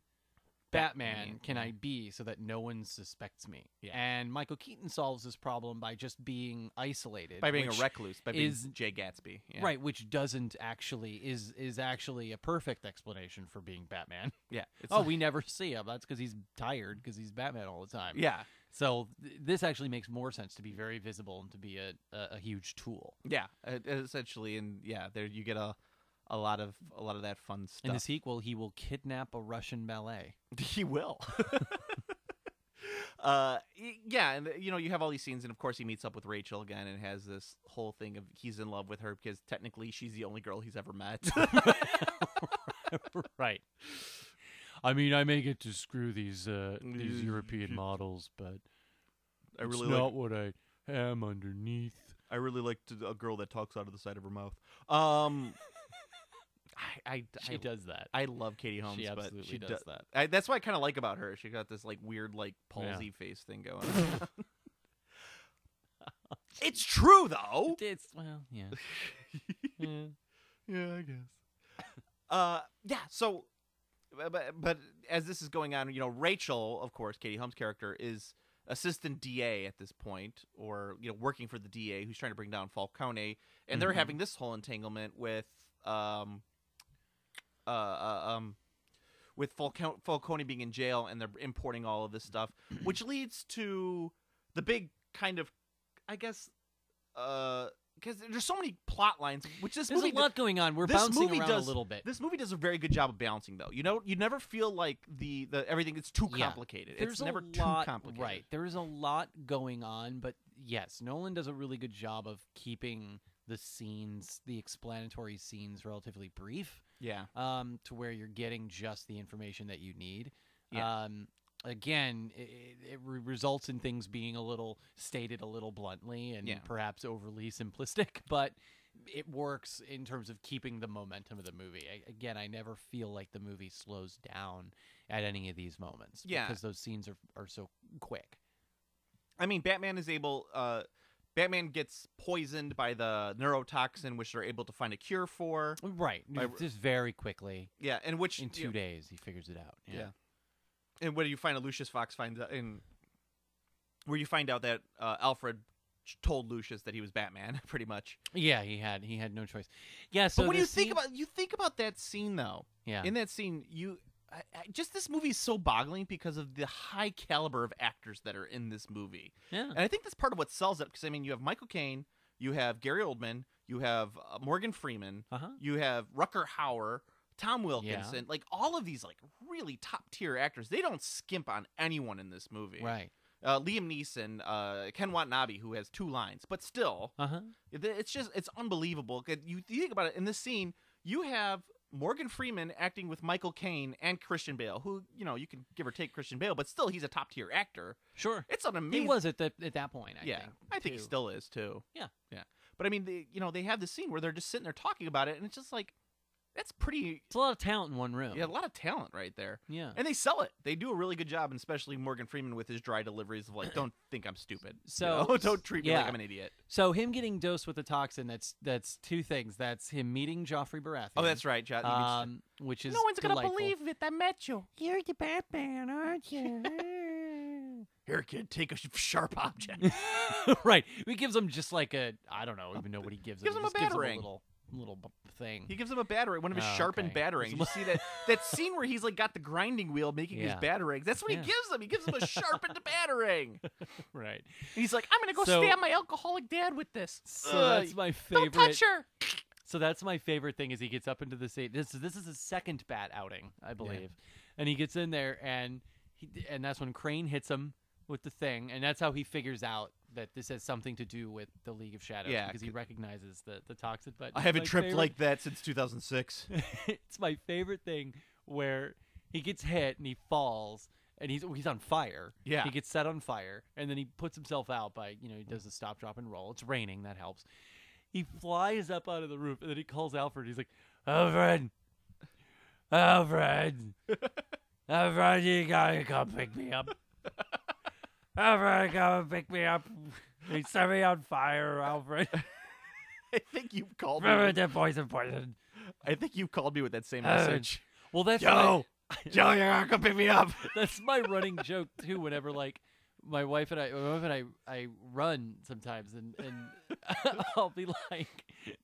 Speaker 7: Batman,
Speaker 6: Batman can
Speaker 7: yeah.
Speaker 6: I be so that no one suspects me?
Speaker 7: Yeah.
Speaker 6: And Michael Keaton solves this problem by just being isolated.
Speaker 7: by being
Speaker 6: which-
Speaker 7: a recluse by being
Speaker 6: is-
Speaker 7: Jay Gatsby. Yeah.
Speaker 6: Right, which doesn't actually is is actually a perfect explanation for being Batman.
Speaker 7: Yeah. It's
Speaker 6: oh,
Speaker 7: like-
Speaker 6: we never see him. That's because he's tired because he's Batman all the time.
Speaker 7: Yeah.
Speaker 6: So th- this actually makes more sense to be very visible and to be a a, a huge tool.
Speaker 7: Yeah. uh, Essentially, and yeah, there you get a a lot of a lot of that fun stuff.
Speaker 6: In the sequel, he will kidnap a Russian ballet.
Speaker 7: He will. uh, y- yeah, and you know you have all these scenes, and of course he meets up with Rachel again, and has this whole thing of he's in love with her because technically she's the only girl he's ever met.
Speaker 6: right. I mean, I may get to screw these uh,
Speaker 7: these European
Speaker 6: models, but
Speaker 7: I really like.
Speaker 6: what I am underneath.
Speaker 7: I really like to, a girl that talks out of the side of her mouth. Um, I, I,
Speaker 6: She
Speaker 7: I,
Speaker 6: does that.
Speaker 7: I love Katie Holmes, but
Speaker 6: absolutely
Speaker 7: she
Speaker 6: does
Speaker 7: do-
Speaker 6: that.
Speaker 7: I, that's what I kind of like about her. She got this like weird, like palsy face thing going. on. it's true though.
Speaker 6: It's well, yeah. Yeah.
Speaker 7: Yeah, I guess. uh, yeah. So, bu- but but as this is going on, you know, Rachel, of course, Katie Holmes' character is assistant DA at this point, or you know, working for the DA who's trying to bring down Falcone, and they're
Speaker 6: Mhm.
Speaker 7: having this whole entanglement with um, uh, uh um. With Falcone, Falcone being in jail and they're importing all of this stuff, which leads to the big kind of, I guess, because there's so many plot lines, which this
Speaker 6: There's
Speaker 7: movie
Speaker 6: a lot going on. We're
Speaker 7: this
Speaker 6: bouncing
Speaker 7: movie
Speaker 6: around
Speaker 7: does-
Speaker 6: a little bit.
Speaker 7: This movie does a very good job of balancing, though. You know, you never feel like the, the everything is too
Speaker 6: Yeah.
Speaker 7: complicated.
Speaker 6: There's
Speaker 7: it's never
Speaker 6: a lot,
Speaker 7: too complicated.
Speaker 6: right? There is a lot going on, but yes, Nolan does a really good job of keeping the scenes, the explanatory scenes, relatively brief.
Speaker 7: Yeah.
Speaker 6: um, to where you're getting just the information that you need.
Speaker 7: Yeah.
Speaker 6: Um, again, it, it re- results in things being a little stated a little bluntly and
Speaker 7: Yeah.
Speaker 6: perhaps overly simplistic, but it works in terms of keeping the momentum of the movie. I, again, I never feel like the movie slows down at any of these moments
Speaker 7: Yeah.
Speaker 6: because those scenes are, are so quick.
Speaker 7: I mean, Batman is able. Uh, Batman gets poisoned by the neurotoxin, which they're able to find a cure for.
Speaker 6: Right.
Speaker 7: By-
Speaker 6: Just very quickly.
Speaker 7: Yeah, and which
Speaker 6: In two
Speaker 7: you-
Speaker 6: days, he figures it out. Yeah.
Speaker 7: Yeah. And where you find out Lucius Fox finds out in where you find out that uh, Alfred told Lucius that he was Batman, pretty much.
Speaker 6: Yeah, he had he had no choice. Yeah. So
Speaker 7: but what do
Speaker 6: the
Speaker 7: you
Speaker 6: scene-
Speaker 7: think about you think about that scene though?
Speaker 6: Yeah.
Speaker 7: In that scene, you I, I, just this movie is so boggling because of the high caliber of actors that are in this movie,
Speaker 6: yeah.
Speaker 7: and I think that's part of what sells it. Because I mean, you have Michael Caine, you have Gary Oldman, you have uh, Morgan Freeman,
Speaker 6: Uh huh.
Speaker 7: you have Rucker Hauer, Tom Wilkinson, like all of these like really top tier actors. They don't skimp on anyone in this movie.
Speaker 6: Right.
Speaker 7: Uh, Liam Neeson, uh, Ken Watanabe, who has two lines, but still,
Speaker 6: Uh huh.
Speaker 7: it- it's just it's unbelievable. 'Cause You you think about it in this scene, you have Morgan Freeman acting with Michael Caine and Christian Bale, who you know you can give or take Christian Bale, but still he's a top tier actor.
Speaker 6: Sure.
Speaker 7: It's an amazing.
Speaker 6: He was at that at that point. I
Speaker 7: yeah,
Speaker 6: Think,
Speaker 7: I think he
Speaker 6: too.
Speaker 7: still is too.
Speaker 6: Yeah.
Speaker 7: yeah. But I mean, they, you know, they have this scene where they're just sitting there talking about it, and it's just like that's pretty.
Speaker 6: It's a lot of talent in one room.
Speaker 7: Yeah, a lot of talent right there.
Speaker 6: Yeah.
Speaker 7: And they sell it. They do a really good job, and especially Morgan Freeman with his dry deliveries of like, "Don't think I'm stupid. you
Speaker 6: So-
Speaker 7: know? don't treat me
Speaker 6: yeah.
Speaker 7: like I'm an idiot."
Speaker 6: So him getting dosed with the toxin. That's that's two things. That's him meeting Joffrey Baratheon.
Speaker 7: Oh, that's right, John.
Speaker 6: Um, which is
Speaker 7: no one's
Speaker 6: delightful.
Speaker 7: gonna believe it. I met you.
Speaker 6: you're the Batman, aren't you?
Speaker 5: Here, kid, take a sh- sharp object.
Speaker 6: right. He gives him just like a I don't know even know what he gives.
Speaker 7: Gives
Speaker 6: him
Speaker 7: him a
Speaker 6: He just gives
Speaker 7: batarang.
Speaker 6: little little b- thing.
Speaker 7: He gives him a battering, one of his
Speaker 6: Oh,
Speaker 7: sharpened
Speaker 6: okay.
Speaker 7: batterings. You see that that scene where he's like got the grinding wheel making his
Speaker 6: Yeah.
Speaker 7: batterings. That's what
Speaker 6: Yeah.
Speaker 7: he gives him. He gives him a sharpened battering. And
Speaker 6: right.
Speaker 7: he's like, "I'm gonna go
Speaker 6: So-
Speaker 7: stab my alcoholic dad with this."
Speaker 6: So
Speaker 7: Ugh,
Speaker 6: that's my favorite.
Speaker 7: don't touch her.
Speaker 6: So that's my favorite thing is he gets up into the state. This this is his second bat outing, I believe, and he gets in there and he and that's when Crane hits him with the thing, and that's how he figures out that this has something to do with the League of Shadows.
Speaker 7: Yeah,
Speaker 6: because he
Speaker 7: c-
Speaker 6: recognizes the the toxin. But
Speaker 7: I
Speaker 6: it's
Speaker 7: haven't
Speaker 6: my
Speaker 7: tripped
Speaker 6: favorite-
Speaker 7: like that since 2006.
Speaker 6: it's my favorite thing where he gets hit and he falls and he's he's on fire.
Speaker 7: Yeah.
Speaker 6: he gets set on fire and then he puts himself out by you know he does the stop, drop, and roll. It's raining, that helps. He flies up out of the roof and then he calls Alfred. He's like, Alfred, Alfred, Alfred, you gotta come pick me up. Alfred, come pick me up. He set me on fire, Alfred.
Speaker 7: I think you called
Speaker 6: Remember
Speaker 7: me.
Speaker 6: that poison, poison.
Speaker 7: I think you called me with that same
Speaker 6: Uh,
Speaker 7: message.
Speaker 6: Well, that's what I-
Speaker 7: Yo, yo, you're gonna come pick me up.
Speaker 6: That's my running joke too. Whenever like my wife and I, my wife and I, I run sometimes, and and I'll be like,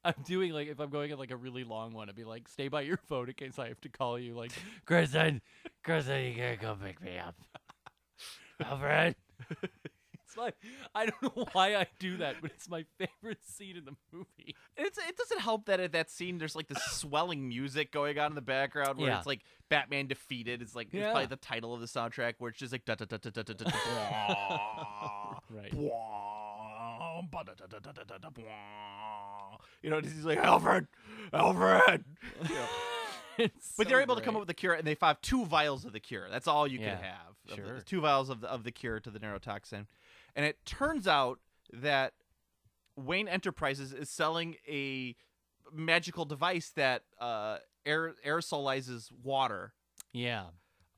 Speaker 6: I'm doing like if I'm going on like a really long one, I'd be like, stay by your phone in case I have to call you. Like, Kristen, Kristen, you gotta go pick me up, Alfred. It's like I don't know why I do that, but it's my favorite scene in the movie.
Speaker 7: It's, it doesn't help that at that scene there's like this swelling music going on in the background where
Speaker 6: Yeah.
Speaker 7: it's like Batman defeated. It's like it's
Speaker 6: Yeah.
Speaker 7: probably the title of the soundtrack where it's just like da da da da da da da. da,
Speaker 6: Right.
Speaker 7: bwah, ba, da, da, da, da, da, da, da, bwah. You know, and he's like Alfred, Alfred. But they're able to come up with the cure, and they have two vials of the cure. That's all you
Speaker 6: Yeah,
Speaker 7: can have. of the-
Speaker 6: sure.
Speaker 7: two vials of the, of the cure to the neurotoxin, and it turns out that Wayne Enterprises is selling a magical device that uh, aer- aerosolizes water.
Speaker 6: yeah.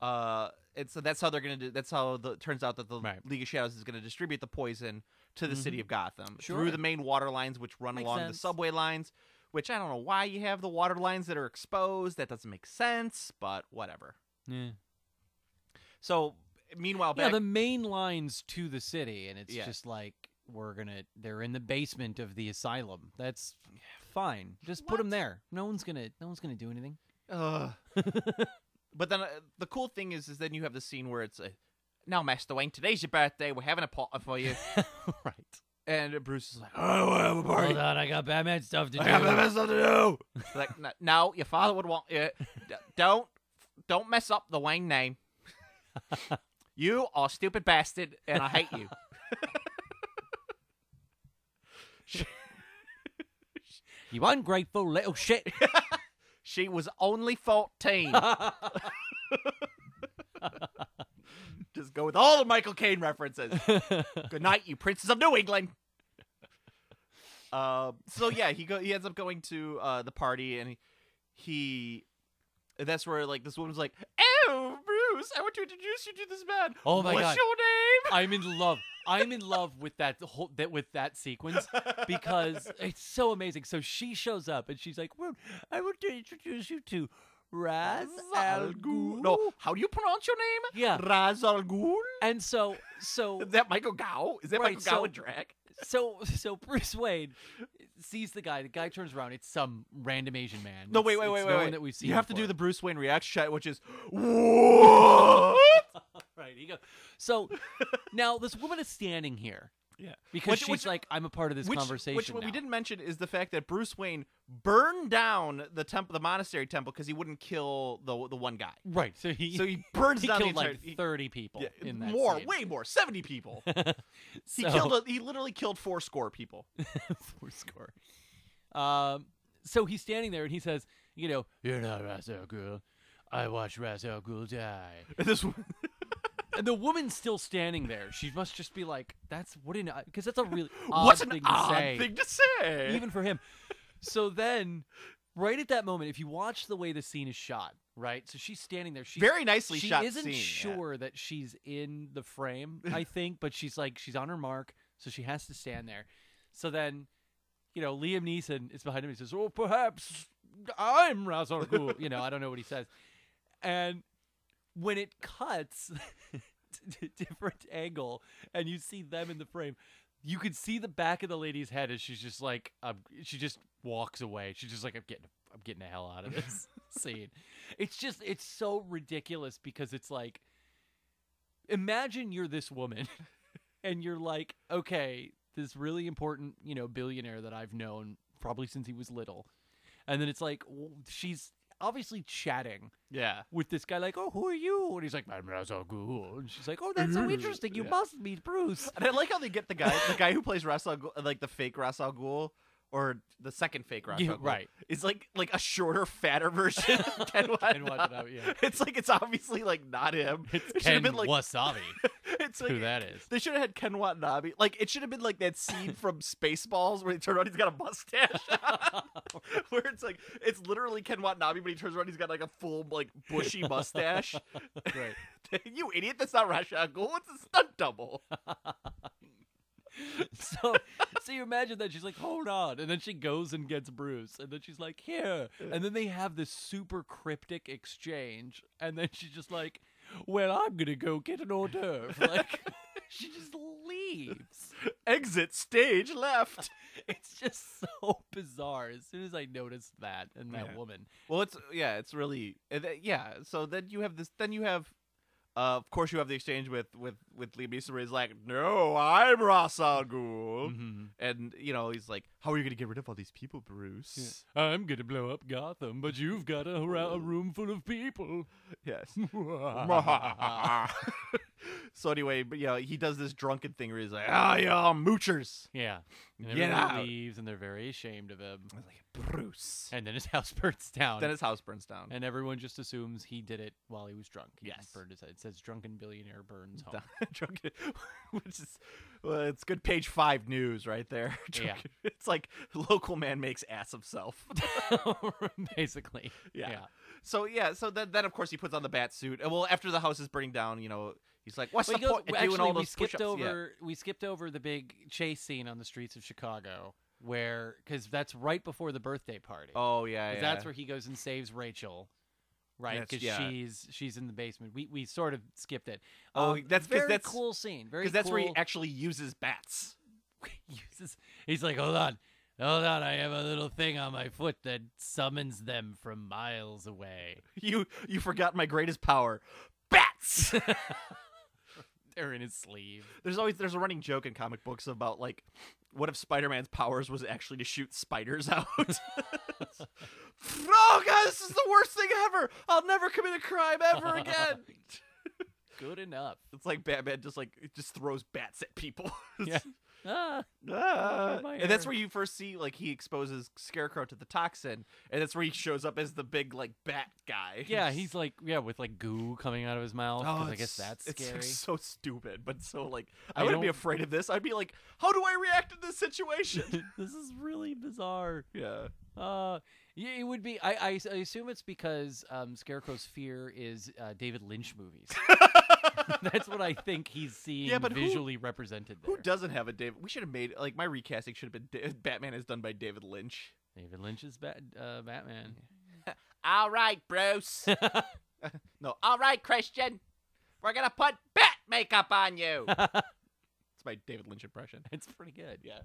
Speaker 7: Uh, and so that's how they're gonna do. That's how the, it turns out that the
Speaker 6: Right. Mm-hmm.
Speaker 7: League of Shadows is gonna distribute the poison to the city of Gotham
Speaker 6: Sure.
Speaker 7: through the main water lines, which run
Speaker 6: Makes
Speaker 7: along
Speaker 6: sense.
Speaker 7: the subway lines. Which I don't know why you have the water lines that are exposed. That doesn't make sense, but whatever.
Speaker 6: Yeah.
Speaker 7: So meanwhile,
Speaker 6: yeah,
Speaker 7: back
Speaker 6: the main lines to the city, and it's
Speaker 7: Yeah.
Speaker 6: just like we're gonna. They're in the basement of the asylum. That's fine. Just put 'em put them there. No one's gonna. No one's gonna do anything.
Speaker 7: Ugh. but then uh, the cool thing is, is then you have the scene where it's, uh, "No, Master Wayne, today's your birthday. We're having a party for you."
Speaker 6: right.
Speaker 7: and Bruce is like, "Oh, I have a party.
Speaker 6: Hold on, I got Batman stuff to
Speaker 7: I
Speaker 6: do.
Speaker 7: have the best stuff to do." like, "N- no, your father would want you. D- don't, don't mess up the Wayne name. you are a stupid bastard, and I hate you.
Speaker 6: you ungrateful little shit.
Speaker 7: She was only fourteen. Just go with all the Michael Caine references. Good night, you princes of New England. Uh, so yeah, he go he ends up going to uh, the party, and he, he that's where like this woman's like, "Oh, Bruce, I want to introduce you to this man.
Speaker 6: Oh my
Speaker 7: What's
Speaker 6: God.
Speaker 7: your name?"
Speaker 6: I'm in love. I'm in love with that whole that with that sequence because it's so amazing. So she shows up and she's like, well, "I want to introduce you to Raz Al Ghul."
Speaker 5: No, how do you pronounce your name?
Speaker 6: Yeah.
Speaker 5: Raz Al Ghul?
Speaker 6: And so, so
Speaker 5: Is that Michael Gow? Is that
Speaker 6: Right,
Speaker 5: Michael Gow
Speaker 6: so-
Speaker 5: in drag?
Speaker 6: so so Bruce Wayne sees the guy. The guy turns around. It's some random Asian man.
Speaker 7: No,
Speaker 6: It's-
Speaker 7: wait, wait,
Speaker 6: it's
Speaker 7: wait,
Speaker 6: no
Speaker 7: wait.
Speaker 6: one
Speaker 7: wait.
Speaker 6: that we've seen.
Speaker 7: you have to do
Speaker 6: before.
Speaker 7: the Bruce Wayne reaction shot, which is what?
Speaker 6: right. You go. So now this woman is standing here.
Speaker 5: Yeah.
Speaker 6: Because
Speaker 7: Which-
Speaker 6: she's
Speaker 7: which-
Speaker 6: like, I'm a part of this
Speaker 7: which,
Speaker 6: conversation.
Speaker 7: Which what we
Speaker 6: now."
Speaker 7: didn't mention is the fact that Bruce Wayne burned down the temple, the monastery temple, because he wouldn't kill the the one guy.
Speaker 6: Right. So he
Speaker 7: So he burns
Speaker 6: he
Speaker 7: down
Speaker 6: killed
Speaker 7: the entire.
Speaker 6: like
Speaker 7: he-
Speaker 6: 30 people
Speaker 7: yeah,
Speaker 6: in that
Speaker 7: more,
Speaker 6: scene.
Speaker 7: way more, seventy people. he
Speaker 6: So-
Speaker 7: killed. A, he literally killed four score people.
Speaker 6: Four score. Um, so he's standing there and he says, you know, you're not Ras Al Ghul. I watched Ras Al Ghul die.
Speaker 7: And this
Speaker 6: and the woman's still standing there. She must just be like, that's what an because that's a really odd
Speaker 7: what's an
Speaker 6: thing
Speaker 7: odd
Speaker 6: to say,
Speaker 7: thing to say?
Speaker 6: even for him. So then, right at that moment, if you watch the way the scene is shot, right? So she's standing there. She's
Speaker 7: Very nicely
Speaker 6: she
Speaker 7: shot.
Speaker 6: isn't
Speaker 7: scene, yeah.
Speaker 6: sure that she's in the frame i think but she's like she's on her mark so she has to stand there so then you know liam neeson is behind him he says oh perhaps i'm Ra's al Ghul. you know i don't know what he says and when it cuts to different angle and you see them in the frame you could see the back of the lady's head as she's just like um, she just walks away she's just like i'm getting i'm getting the hell out of this scene it's just it's so ridiculous because it's like imagine you're this woman and you're like okay this really important you know billionaire that i've known probably since he was little and then it's like w- she's obviously chatting
Speaker 7: Yeah.
Speaker 6: with this guy like oh who are you and he's like i'm Ra's al Ghul. and she's like oh that's so interesting you must meet bruce
Speaker 7: And I like how they get the guy, the guy who plays Ra's al Ghul, like the fake Ra's al Ghul, or the second fake Ra's
Speaker 6: Yeah,
Speaker 7: al Ghul,
Speaker 6: right.
Speaker 7: Is like like a shorter, fatter version. of Ken
Speaker 6: Ken
Speaker 7: Watanabe.
Speaker 6: Watanabe, yeah.
Speaker 7: It's like it's obviously like not him. It's it should have been like
Speaker 6: wasabi
Speaker 7: it's like
Speaker 6: who that is
Speaker 7: they should have had Ken Watanabe. Like it should have been like that scene from Spaceballs where he turned around, he's got a mustache, where it's like it's literally Ken Watanabe, but he turns around, he's got like a full like bushy mustache.
Speaker 6: right
Speaker 7: you idiot! That's not Ra's al Ghul. It's a stunt double.
Speaker 6: So, so you imagine that she's like, hold on, and then she goes and gets Bruce, and then she's like, here, and then they have this super cryptic exchange, and then she's just like, well, I'm gonna go get an hors d'oeuvre. Like, she just leaves.
Speaker 7: Exit stage left.
Speaker 6: It's just so bizarre. As soon as I noticed that and that woman,
Speaker 7: Well, it's yeah, it's really uh, th- yeah. So then you have this. Then you have, uh, of course, you have the exchange with with with Liam Neeson, where he's like, "No, I'm Ra's al Ghul," and you know he's like, "How are you gonna get rid of all these people, Bruce?"
Speaker 6: I'm gonna blow up Gotham, but you've got a, ra- a room full of people.
Speaker 7: Yes. so anyway, but yeah, he does this drunken thing where he's like, "Ah, yeah, moochers."
Speaker 6: yeah, and
Speaker 7: Get
Speaker 6: everybody
Speaker 7: out.
Speaker 6: leaves, and they're very ashamed of him.
Speaker 7: I was like, Bruce.
Speaker 6: And then his house burns down.
Speaker 7: Then his house burns down.
Speaker 6: And everyone just assumes he did it while he was drunk. He just
Speaker 7: Yes.
Speaker 6: Burned his head. It says drunken billionaire burns home.
Speaker 7: drunken, which is well, it's good page five news right there.
Speaker 6: Yeah.
Speaker 7: Drunken- it's like local man makes ass himself.
Speaker 6: Basically.
Speaker 7: Yeah.
Speaker 6: Yeah.
Speaker 7: So yeah, so then, then of course he puts on the bat suit. And, Well, after the house is burning down, you know, he's like, "What's
Speaker 6: Well,
Speaker 7: the
Speaker 6: he goes-
Speaker 7: point of
Speaker 6: actually,
Speaker 7: doing all
Speaker 6: we
Speaker 7: those
Speaker 6: skipped
Speaker 7: push-ups?" Yeah.
Speaker 6: over we skipped over the big chase scene on the streets of Chicago where cuz that's right before the birthday party.
Speaker 7: Oh yeah,
Speaker 6: 'Cause
Speaker 7: yeah.
Speaker 6: That's where he goes and saves Rachel. Right,
Speaker 7: That's-
Speaker 6: because
Speaker 7: yeah.
Speaker 6: she's she's in the basement. We we sort of skipped it. Um,
Speaker 7: Oh, that's 'cause
Speaker 6: very
Speaker 7: that's-
Speaker 6: cool scene. Very
Speaker 7: because that's where he
Speaker 6: cool-
Speaker 7: actually uses bats.
Speaker 6: uses he's like hold on hold on i have a little thing on my foot that summons them from miles away
Speaker 7: You you forgot my greatest power, bats.
Speaker 6: they're in his sleeve
Speaker 7: there's always there's a running joke in comic books about like, what if Spider-Man's powers was actually to shoot spiders out? oh god, this is the worst thing ever! I'll never commit a crime ever again.
Speaker 6: good enough
Speaker 7: it's like Batman just like just throws bats at people.
Speaker 6: yeah ah,
Speaker 7: Ah.
Speaker 6: my
Speaker 7: and that's
Speaker 6: hair.
Speaker 7: where you first see like he exposes Scarecrow to the toxin, and that's where he shows up as the big like bat guy.
Speaker 6: yeah he's like yeah with like goo coming out of his mouth 'cause i
Speaker 7: Oh, it's-
Speaker 6: guess that's
Speaker 7: it's,
Speaker 6: scary
Speaker 7: like, so stupid, but so like I,
Speaker 6: I
Speaker 7: wouldn't be
Speaker 6: don't-
Speaker 7: afraid of this. I'd be like, how do I react in this situation?
Speaker 6: this is really bizarre
Speaker 7: yeah,
Speaker 6: uh Yeah, it would be. I, I, s- I assume it's because um, Scarecrow's fear is uh, David Lynch movies. That's what I think he's seeing
Speaker 7: but who-
Speaker 6: visually represented there.
Speaker 7: Who doesn't have a David? We should have made like my recasting should have been da- Batman is done by David Lynch.
Speaker 6: David Lynch's bat, uh, Batman.
Speaker 7: All right, Bruce. no, all right, Christian. We're gonna put bat makeup on you. it's my David Lynch impression.
Speaker 6: It's pretty good.
Speaker 7: Yeah.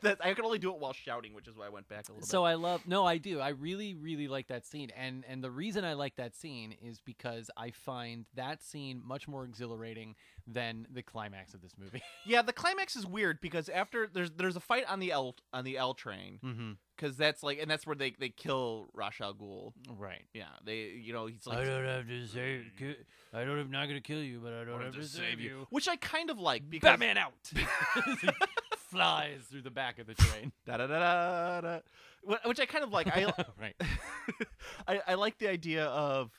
Speaker 7: That, I could only do it while shouting, which is why I went back a little
Speaker 6: So
Speaker 7: bit.
Speaker 6: I love no, I do. I really, really like that scene, and and the reason I like that scene is because I find that scene much more exhilarating than the climax of this movie.
Speaker 7: yeah, the climax is weird because after there's there's a fight on the L on the L train
Speaker 6: mm-hmm.
Speaker 7: because that's like and that's where they they kill Ra's al Ghul.
Speaker 6: Right.
Speaker 7: Yeah, they you know he's like
Speaker 6: Oh,
Speaker 3: I don't have to save. ki- I don't. I'm not gonna kill you, but I don't have to save you.
Speaker 7: which I kind of like because Batman out.
Speaker 6: Flies through the back of the train.
Speaker 7: da da da da. Wh- Which I kind of like. I
Speaker 6: right.
Speaker 7: I, I like the idea of,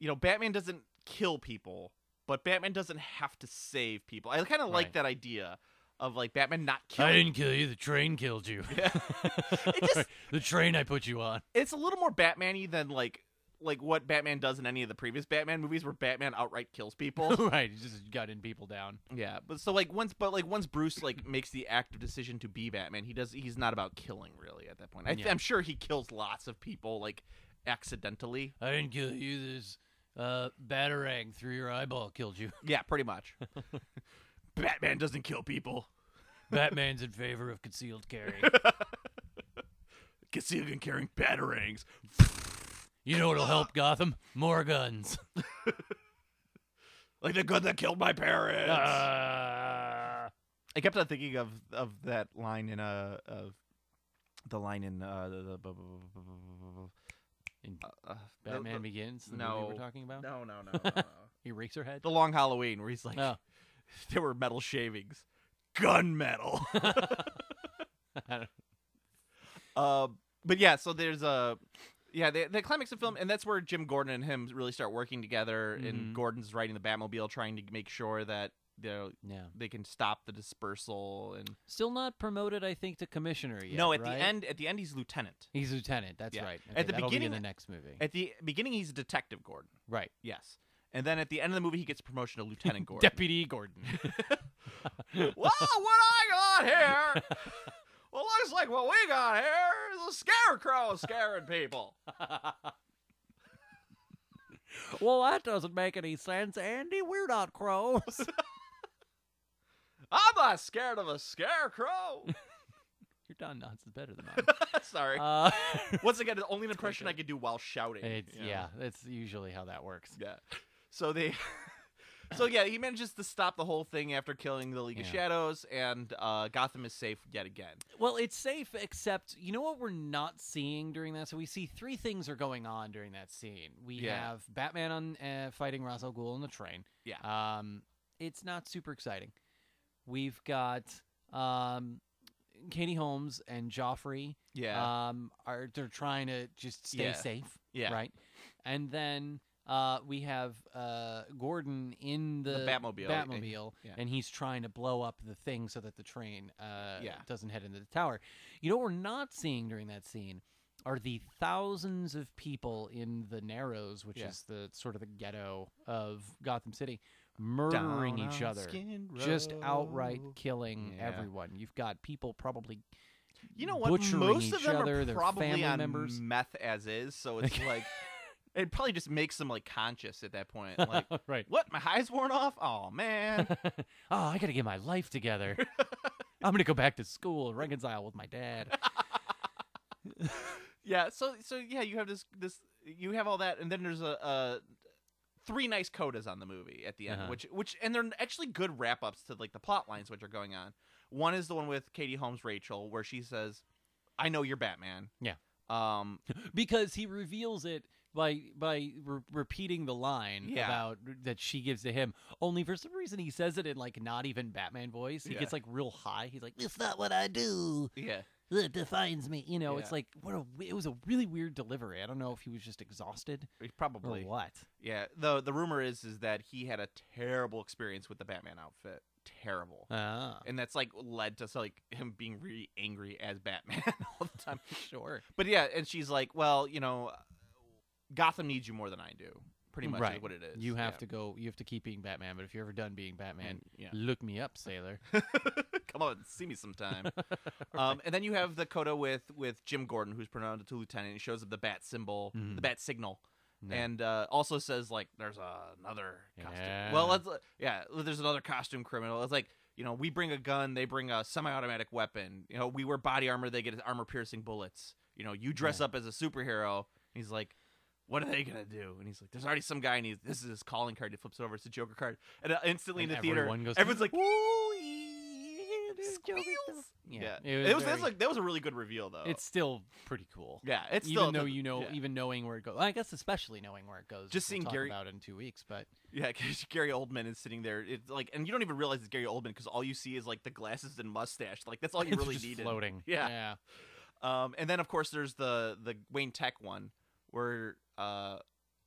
Speaker 7: you know, Batman doesn't kill people, but Batman doesn't have to save people. I kind of
Speaker 6: Right.
Speaker 7: like that idea of like Batman not
Speaker 3: I
Speaker 7: killing.
Speaker 3: didn't kill you. The train killed you.
Speaker 7: It just-
Speaker 3: the train I put you on.
Speaker 7: It's a little more Batman-y than like like what Batman does in any of the previous Batman movies, where Batman outright kills people.
Speaker 6: right. He's just gutting people down.
Speaker 7: yeah, but so like once, but like once Bruce like makes the active decision to be Batman, he does. He's not about killing really at that point. I,
Speaker 6: Yeah.
Speaker 7: I'm sure he kills lots of people like accidentally.
Speaker 3: I didn't kill you. This uh, batarang through your eyeball killed you.
Speaker 7: Yeah, pretty much. Batman doesn't kill people.
Speaker 3: Batman's in favor of concealed carry.
Speaker 7: Concealed and carrying batarangs.
Speaker 3: You know what'll help Gotham? More guns.
Speaker 7: like the gun that killed my parents.
Speaker 3: Ah.
Speaker 7: Uh, I kept on thinking of of that line in uh of the line in uh the, the, bu- bu- bu- bu- bu-
Speaker 6: In
Speaker 7: bu- bu- uh, the-
Speaker 6: Batman
Speaker 7: the-
Speaker 6: Begins. The movie
Speaker 7: no.
Speaker 6: we're talking about.
Speaker 7: No, no, no, no, no.
Speaker 6: Eraserhead.
Speaker 3: Oh,
Speaker 7: the Long Halloween, where he's like,
Speaker 6: Oh.
Speaker 7: there were metal shavings, gun metal. Uh, but yeah, so there's a yeah, the, the climax of film, and that's where Jim Gordon and him really start working together.
Speaker 6: Mhm.
Speaker 7: And Gordon's riding the Batmobile, trying to make sure that you know,
Speaker 6: yeah.
Speaker 7: they can stop the dispersal. And
Speaker 6: Still not promoted, I think, to commissioner yet.
Speaker 7: no, at
Speaker 6: right?
Speaker 7: the end, at the end, he's lieutenant.
Speaker 6: He's lieutenant. That's
Speaker 7: Yeah.
Speaker 6: right.
Speaker 7: At
Speaker 6: Okay,
Speaker 7: the
Speaker 6: that'll be in
Speaker 7: beginning-
Speaker 6: the next movie.
Speaker 7: At the beginning, he's Detective Gordon.
Speaker 6: right.
Speaker 7: Yes, and then at the end of the movie, he gets promotion to Lieutenant Gordon.
Speaker 6: Deputy Gordon.
Speaker 7: well, what I got here. Well, looks like what we got here is a scarecrow scaring people.
Speaker 6: well, that doesn't make any sense, Andy. We're not crows.
Speaker 7: I'm not scared of a scarecrow.
Speaker 6: Your Don Knotts is better than mine.
Speaker 7: Sorry.
Speaker 6: Uh,
Speaker 7: Once again, it's only an impression I could do while shouting.
Speaker 6: it's,
Speaker 7: you know?
Speaker 6: yeah, that's usually how that works.
Speaker 7: Yeah. So they. So yeah, he manages to stop the whole thing after killing the League of
Speaker 6: Yeah.
Speaker 7: Shadows, and uh, Gotham is safe yet again.
Speaker 6: Well, it's safe, except you know what we're not seeing during that. So we see three things are going on during that scene. We
Speaker 7: Yeah.
Speaker 6: have Batman on uh, fighting Ra's al Ghul on the train.
Speaker 7: Yeah.
Speaker 6: Um, it's not super exciting. We've got um, Katie Holmes and Joffrey.
Speaker 7: Yeah.
Speaker 6: Um, are they're trying to just stay
Speaker 7: Yeah.
Speaker 6: safe.
Speaker 7: Yeah.
Speaker 6: Right. And then uh, we have uh, Gordon in the,
Speaker 7: The Batmobile, I think.
Speaker 6: Batmobile,
Speaker 7: Yeah.
Speaker 6: and he's trying to blow up the thing so that the train uh,
Speaker 7: Yeah.
Speaker 6: doesn't head into the tower. You know, what we're not seeing during that scene are the thousands of people in the Narrows, which
Speaker 7: Yeah.
Speaker 6: is the sort of the ghetto of Gotham City, murdering
Speaker 7: Down
Speaker 6: each
Speaker 7: on
Speaker 6: other,
Speaker 7: Skid
Speaker 6: just outright
Speaker 7: Row.
Speaker 6: killing
Speaker 7: Yeah.
Speaker 6: everyone. You've got people probably
Speaker 7: You know what?
Speaker 6: butchering
Speaker 7: Most of
Speaker 6: each
Speaker 7: them
Speaker 6: other,
Speaker 7: are
Speaker 6: their
Speaker 7: probably
Speaker 6: family
Speaker 7: on
Speaker 6: members.
Speaker 7: meth as is, so it's like it probably just makes them like conscious at that point. Like,
Speaker 6: right.
Speaker 7: what? My high's worn off? Oh man.
Speaker 6: oh, I got to get my life together. I'm going to go back to school and reconcile with my dad.
Speaker 7: Yeah, so so yeah, you have this this you have all that, and then there's a, uh three nice codas on the movie at the end,
Speaker 6: Uh-huh.
Speaker 7: which which and they're actually good wrap ups to like the plot lines which are going on. One is the one with Katie Holmes Rachel, where she says, "I know you're Batman."
Speaker 6: Yeah.
Speaker 7: Um.
Speaker 6: because he reveals it by by re- repeating the line
Speaker 7: Yeah.
Speaker 6: about that she gives to him. Only for some reason he says it in like not even Batman voice. He
Speaker 7: Yeah.
Speaker 6: gets like real high. He's like, "It's not what I do
Speaker 7: Yeah.
Speaker 6: that defines me." You know,
Speaker 7: Yeah.
Speaker 6: it's like what a w- it was a really weird delivery. I don't know if he was just exhausted
Speaker 7: Probably.
Speaker 6: or what.
Speaker 7: Yeah. the The rumor is is that he had a terrible experience with the Batman outfit. terrible.
Speaker 6: Ah.
Speaker 7: and that's like led to so, like him being really angry as Batman all the time.
Speaker 6: Sure.
Speaker 7: But yeah, and she's like, "Well, you know, Gotham needs you more than I do." Pretty much
Speaker 6: right.
Speaker 7: is what it is.
Speaker 6: You have
Speaker 7: Yeah.
Speaker 6: to go. You have to keep being Batman. But if you're ever done being Batman,
Speaker 7: yeah.
Speaker 6: look me up, sailor.
Speaker 7: come on, see me sometime. um, and then you have the coda with with Jim Gordon, who's promoted to lieutenant. He shows up the bat symbol,
Speaker 6: Mm-hmm.
Speaker 7: the bat signal, and uh, also says like, "There's another costume." Well,
Speaker 6: Yeah.
Speaker 7: let's uh, yeah, there's another costume criminal. It's like you know, we bring a gun, they bring a semi-automatic weapon. You know, we wear body armor, they get armor-piercing bullets. You know, you dress up as a superhero. And he's like. What are they gonna do? And he's like, "There's already some guy, and he's this is his calling card." He flips it over; it's a Joker card, and uh, instantly
Speaker 6: And
Speaker 7: in the theater,
Speaker 6: everyone goes,
Speaker 7: everyone's like, "Ooh, yeah, dude, squeals." Yeah,
Speaker 6: Yeah,
Speaker 7: it
Speaker 6: it
Speaker 7: was,
Speaker 6: was
Speaker 7: that's
Speaker 6: very-
Speaker 7: like that was a really good reveal though.
Speaker 6: It's still pretty cool.
Speaker 7: yeah, it's
Speaker 6: even
Speaker 7: still
Speaker 6: though you know,
Speaker 7: yeah.
Speaker 6: even knowing where it goes, I guess especially knowing where it goes.
Speaker 7: Just
Speaker 6: which
Speaker 7: seeing
Speaker 6: we'll talk
Speaker 7: Gary-
Speaker 6: about in two weeks, but
Speaker 7: yeah, 'cause Gary Oldman is sitting there. It's like, and you don't even realize it's Gary Oldman because all you see is like the glasses and mustache. Like that's all you
Speaker 6: it's
Speaker 7: really
Speaker 6: just
Speaker 7: needed.
Speaker 6: floating.
Speaker 7: Yeah.
Speaker 6: yeah,
Speaker 7: Um, and then of course there's the the Wayne Tech one where uh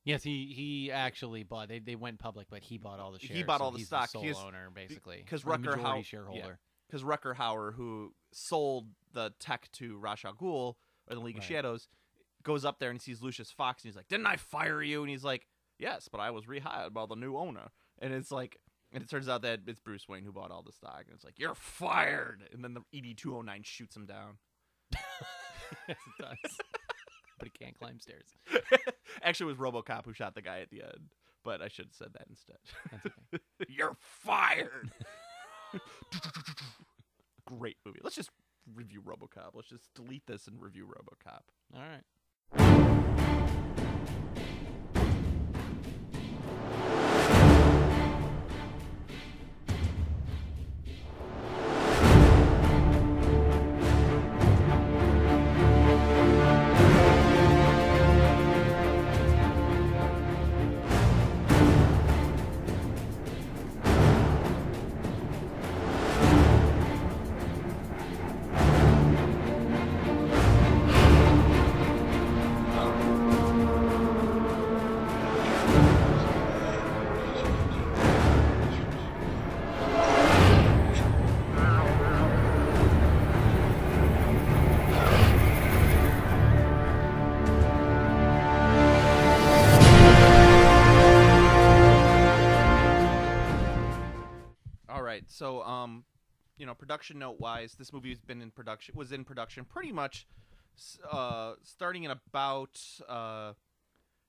Speaker 6: yes. He he actually bought. They, they went public, but he bought all the
Speaker 7: He
Speaker 6: shares.
Speaker 7: bought
Speaker 6: so
Speaker 7: all the
Speaker 6: he's
Speaker 7: stock.
Speaker 6: sole
Speaker 7: He's-
Speaker 6: owner basically,
Speaker 7: because
Speaker 6: or the
Speaker 7: Rucker
Speaker 6: majority
Speaker 7: Hau-
Speaker 6: shareholder.
Speaker 7: because Rucker Hauer, who sold the tech to Ra's al Ghul or the League of
Speaker 6: Right.
Speaker 7: Shadows, goes up there and sees Lucius Fox, and he's like, "Didn't I fire you?" And he's like, "Yes, but I was rehired by the new owner." And it's like, and it turns out that it's Bruce Wayne who bought all the stock, and it's like, "You're fired!" And then the ED two hundred nine shoots him down.
Speaker 6: Yes, it does. but he can't climb stairs.
Speaker 7: Actually, it was RoboCop who shot the guy at the end, but I should have said that instead.
Speaker 6: That's okay.
Speaker 7: You're fired. Great movie. Let's just review RoboCop. Let's just delete this and review RoboCop.
Speaker 6: All right.
Speaker 7: All right. So, um, you know, production note wise, this movie has been in production was in production pretty much, s- uh, starting in about uh,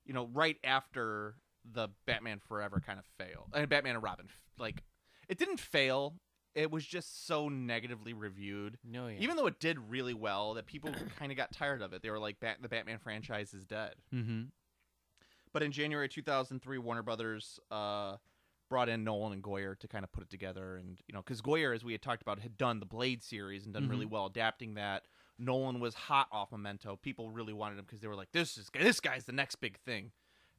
Speaker 7: you know, right after the Batman Forever kind of fail and Batman and Robin f- like, it didn't fail. It was just so negatively reviewed.
Speaker 6: No, yeah.
Speaker 7: Even though it did really well, that people kind of got tired of it. They were like, Bat- "The Batman franchise is dead."
Speaker 6: mm-hmm.
Speaker 7: But in January 2003, Warner Brothers uh, brought in Nolan and Goyer to kind of put it together, and you know, because Goyer, as we had talked about, had done the Blade series and done really well adapting that. Nolan was hot off Memento. People really wanted him because they were like, "This is this guy's the next big thing,"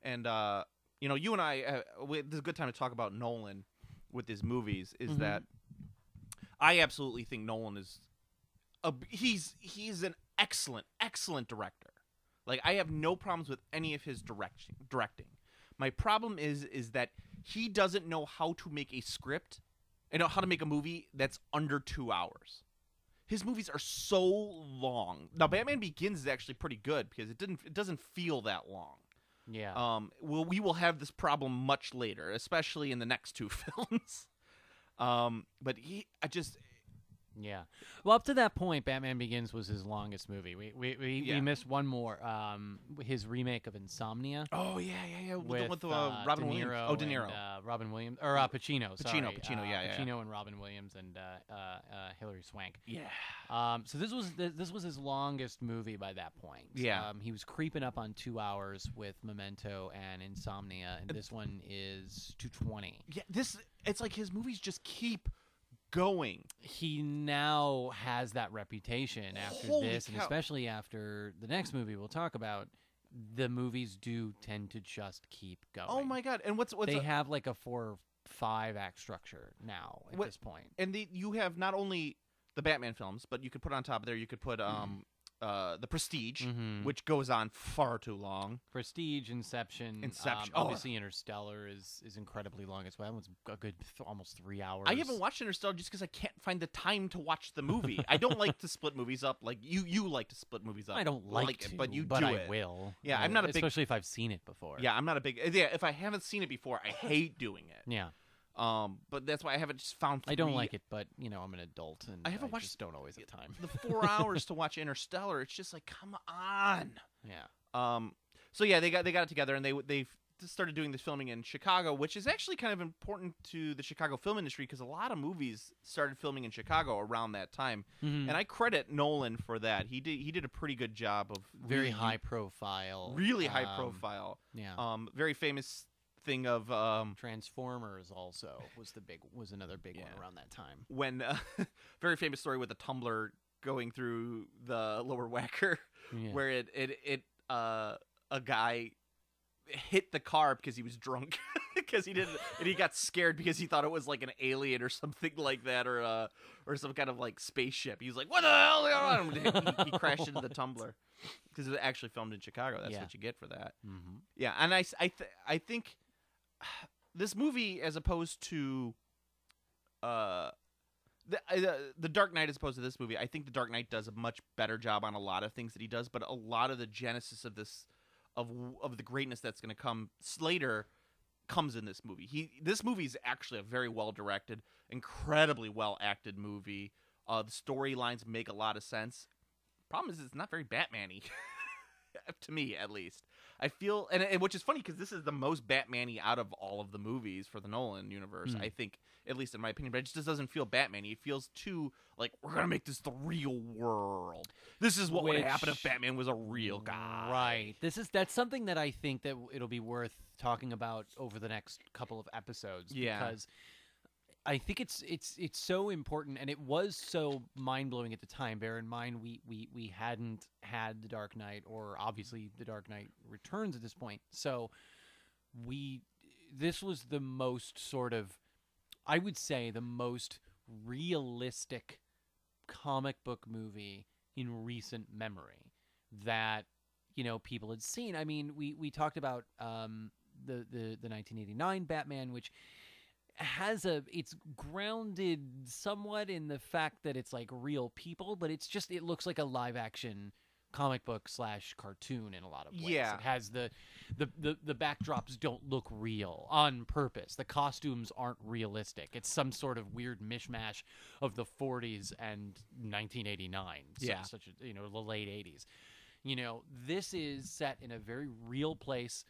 Speaker 7: and uh, you know, you and I, uh, we, this is a good time to talk about Nolan with his movies. Is that I absolutely think Nolan is a, he's he's an excellent excellent director. Like I have no problems with any of his direction directing. My problem is is that he doesn't know how to make a script and how to make a movie that's under 2 hours. His movies are so long. Now Batman Begins is actually pretty good because it didn't it doesn't feel that long.
Speaker 6: Yeah.
Speaker 7: Um we'll, we will have this problem much later, especially in the next two films. Um but he I just
Speaker 6: Yeah. Well, up to that point, Batman Begins was his longest movie. We we, we,
Speaker 7: Yeah.
Speaker 6: we missed one more. Um, his remake of Insomnia
Speaker 7: Oh yeah, yeah, yeah. With, the-
Speaker 6: with,
Speaker 7: with the,
Speaker 6: uh,
Speaker 7: uh, Robin
Speaker 6: De
Speaker 7: Williams.
Speaker 6: Niro
Speaker 7: Oh, De
Speaker 6: and,
Speaker 7: Niro.
Speaker 6: uh, Robin Williams, or uh, Pacino. sorry.
Speaker 7: Pacino, Pacino,
Speaker 6: Uh,
Speaker 7: yeah, yeah, yeah.
Speaker 6: Pacino and Robin Williams and uh, uh, uh, Hilary Swank.
Speaker 7: yeah.
Speaker 6: Um, so this was th- this was his longest movie by that point.
Speaker 7: Yeah.
Speaker 6: Um, he was creeping up on two hours with Memento and Insomnia, and this one is two twenty.
Speaker 7: Yeah. This it's like his movies just keep going.
Speaker 6: he now has that reputation after
Speaker 7: Holy
Speaker 6: this, and
Speaker 7: cow.
Speaker 6: especially after the next movie we'll talk about. The movies do tend to just keep going.
Speaker 7: Oh my god! And what's what's
Speaker 6: They
Speaker 7: a-
Speaker 6: have like a four or five act structure now at
Speaker 7: What-
Speaker 6: this point. Mm-hmm.
Speaker 7: and the, you have not only the Batman films, but you could put on top of there you could put um uh, the Prestige, which goes on far too long.
Speaker 6: Prestige, Inception,
Speaker 7: Inception.
Speaker 6: Um,
Speaker 7: Oh.
Speaker 6: obviously, Interstellar is is incredibly long as well. That one's a good th- almost three hours.
Speaker 7: I haven't watched Interstellar just because I can't find the time to watch the movie. I don't like to split movies up like you. You like to split movies up.
Speaker 6: I don't like, to,
Speaker 7: it, but you
Speaker 6: but
Speaker 7: do
Speaker 6: I
Speaker 7: it.
Speaker 6: will.
Speaker 7: Yeah,
Speaker 6: I
Speaker 7: I'm
Speaker 6: will,
Speaker 7: not a big-
Speaker 6: especially if I've seen it before.
Speaker 7: Yeah, I'm not a big. uh, Yeah, if I haven't seen it before, I hate doing it.
Speaker 6: yeah.
Speaker 7: Um, but that's why I haven't just found.
Speaker 6: I don't
Speaker 7: three-
Speaker 6: like it, but you know, I'm an adult and
Speaker 7: I haven't watched-
Speaker 6: just don't always have time.
Speaker 7: the four hours to watch Interstellar. It's just like, come on.
Speaker 6: yeah.
Speaker 7: Um, so yeah, they got they got it together and they they started doing this filming in Chicago, which is actually kind of important to the Chicago film industry because a lot of movies started filming in Chicago around that time.
Speaker 6: Mm-hmm. Mm.
Speaker 7: And I credit Nolan for that. He did he did a pretty good job of
Speaker 6: Very
Speaker 7: really-
Speaker 6: high profile.
Speaker 7: really high
Speaker 6: um,
Speaker 7: profile.
Speaker 6: Yeah.
Speaker 7: Um, very famous thing of um
Speaker 6: Transformers also was the big was another big
Speaker 7: Yeah.
Speaker 6: one around that time.
Speaker 7: when uh, very famous story with the tumbler going through the lower whacker
Speaker 6: Yeah.
Speaker 7: where it it it uh a guy hit the car because he was drunk because he didn't and he got scared because he thought it was like an alien or something like that or uh or some kind of like spaceship he was like what the hell is going on?" he, he crashed into the tumbler because it was actually filmed in chicago that's
Speaker 6: Yeah.
Speaker 7: what you get for that
Speaker 6: Mm-hmm.
Speaker 7: yeah, and I, s- I, th- I think this movie, as opposed to, uh, the, I- the the Dark Knight, as opposed to this movie, I think the Dark Knight does a much better job on a lot of things that he does, but a lot of the genesis of this, of w- of the greatness that's going to come s- later, comes in this movie. He this movie is actually a very well directed, incredibly well acted movie. Uh, the storylines make a lot of sense. Problem is, it's not very Batman-y. to me at least. I feel, and, and which is funny because this is the most Batman-y out of all of the movies for the Nolan universe.
Speaker 6: Hmm.
Speaker 7: I think, at least in my opinion, but it just doesn't feel Batman-y. It feels too like we're gonna make this the real world. This is what would happen if
Speaker 6: Which-
Speaker 7: Batman was a real guy.
Speaker 6: Right. This is that's something that I think that it'll be worth talking about over the next couple of episodes
Speaker 7: Yeah.
Speaker 6: because I think it's it's it's so important and it was so mind-blowing at the time. Bear in mind we we we hadn't had The Dark Knight or obviously The Dark Knight Returns at this point. So we this was the most sort of I would say the most realistic comic book movie in recent memory that you know people had seen. I mean, we we talked about um, the the the 1989 Batman, which has a it's grounded somewhat in the fact that it's like real people, but it's just it looks like a live action comic book slash cartoon in a lot of ways.
Speaker 7: Yeah.
Speaker 6: It has the, the the the backdrops don't look real on purpose. The costumes aren't realistic. It's some sort of weird mishmash of the 40s and 1989. So-
Speaker 7: Yeah.
Speaker 6: such a, you know the late 80s you know this is set in a very real place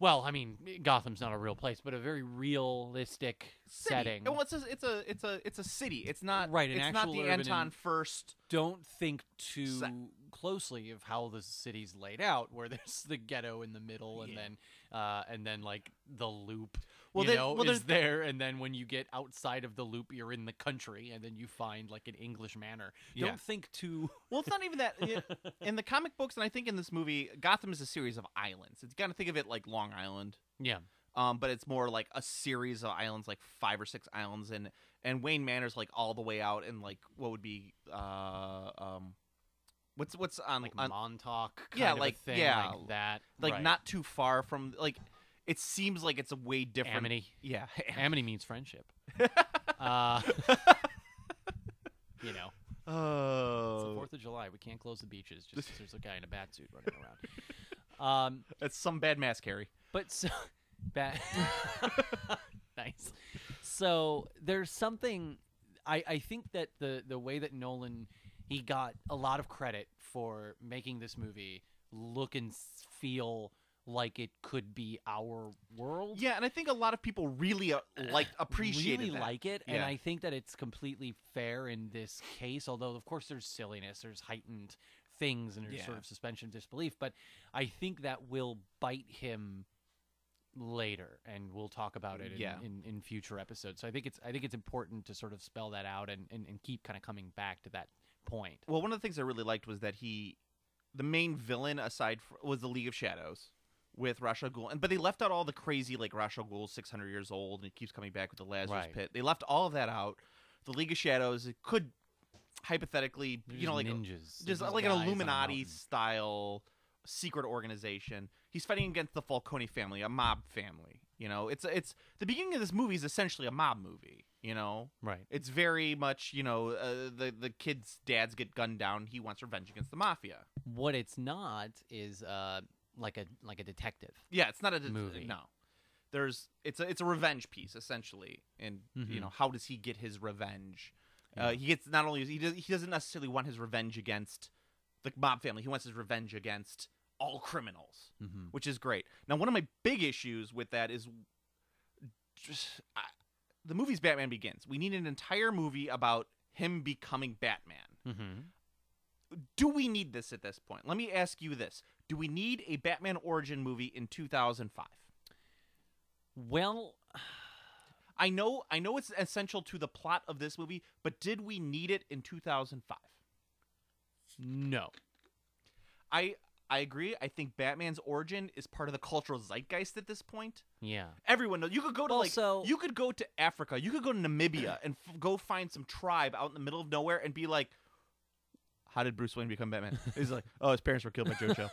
Speaker 6: well i mean gotham's not a real place but a very realistic
Speaker 7: City.
Speaker 6: setting
Speaker 7: And well, it's a, it's a, it's a, it's a city. It's not
Speaker 6: Right, an
Speaker 7: It's not
Speaker 6: actual
Speaker 7: the
Speaker 6: urban
Speaker 7: Anton
Speaker 6: en-
Speaker 7: First.
Speaker 6: don't think too
Speaker 7: Set.
Speaker 6: closely of how the city's laid out where there's the ghetto in the middle and then uh, and then like the loop
Speaker 7: Well,
Speaker 6: you
Speaker 7: then-
Speaker 6: know
Speaker 7: well,
Speaker 6: is
Speaker 7: there's-
Speaker 6: there and then when you get outside of the loop you're in the country and then you find like an english manor
Speaker 7: Yeah.
Speaker 6: don't think too
Speaker 7: Well, it's not even that. yeah, In the comic books, and I think in this movie, Gotham is a series of islands. It's gotta think of it like Long Island.
Speaker 6: yeah
Speaker 7: um, but it's more like a series of islands, like five or six islands, and and Wayne Manor's like all the way out, and like what would be uh um, what's what's on
Speaker 6: like
Speaker 7: on
Speaker 6: montauk kind
Speaker 7: yeah,
Speaker 6: of a
Speaker 7: like-
Speaker 6: thing
Speaker 7: yeah,
Speaker 6: like that
Speaker 7: like
Speaker 6: Right.
Speaker 7: not too far from like it seems like it's a way different.
Speaker 6: Amity.
Speaker 7: Yeah,
Speaker 6: Amity means friendship. uh, you know, it's the
Speaker 7: oh,
Speaker 6: Fourth of July. We can't close the beaches just 'cause there's a guy in a bat suit running around. Um,
Speaker 7: that's some bad mass carry.
Speaker 6: but so bat. nice. So there's something. I I think that the the way that Nolan he got a lot of credit for making this movie look and s- feel like it could be our world.
Speaker 7: Yeah, and I think a lot of people really uh, like appreciated
Speaker 6: really
Speaker 7: that.
Speaker 6: like it, and
Speaker 7: Yeah.
Speaker 6: I think that it's completely fair in this case. Although, of course, there's silliness, there's heightened things, and there's sort of suspension of disbelief. But I think that will bite him later, and we'll talk about it in,
Speaker 7: Yeah.
Speaker 6: in, in future episodes. So I think it's I think it's important to sort of spell that out and, and, and keep kind of coming back to that point.
Speaker 7: Well, one of the things I really liked was that he, the main villain aside fr was the League of Shadows with Ra's al Ghul, and but they left out all the crazy like Ra's al Ghul, six hundred years old, and he keeps coming back with the Lazarus
Speaker 6: Right.
Speaker 7: Pit. They left all of that out. The League of Shadows it could, hypothetically,
Speaker 6: They're
Speaker 7: you know,
Speaker 6: just
Speaker 7: like
Speaker 6: ninjas. They're
Speaker 7: just
Speaker 6: just
Speaker 7: like
Speaker 6: guys on
Speaker 7: an
Speaker 6: a
Speaker 7: Illuminati
Speaker 6: mountain.
Speaker 7: style secret organization. He's fighting against the Falcone family, a mob family. You know, it's it's the beginning of this movie is essentially a mob movie. You know,
Speaker 6: Right.
Speaker 7: it's very much you know uh, the the kids' dads get gunned down. He wants revenge against the mafia.
Speaker 6: What it's not is uh like a like a detective.
Speaker 7: Yeah, it's not a det-
Speaker 6: Movie.
Speaker 7: No, there's it's a it's a revenge piece essentially, and you
Speaker 6: Mhm.
Speaker 7: know how does he get his revenge? Uh, he gets not only he does, he doesn't necessarily want his revenge against the mob family. He wants his revenge against all criminals,
Speaker 6: Mhm.
Speaker 7: which is great. Now, one of my big issues with that is just I, the movie's Batman Begins. We need an entire movie about him becoming Batman
Speaker 6: Mm-hmm.
Speaker 7: do we need this at this point? Let me ask you this: Do we need a Batman origin movie in 2005?
Speaker 6: Well,
Speaker 7: I know, I know, it's essential to the plot of this movie, but did we need it in 2005?
Speaker 6: no.
Speaker 7: I I agree. I think Batman's origin is part of the cultural zeitgeist at this point.
Speaker 6: Yeah.
Speaker 7: Everyone knows. You could go to
Speaker 6: Also-
Speaker 7: like you could go to Africa. You could go to Namibia and f- go find some tribe out in the middle of nowhere and be like, "How did Bruce Wayne become Batman?" He's like, "Oh, his parents were killed by Jojo."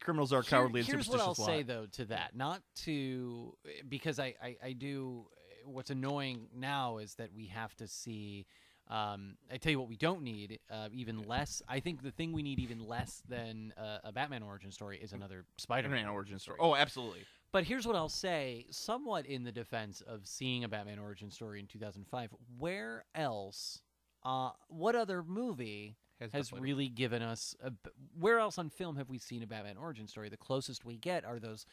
Speaker 7: Criminals are
Speaker 6: Here-
Speaker 7: cowardly and
Speaker 6: here's what
Speaker 7: superstitious.
Speaker 6: I'll say
Speaker 7: lot.
Speaker 6: though to that, not to because I, I I do. What's annoying now is that we have to see. Um, I tell you what, we don't need uh, even less. I think the thing we need even less than uh, a Batman origin story is another Spider-Man.
Speaker 7: Spider-Man origin story. Oh, absolutely.
Speaker 6: But here's what I'll say, somewhat in the defense of seeing a Batman origin story in 2005. Where else? Uh, what other movie has
Speaker 7: definitely-
Speaker 6: really given us a, b- where else on film have we seen a batman origin story the closest we get are those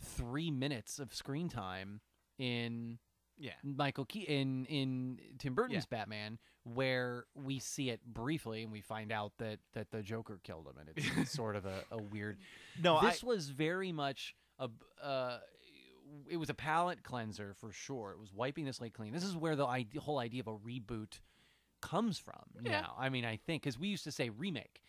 Speaker 6: three minutes of screen time in
Speaker 7: yeah.
Speaker 6: michael Ke- in in tim burton's batman where we see it briefly and we find out that that the joker killed him and it's, it's sort of a, a weird
Speaker 7: No,
Speaker 6: this was very much a b- uh, it was a palate cleanser for sure. It was wiping this slate clean. This is where the ide- whole idea of a reboot comes from. Now, I mean, I think because we used to say remake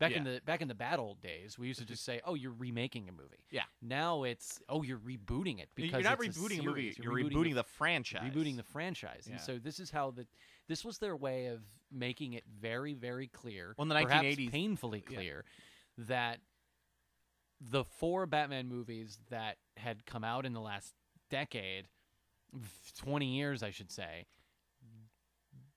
Speaker 6: back in the back in the bad old days. We used to just say, "Oh, you're remaking a movie."
Speaker 7: Yeah.
Speaker 6: Now it's, "Oh, you're rebooting it."
Speaker 7: I,
Speaker 6: Because
Speaker 7: you're not
Speaker 6: it's
Speaker 7: rebooting a movie.
Speaker 6: series.
Speaker 7: You're, rebooting, the franchise.
Speaker 6: rebooting the franchise. And
Speaker 7: Yeah.
Speaker 6: so this is how the this was their way of making it very very clear.
Speaker 7: Well, in the
Speaker 6: perhaps
Speaker 7: 1980s
Speaker 6: painfully
Speaker 7: yeah.
Speaker 6: clear that the four Batman movies that had come out in the last decade, f- 20 years I should say,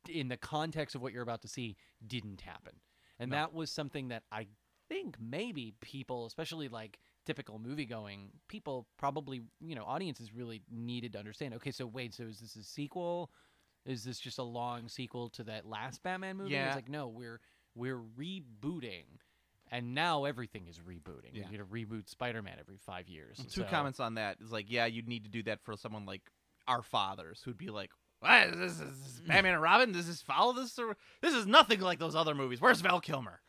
Speaker 6: d- in the context of what you're about to see didn't happen. And that was something that I think maybe people, especially like typical movie going people probably you know audiences really needed to understand okay so wait so is this a sequel is this just a long sequel to that last batman movie
Speaker 7: Yeah.
Speaker 6: it's like no we're we're rebooting and now everything is rebooting
Speaker 7: Yeah.
Speaker 6: you get to reboot spider-man every five years
Speaker 7: Two
Speaker 6: so-
Speaker 7: comments on that is like, yeah, you'd need to do that for someone like our fathers who'd be like, "What is this? Is this Batman and Robin? Does this follow this? Or, this is nothing like those other movies. Where's Val Kilmer?"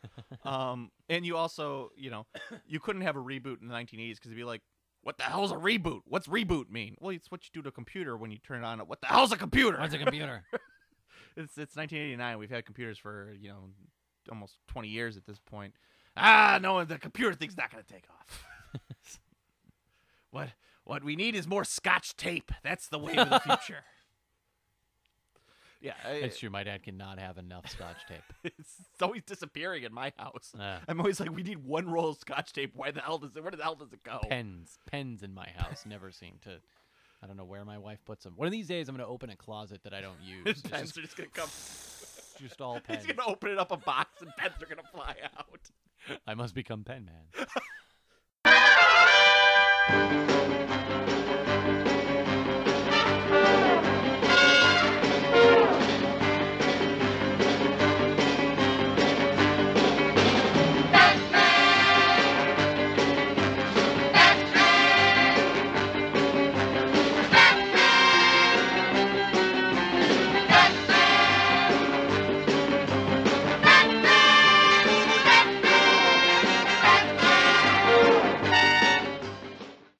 Speaker 7: um, and you also, you know, you couldn't have a reboot in the 1980s because it'd be like, "What the hell's a reboot? What's reboot mean?" Well, it's what you do to a computer when you turn it on. What the hell's a computer?
Speaker 6: What's a computer
Speaker 7: It's it's 1989. We've had computers for you know almost 20 years at this point. Ah, no, the computer thing's not gonna take off. what what we need is more Scotch tape. That's the wave of the future. yeah, I-
Speaker 6: it's true my dad cannot have enough scotch tape
Speaker 7: it's always disappearing in my house.
Speaker 6: Ah.
Speaker 7: I'm always like, we need one roll of Scotch tape. Why the hell does it? Where the hell does it go?
Speaker 6: pens pens in my house never seem to i don't know where my wife puts them one of these days i'm going to open a closet that i don't use It's
Speaker 7: Pens
Speaker 6: just,
Speaker 7: are just gonna come.
Speaker 6: just all pens
Speaker 7: He's gonna open it up a box, and pens are gonna fly out.
Speaker 6: i must become pen man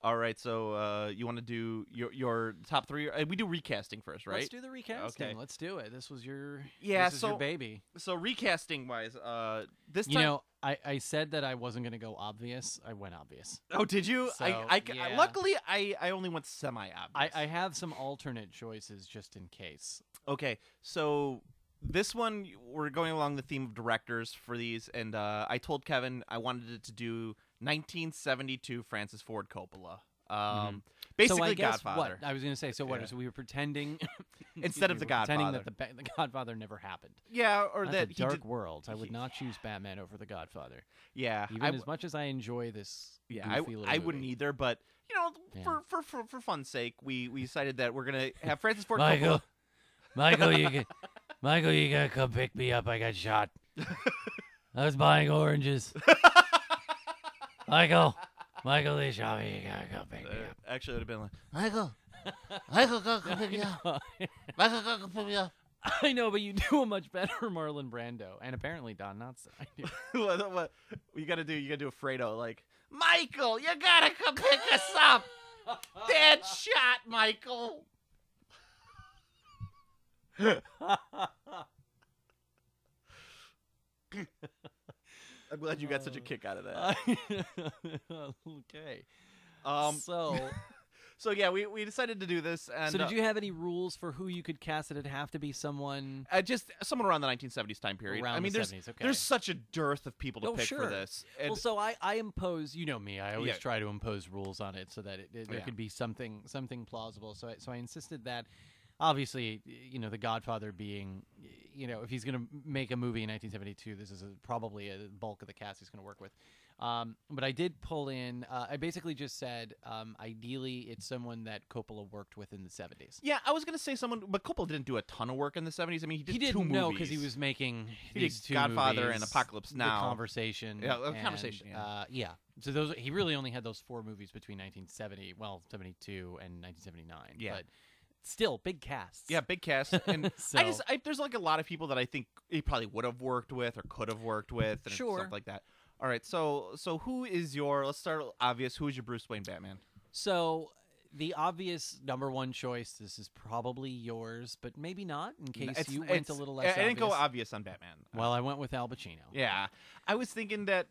Speaker 7: All right, so uh, you want to do your your top three? Uh, we do recasting first, right?
Speaker 6: Let's do the recasting.
Speaker 7: Okay.
Speaker 6: Let's do it. This was your
Speaker 7: Yeah,
Speaker 6: This is
Speaker 7: so-
Speaker 6: your baby.
Speaker 7: so recasting wise, uh, this
Speaker 6: You
Speaker 7: time.
Speaker 6: know, I, I said that I wasn't gonna go obvious. I went obvious.
Speaker 7: oh, did you? I,
Speaker 6: So,
Speaker 7: I, ca- I-
Speaker 6: yeah.
Speaker 7: luckily I I only went semi obvious.
Speaker 6: I, I have some alternate choices just in case.
Speaker 7: okay, so this one we're going along the theme of directors for these, and uh, I told Kevin I wanted it to do 1972 Francis Ford Coppola. Um,
Speaker 6: Mm-hmm.
Speaker 7: basically
Speaker 6: so I guess
Speaker 7: Godfather
Speaker 6: What? I was going to say, so what? So we were pretending
Speaker 7: instead of
Speaker 6: we
Speaker 7: the
Speaker 6: were pretending that
Speaker 7: Godfather.
Speaker 6: the, ba- the Godfather never happened.
Speaker 7: yeah, or
Speaker 6: That's
Speaker 7: that
Speaker 6: a
Speaker 7: he
Speaker 6: dark
Speaker 7: did-
Speaker 6: world. I would
Speaker 7: he-
Speaker 6: not choose Batman over the Godfather,
Speaker 7: Yeah,
Speaker 6: even
Speaker 7: I,
Speaker 6: as much as I enjoy this.
Speaker 7: yeah, I,
Speaker 6: goofy little
Speaker 7: I wouldn't
Speaker 6: movie.
Speaker 7: either. But you know,
Speaker 6: Yeah.
Speaker 7: for, for for for fun's sake, we we decided that we're gonna have Francis Ford
Speaker 3: Michael,
Speaker 7: Coppola.
Speaker 3: Michael, you get, Michael, you gotta come pick me up. I got shot. I was buying oranges. Michael, Michael, they shot me. You gotta come pick me up.
Speaker 7: Uh, Actually, it would have been like
Speaker 6: I know, but you do a much better Marlon Brando, and apparently Don Knotts. I do.
Speaker 7: what, what you gotta do? You gotta do a Fredo like Michael. You gotta come pick us up. Dead shot, Michael. I'm glad you got
Speaker 6: Uh,
Speaker 7: such a kick out of that.
Speaker 6: okay.
Speaker 7: Um,
Speaker 6: so,
Speaker 7: so yeah, we, we decided to do this, and
Speaker 6: so
Speaker 7: uh,
Speaker 6: did you have any rules for who you could cast? It'd have to be someone.
Speaker 7: uh, just someone around the 1970s time period.
Speaker 6: Around
Speaker 7: I
Speaker 6: the
Speaker 7: mean, there's
Speaker 6: 70s, okay.
Speaker 7: there's such a dearth of people to
Speaker 6: Oh,
Speaker 7: pick for
Speaker 6: sure.
Speaker 7: this. And
Speaker 6: well, so I, I impose. You know me. I always
Speaker 7: Yeah.
Speaker 6: try to impose rules on it so that it, it- there
Speaker 7: Yeah.
Speaker 6: could be something something plausible. So I, so I insisted that, obviously, y- you know, The Godfather being, y- you know, if he's going to make a movie in 1972, this is a, probably a bulk of the cast he's going to work with. Um, but I did pull in. Uh, I basically just said, um, ideally, it's someone that Coppola worked with in the 70s.
Speaker 7: yeah, I was gonna say someone, but Coppola didn't do a ton of work in the 70s. I mean, he did
Speaker 6: he
Speaker 7: two
Speaker 6: didn't
Speaker 7: movies.
Speaker 6: know because he was making
Speaker 7: He did
Speaker 6: these two
Speaker 7: Godfather and
Speaker 6: movies,
Speaker 7: Apocalypse Now.
Speaker 6: the conversation,
Speaker 7: Yeah, The
Speaker 6: and,
Speaker 7: Conversation, yeah.
Speaker 6: uh, yeah. So those he really only had those four movies between 1970, well, 72 and 1979.
Speaker 7: Yeah.
Speaker 6: but still big casts.
Speaker 7: Yeah, big cast. And I just
Speaker 6: So-
Speaker 7: I, there's like a lot of people that I think he probably would have worked with or could have worked with and
Speaker 6: Sure.
Speaker 7: stuff like that. All right, so so who is your? Let's start obvious. Who is your Bruce Wayne Batman?
Speaker 6: So the obvious number one choice. This is probably yours, but maybe not. In case
Speaker 7: It's-
Speaker 6: you went a
Speaker 7: it's-
Speaker 6: little
Speaker 7: I,
Speaker 6: less.
Speaker 7: I didn't go
Speaker 6: obvious.
Speaker 7: obvious on Batman.
Speaker 6: Well, I went with Al Pacino.
Speaker 7: yeah, I was thinking that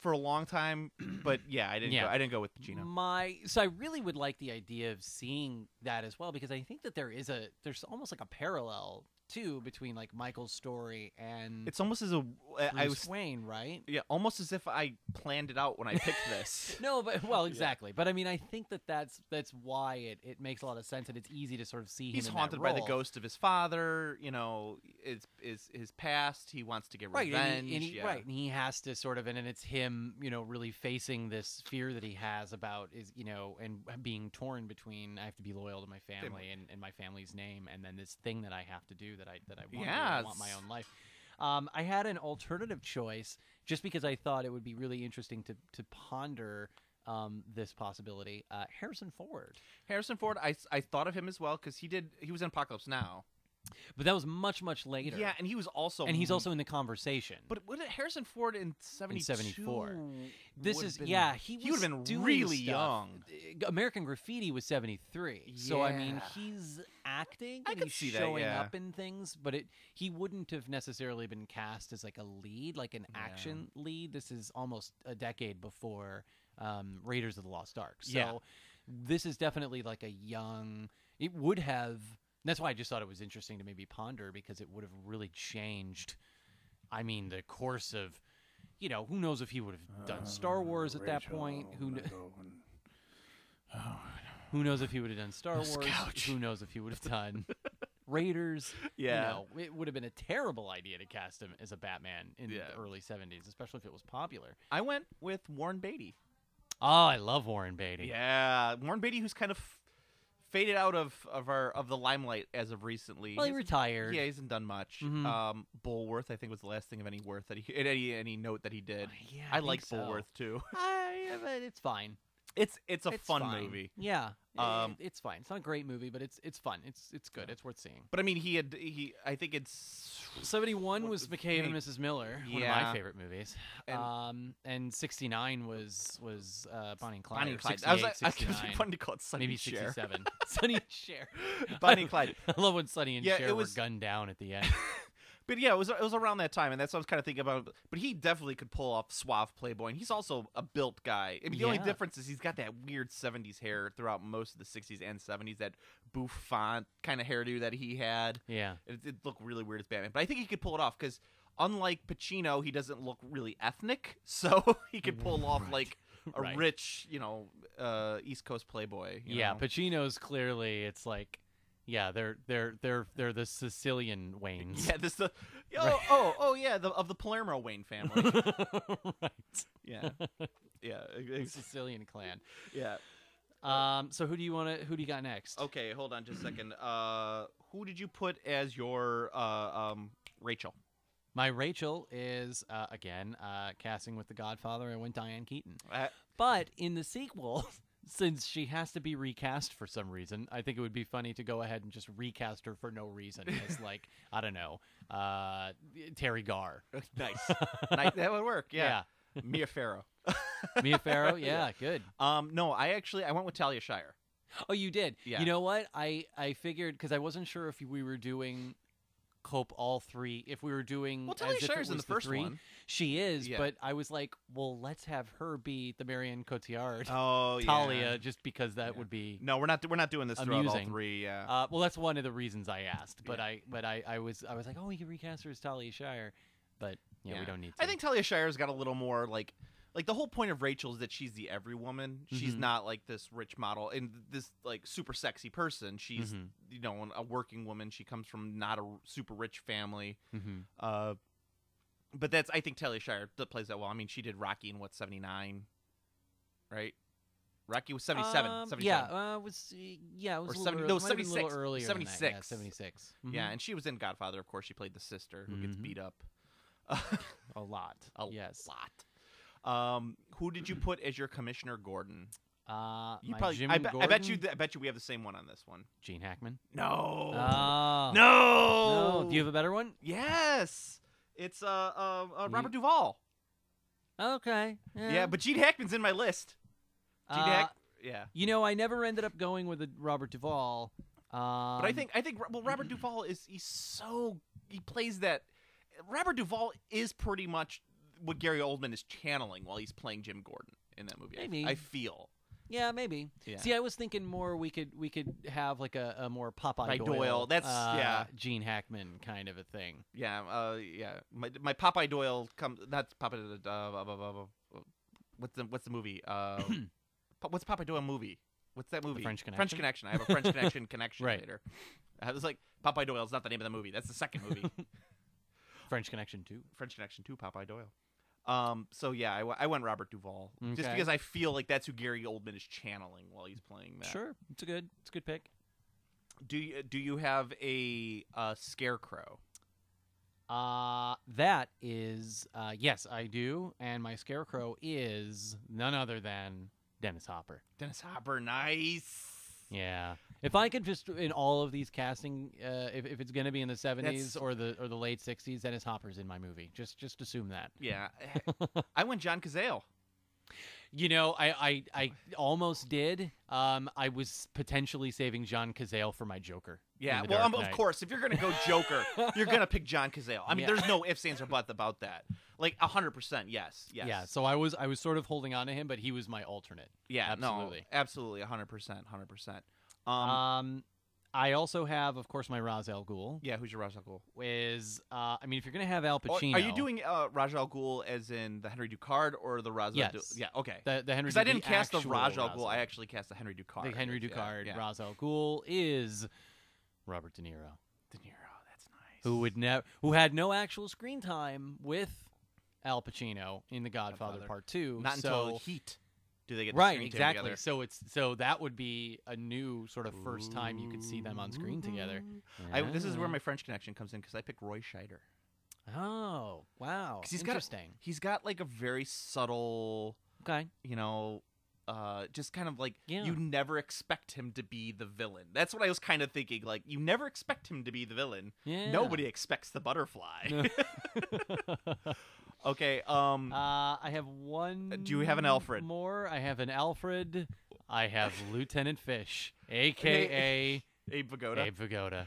Speaker 7: for a long time, but yeah, I didn't.
Speaker 6: Yeah. Mm.
Speaker 7: Go, I didn't go with Pacino.
Speaker 6: My so I really would like the idea of seeing that as well because I think that there is a there's almost like a parallel too between like Michael's story and
Speaker 7: It's almost as a I- I
Speaker 6: Bruce
Speaker 7: was
Speaker 6: Wayne, right?
Speaker 7: yeah, almost as if I planned it out when I picked this.
Speaker 6: No, but well, exactly. But I mean, I think that that's that's why it, it makes a lot of sense, and it's easy to sort of see him.
Speaker 7: He's
Speaker 6: in that
Speaker 7: haunted by the
Speaker 6: role.
Speaker 7: ghost of his father. You know, is is his past. He wants to get
Speaker 6: right?
Speaker 7: revenge.
Speaker 6: and he, and he-
Speaker 7: yeah.
Speaker 6: Right, and he has to sort of, and, and it's him, you know, really facing this fear that he has about is you know, and uh, being torn between I have to be loyal to my family and, and my family's name, and then this thing that I have to do that I that I want, to do, I want my
Speaker 7: Yes.
Speaker 6: own life. Um, I had an alternative choice just because I thought it would be really interesting to to ponder um, this possibility. Uh, Harrison Ford.
Speaker 7: Harrison Ford, I, I thought of him as well because he did he was in Apocalypse Now.
Speaker 6: But that was much, much later.
Speaker 7: Yeah, and he was also
Speaker 6: And he's also in the conversation.
Speaker 7: but what did Harrison Ford in seventy
Speaker 6: 74. this is yeah, he was
Speaker 7: he would have been
Speaker 6: doing
Speaker 7: really
Speaker 6: stuff.
Speaker 7: young.
Speaker 6: Uh, American Graffiti was 73. So I mean,
Speaker 7: Yeah.
Speaker 6: he's acting
Speaker 7: I
Speaker 6: and
Speaker 7: could
Speaker 6: he's
Speaker 7: see that,
Speaker 6: showing
Speaker 7: yeah.
Speaker 6: up in things, but it he wouldn't have necessarily been cast as like a lead, like an action lead. This is almost a decade before um, Raiders of the Lost Ark. So
Speaker 7: Yeah.
Speaker 6: this is definitely like a young it would have that's why I just thought it was interesting to maybe ponder because it would have really changed I mean the course of you know who knows if he would have done
Speaker 7: Uh,
Speaker 6: Star Wars at that point who kn- who knows if he would have done Star Wars who knows if he would have done Raiders
Speaker 7: Yeah.
Speaker 6: you know, it would have been a terrible idea to cast him as a Batman in
Speaker 7: Yeah.
Speaker 6: the early 70s especially if it was popular
Speaker 7: I went with Warren Beatty.
Speaker 6: oh I love Warren Beatty
Speaker 7: Yeah, Warren Beatty, who's kind of faded out of of our of the limelight as of recently.
Speaker 6: well he
Speaker 7: He's-
Speaker 6: retired
Speaker 7: Yeah, he hasn't done much.
Speaker 6: Mhm.
Speaker 7: Um, Bullworth, I think, was the last thing of any worth that he any any note that he did.
Speaker 6: Uh, Oh, yeah, I
Speaker 7: I,
Speaker 6: think
Speaker 7: like
Speaker 6: so.
Speaker 7: Bullworth too.
Speaker 6: I- yeah, but it's fine
Speaker 7: It's it's a
Speaker 6: It's
Speaker 7: fun
Speaker 6: fine.
Speaker 7: movie.
Speaker 6: Yeah,
Speaker 7: Um,
Speaker 6: um, it's fine. It's not a great movie, but it's it's fun. It's it's good. It's worth seeing.
Speaker 7: But I mean, he had he. I think it's
Speaker 6: Seventy one
Speaker 7: What
Speaker 6: was
Speaker 7: the
Speaker 6: McCabe and
Speaker 7: heck?
Speaker 6: Mrs. Miller, one of
Speaker 7: Yeah.
Speaker 6: my favorite movies.
Speaker 7: And-
Speaker 6: um, and sixty nine was was uh, Bonnie and Clyde.
Speaker 7: Bonnie
Speaker 6: or
Speaker 7: and Clyde. I was
Speaker 6: 68,
Speaker 7: like, I kept
Speaker 6: 69,
Speaker 7: wanting to call it Sonny
Speaker 6: maybe
Speaker 7: and Cher.
Speaker 6: sixty seven. Sonny and Cher.
Speaker 7: Bonnie and Clyde.
Speaker 6: I love when Sonny and
Speaker 7: Yeah,
Speaker 6: Cher
Speaker 7: it was-
Speaker 6: were gunned down at the end.
Speaker 7: But yeah, it was it was around that time, and that's what I was kind of thinking about. But he definitely could pull off suave playboy, and he's also a built guy. I mean, the only
Speaker 6: Yeah.
Speaker 7: difference is he's got that weird '70s hair throughout most of the '60s and '70s, that bouffant kind of hairdo that he had.
Speaker 6: Yeah.
Speaker 7: It, it looked really weird as Batman, but I think he could pull it off because, unlike Pacino, he doesn't look really ethnic, so he could pull off like a
Speaker 6: Mm, Right.
Speaker 7: rich, you know, uh, East Coast playboy. you
Speaker 6: yeah,
Speaker 7: know?
Speaker 6: Pacino's clearly it's like yeah, they're they're they're they're the Sicilian Waynes.
Speaker 7: yeah, this the oh oh oh yeah the, of the Palermo Wayne family.
Speaker 6: right.
Speaker 7: yeah, yeah,
Speaker 6: The
Speaker 7: ex-
Speaker 6: Sicilian clan.
Speaker 7: yeah.
Speaker 6: Um so who do you want to who do you got next?
Speaker 7: Okay, hold on just a second. Uh, who did you put as your uh, um, Rachel?
Speaker 6: My Rachel is uh, again uh, casting with the Godfather. I went Diane Keaton,
Speaker 7: Uh,
Speaker 6: but in the sequel, since she has to be recast for some reason, I think it would be funny to go ahead and just recast her for no reason as like I don't know, uh, Terry Garr.
Speaker 7: nice. nice, that would work. Yeah, Mia Farrow.
Speaker 6: Mia Farrow. Yeah, good.
Speaker 7: Um, no, I actually I went with Talia Shire.
Speaker 6: Oh, you did.
Speaker 7: Yeah.
Speaker 6: You know what? I I figured because I wasn't sure if we were doing cope all three. If we were doing
Speaker 7: Well, Talia
Speaker 6: Mm, as if it
Speaker 7: Shire's in
Speaker 6: was
Speaker 7: the first
Speaker 6: three.
Speaker 7: one.
Speaker 6: She is,
Speaker 7: Yeah.
Speaker 6: but I was like, well, let's have her be the Marion Cotillard.
Speaker 7: Oh,
Speaker 6: Talia, just because that would be.
Speaker 7: No, we're not we're not doing this throughout all
Speaker 6: Amusing.
Speaker 7: three. Yeah.
Speaker 6: Uh, well, that's one of the reasons I asked, but
Speaker 7: Yeah.
Speaker 6: I but I, I was I was like, oh, we could recast her as Talia Shire, but yeah, we don't need. to.
Speaker 7: I think Talia Shire's got a little more like like the whole point of Rachel is that she's the every woman. She's
Speaker 6: Mhm.
Speaker 7: not like this rich model and this like super sexy person. She's
Speaker 6: Mhm.
Speaker 7: you know a working woman. She comes from not a r- super rich family.
Speaker 6: Mhm.
Speaker 7: Uh, but that's I think Talia Shire that plays that well. I mean, she did Rocky in what seventy nine, right? Rocky was 77,
Speaker 6: Um,
Speaker 7: 77.
Speaker 6: yeah, uh, was yeah, it was
Speaker 7: Or
Speaker 6: a little
Speaker 7: 70
Speaker 6: ear-
Speaker 7: no,
Speaker 6: it might have been a little
Speaker 7: 76,
Speaker 6: earlier than that. Yeah,
Speaker 7: 76.
Speaker 6: 76.
Speaker 7: Yeah,
Speaker 6: Mhm.
Speaker 7: and she was in Godfather. Of course, she played the sister who gets
Speaker 6: Mhm.
Speaker 7: beat up
Speaker 6: a lot.
Speaker 7: a
Speaker 6: yes.
Speaker 7: lot. Um, who did you put as your commissioner, Gordon?
Speaker 6: Uh,
Speaker 7: You
Speaker 6: my
Speaker 7: probably.
Speaker 6: Jim
Speaker 7: I, bet- I bet you.
Speaker 6: Gordon?
Speaker 7: th- I bet you we have the same one on this one.
Speaker 6: Gene Hackman.
Speaker 7: No.
Speaker 6: Oh.
Speaker 7: no.
Speaker 6: No. Do you have a better one?
Speaker 7: Yes. It's uh, uh, uh
Speaker 6: You-
Speaker 7: Robert Duvall.
Speaker 6: Okay.
Speaker 7: Yeah. but Gene Hackman's in my list. Gene
Speaker 6: Uh,
Speaker 7: Hack. Yeah.
Speaker 6: You know, I never ended up going with a Robert Duvall. Um, mm-hmm.
Speaker 7: But I think I think well Robert Duvall is he's so he plays that Robert Duvall is pretty much what Gary Oldman is channeling while he's playing Jim Gordon in that movie. I-
Speaker 6: Maybe.
Speaker 7: I feel.
Speaker 6: Yeah, maybe.
Speaker 7: Yeah.
Speaker 6: See, I was thinking more we could we could have like a, a more Popeye
Speaker 7: By Doyle, that's-
Speaker 6: uh,
Speaker 7: yeah.
Speaker 6: Gene Hackman kind of a thing.
Speaker 7: Yeah, uh, yeah. My my Popeye Doyle comes. That's Popeye. Uh, uh, uh, uh, what's the what's the movie? Uh, Po- what's Popeye Doyle movie? What's that movie?
Speaker 6: French
Speaker 7: French
Speaker 6: Connection?
Speaker 7: Connection. I have a French Connection connection
Speaker 6: Right.
Speaker 7: later. I was like, Popeye Doyle's not the name of the movie. That's the second movie.
Speaker 6: French Connection too.
Speaker 7: French Connection Two. Popeye Doyle. Um. So yeah, I, w- I went Robert Duvall just
Speaker 6: Okay.
Speaker 7: because I feel like that's who Gary Oldman is channeling while he's playing that.
Speaker 6: Sure, it's a good it's a good pick.
Speaker 7: Do you do you have a uh, scarecrow?
Speaker 6: Uh, that is, uh, yes, I do. And my scarecrow is none other than Dennis Hopper.
Speaker 7: Dennis Hopper. Nice.
Speaker 6: Yeah. If I could just in all of these casting, uh, if, if it's gonna be in the
Speaker 7: That's-
Speaker 6: seventies or the or the late sixties, Dennis Hopper's in my movie. Just just assume that.
Speaker 7: Yeah, I went John Cazale.
Speaker 6: You know, I I, I almost did. Um, I was potentially saving John Cazale for my Joker. in
Speaker 7: Yeah,
Speaker 6: The
Speaker 7: well,
Speaker 6: Dark
Speaker 7: um, of
Speaker 6: Knight.
Speaker 7: course, if you're gonna go Joker, you're gonna pick John Cazale. I mean,
Speaker 6: Yeah.
Speaker 7: there's no ifs, ands, or buts about that. Like hundred percent, yes, yes,
Speaker 6: Yeah. So I was I was sort of holding on to him, but he was my alternate.
Speaker 7: yeah,
Speaker 6: absolutely.
Speaker 7: no, absolutely, hundred percent, hundred percent. Um,
Speaker 6: Um, I also have, of course, my Ra's al Ghul.
Speaker 7: yeah, who's your Ra's al Ghul?
Speaker 6: is uh, I mean, if you're gonna have Al
Speaker 7: Or-
Speaker 6: Pacino,
Speaker 7: Are you doing uh, Raj al Ghul as in the Henry Ducard or the Ra's? al Ghul?
Speaker 6: Yes.
Speaker 7: yeah, okay.
Speaker 6: the the Henry?
Speaker 7: Because I didn't
Speaker 6: the
Speaker 7: cast the
Speaker 6: actual
Speaker 7: Raj al
Speaker 6: Ra's
Speaker 7: Ghul, I actually cast the Henry Ducard.
Speaker 6: the Henry
Speaker 7: Yeah,
Speaker 6: Ducard
Speaker 7: yeah.
Speaker 6: Ra's al Ghul is Robert De Niro,
Speaker 7: De Niro, that's nice.
Speaker 6: who would never, who had no actual screen time with Al Pacino in The Godfather,
Speaker 7: Godfather.
Speaker 6: Part Two.
Speaker 7: not
Speaker 6: so,
Speaker 7: until Heat do they get the
Speaker 6: right
Speaker 7: screen time
Speaker 6: exactly.
Speaker 7: together.
Speaker 6: So it's so that would be a new sort of first time you could see them on screen together.
Speaker 7: I, this is where
Speaker 6: Yeah.
Speaker 7: my French connection comes in because I picked Roy Scheider.
Speaker 6: oh wow
Speaker 7: 'Cause he's got a-
Speaker 6: interesting
Speaker 7: He's got like a very subtle,
Speaker 6: okay
Speaker 7: you know, uh, just kind of like
Speaker 6: Yeah.
Speaker 7: you never expect him to be the villain. That's what I was kind of thinking. Like you never expect him to be the villain.
Speaker 6: yeah
Speaker 7: Nobody expects the butterfly.
Speaker 6: No.
Speaker 7: okay. Um.
Speaker 6: Uh, I have one.
Speaker 7: do you have an Alfred?
Speaker 6: More. I have an Alfred. I have Lieutenant Fish, aka
Speaker 7: Abe Vigoda.
Speaker 6: Abe Vigoda,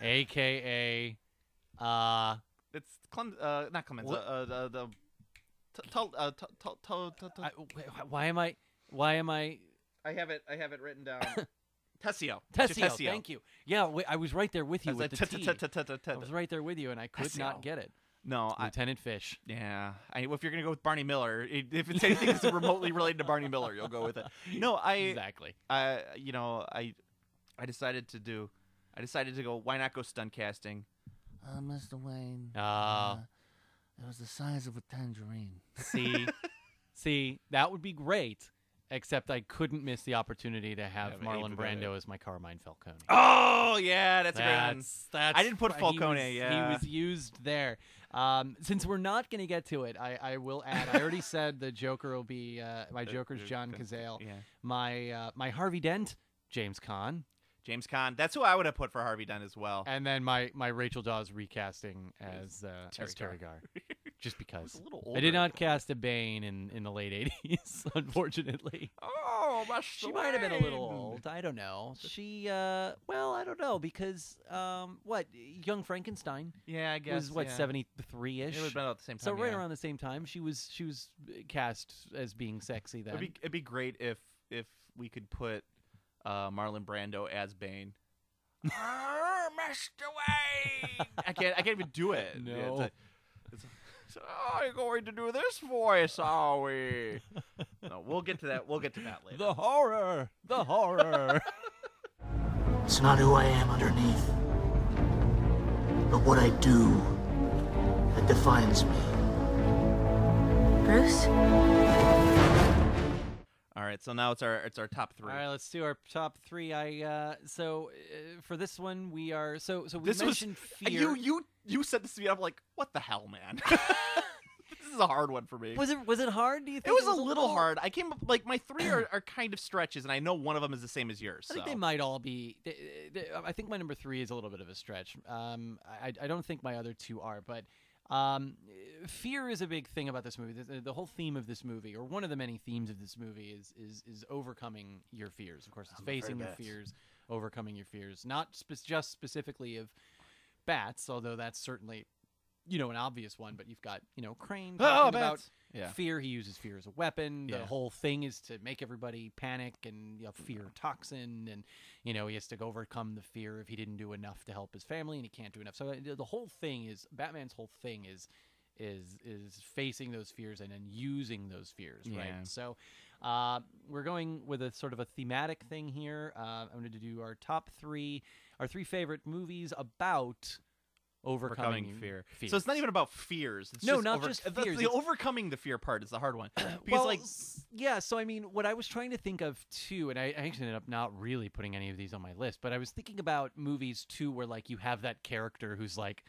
Speaker 6: aka Uh,
Speaker 7: It's Clem, uh, not Clemens. Uh,
Speaker 6: What?
Speaker 7: uh, the the t- t- uh, t- t- t- t- t-
Speaker 6: I, wh- wh- why am I? Why am I?
Speaker 7: I have it. I have it written down. Tessio.
Speaker 6: Tessio, thank you. Yeah, wait, I was right there with you with the T. I was
Speaker 7: you.
Speaker 6: right there with you, and I could
Speaker 7: Tessio.
Speaker 6: not get it.
Speaker 7: No, I,
Speaker 6: Lieutenant Fish.
Speaker 7: Yeah, I, well, if you're gonna go with Barney Miller, i- if it's anything that's remotely related to Barney Miller, you'll go with it. No, I,
Speaker 6: Exactly.
Speaker 7: I, you know, I, I decided to do, I decided to go. Why not go stunt casting?
Speaker 9: Uh, Mr.
Speaker 7: Mm,
Speaker 9: Wayne,
Speaker 6: Uh,
Speaker 9: it was the size of a tangerine.
Speaker 6: see, see, that would be great. Except I couldn't miss the opportunity to have
Speaker 7: but
Speaker 6: Marlon
Speaker 7: Abe would have
Speaker 6: Brando as my Carmine Falcone.
Speaker 7: Oh yeah, that's, a great one.
Speaker 6: that's
Speaker 7: I didn't put
Speaker 6: he
Speaker 7: Falcone,
Speaker 6: was-
Speaker 7: yeah.
Speaker 6: he was used there. Um, since we're not going to get to it, I, I will add. I already said the Joker will be uh, my Joker's John Cazale.
Speaker 7: yeah.
Speaker 6: My uh, my Harvey Dent, James Caan,
Speaker 7: James Caan. That's who I would have put for Harvey Dent as well.
Speaker 6: and then my my Rachel Dawes recasting as uh,
Speaker 7: Terry
Speaker 6: as Terry Gar. Just because
Speaker 7: a little
Speaker 6: I did
Speaker 7: older.
Speaker 6: not cast a Bane in, in the late '80s, unfortunately.
Speaker 7: Oh, Mr.
Speaker 6: She might have been a little
Speaker 7: Wayne.
Speaker 6: old. I don't know. She, uh, well, I don't know because, um, what, Young Frankenstein
Speaker 7: Yeah, I guess.
Speaker 6: was what
Speaker 7: yeah.
Speaker 6: seventy three
Speaker 7: It
Speaker 6: ish.
Speaker 7: would have been about the same time.
Speaker 6: So right
Speaker 7: yeah.
Speaker 6: around the same time, she was she was uh, cast as being sexy then.
Speaker 7: It'd be, it'd be great if if we could put uh, Marlon Brando as Bane. Arr, Mr. Wayne! I can't. I can't even do it. It's
Speaker 6: No.
Speaker 7: like- it's- it's, oh, you're going to do this voice, are we? no, we'll get to that. We'll get to that later.
Speaker 6: the horror, the horror.
Speaker 9: It's not who I am underneath, but what I do that defines me.
Speaker 10: Bruce?
Speaker 7: All right. So now it's our it's our top
Speaker 6: All
Speaker 7: three.
Speaker 6: right, let's do our top three. I uh, so uh, for this one we are so so we
Speaker 7: This was-
Speaker 6: mentioned
Speaker 7: And
Speaker 6: fear.
Speaker 7: You you you said this to me. I'm like, what the hell, man? this is a hard one for me.
Speaker 6: was it was it hard? Do you
Speaker 7: it
Speaker 6: think
Speaker 7: was a little hard. I came up like my three are, are kind of stretches, and I know one of them is the same as yours.
Speaker 6: I think
Speaker 7: so.
Speaker 6: they might all be. They, they- I think my number three is a little bit of a stretch. Um, I, I don't think my other two are, but um, fear is a big thing about this movie. The, the whole theme of this movie, or one of the many themes of this movie, is is is overcoming your fears. Of course, it's facing your fears, overcoming your fears. Not spe- just specifically of bats, although that's certainly you know an obvious one. But you've got you know Crane talking about
Speaker 7: Ah, Yeah.
Speaker 6: fear. He uses fear as a weapon. The
Speaker 7: Yeah.
Speaker 6: whole thing is to make everybody panic and you know, fear toxin, and you know he has to overcome the fear if he didn't do enough to help his family, and he can't do enough. So uh, the- the whole thing is Batman's whole thing is is is facing those fears and then using those fears,
Speaker 7: Yeah.
Speaker 6: right? So. Uh, we're going with a sort of a thematic thing here. Uh, I'm going to do our top three, our three favorite movies about overcoming,
Speaker 7: overcoming fear. So it's not
Speaker 6: fears.
Speaker 7: even about fears. It's
Speaker 6: No,
Speaker 7: just
Speaker 6: not
Speaker 7: over-
Speaker 6: just
Speaker 7: that's
Speaker 6: fears,
Speaker 7: The
Speaker 6: it's-
Speaker 7: overcoming the fear part is the hard one. Because
Speaker 6: well,
Speaker 7: like
Speaker 6: s- yeah. So I mean, what I was trying to think of too, and I, I actually ended up not really putting any of these on my list, but I was thinking about movies too, where like you have that character who's like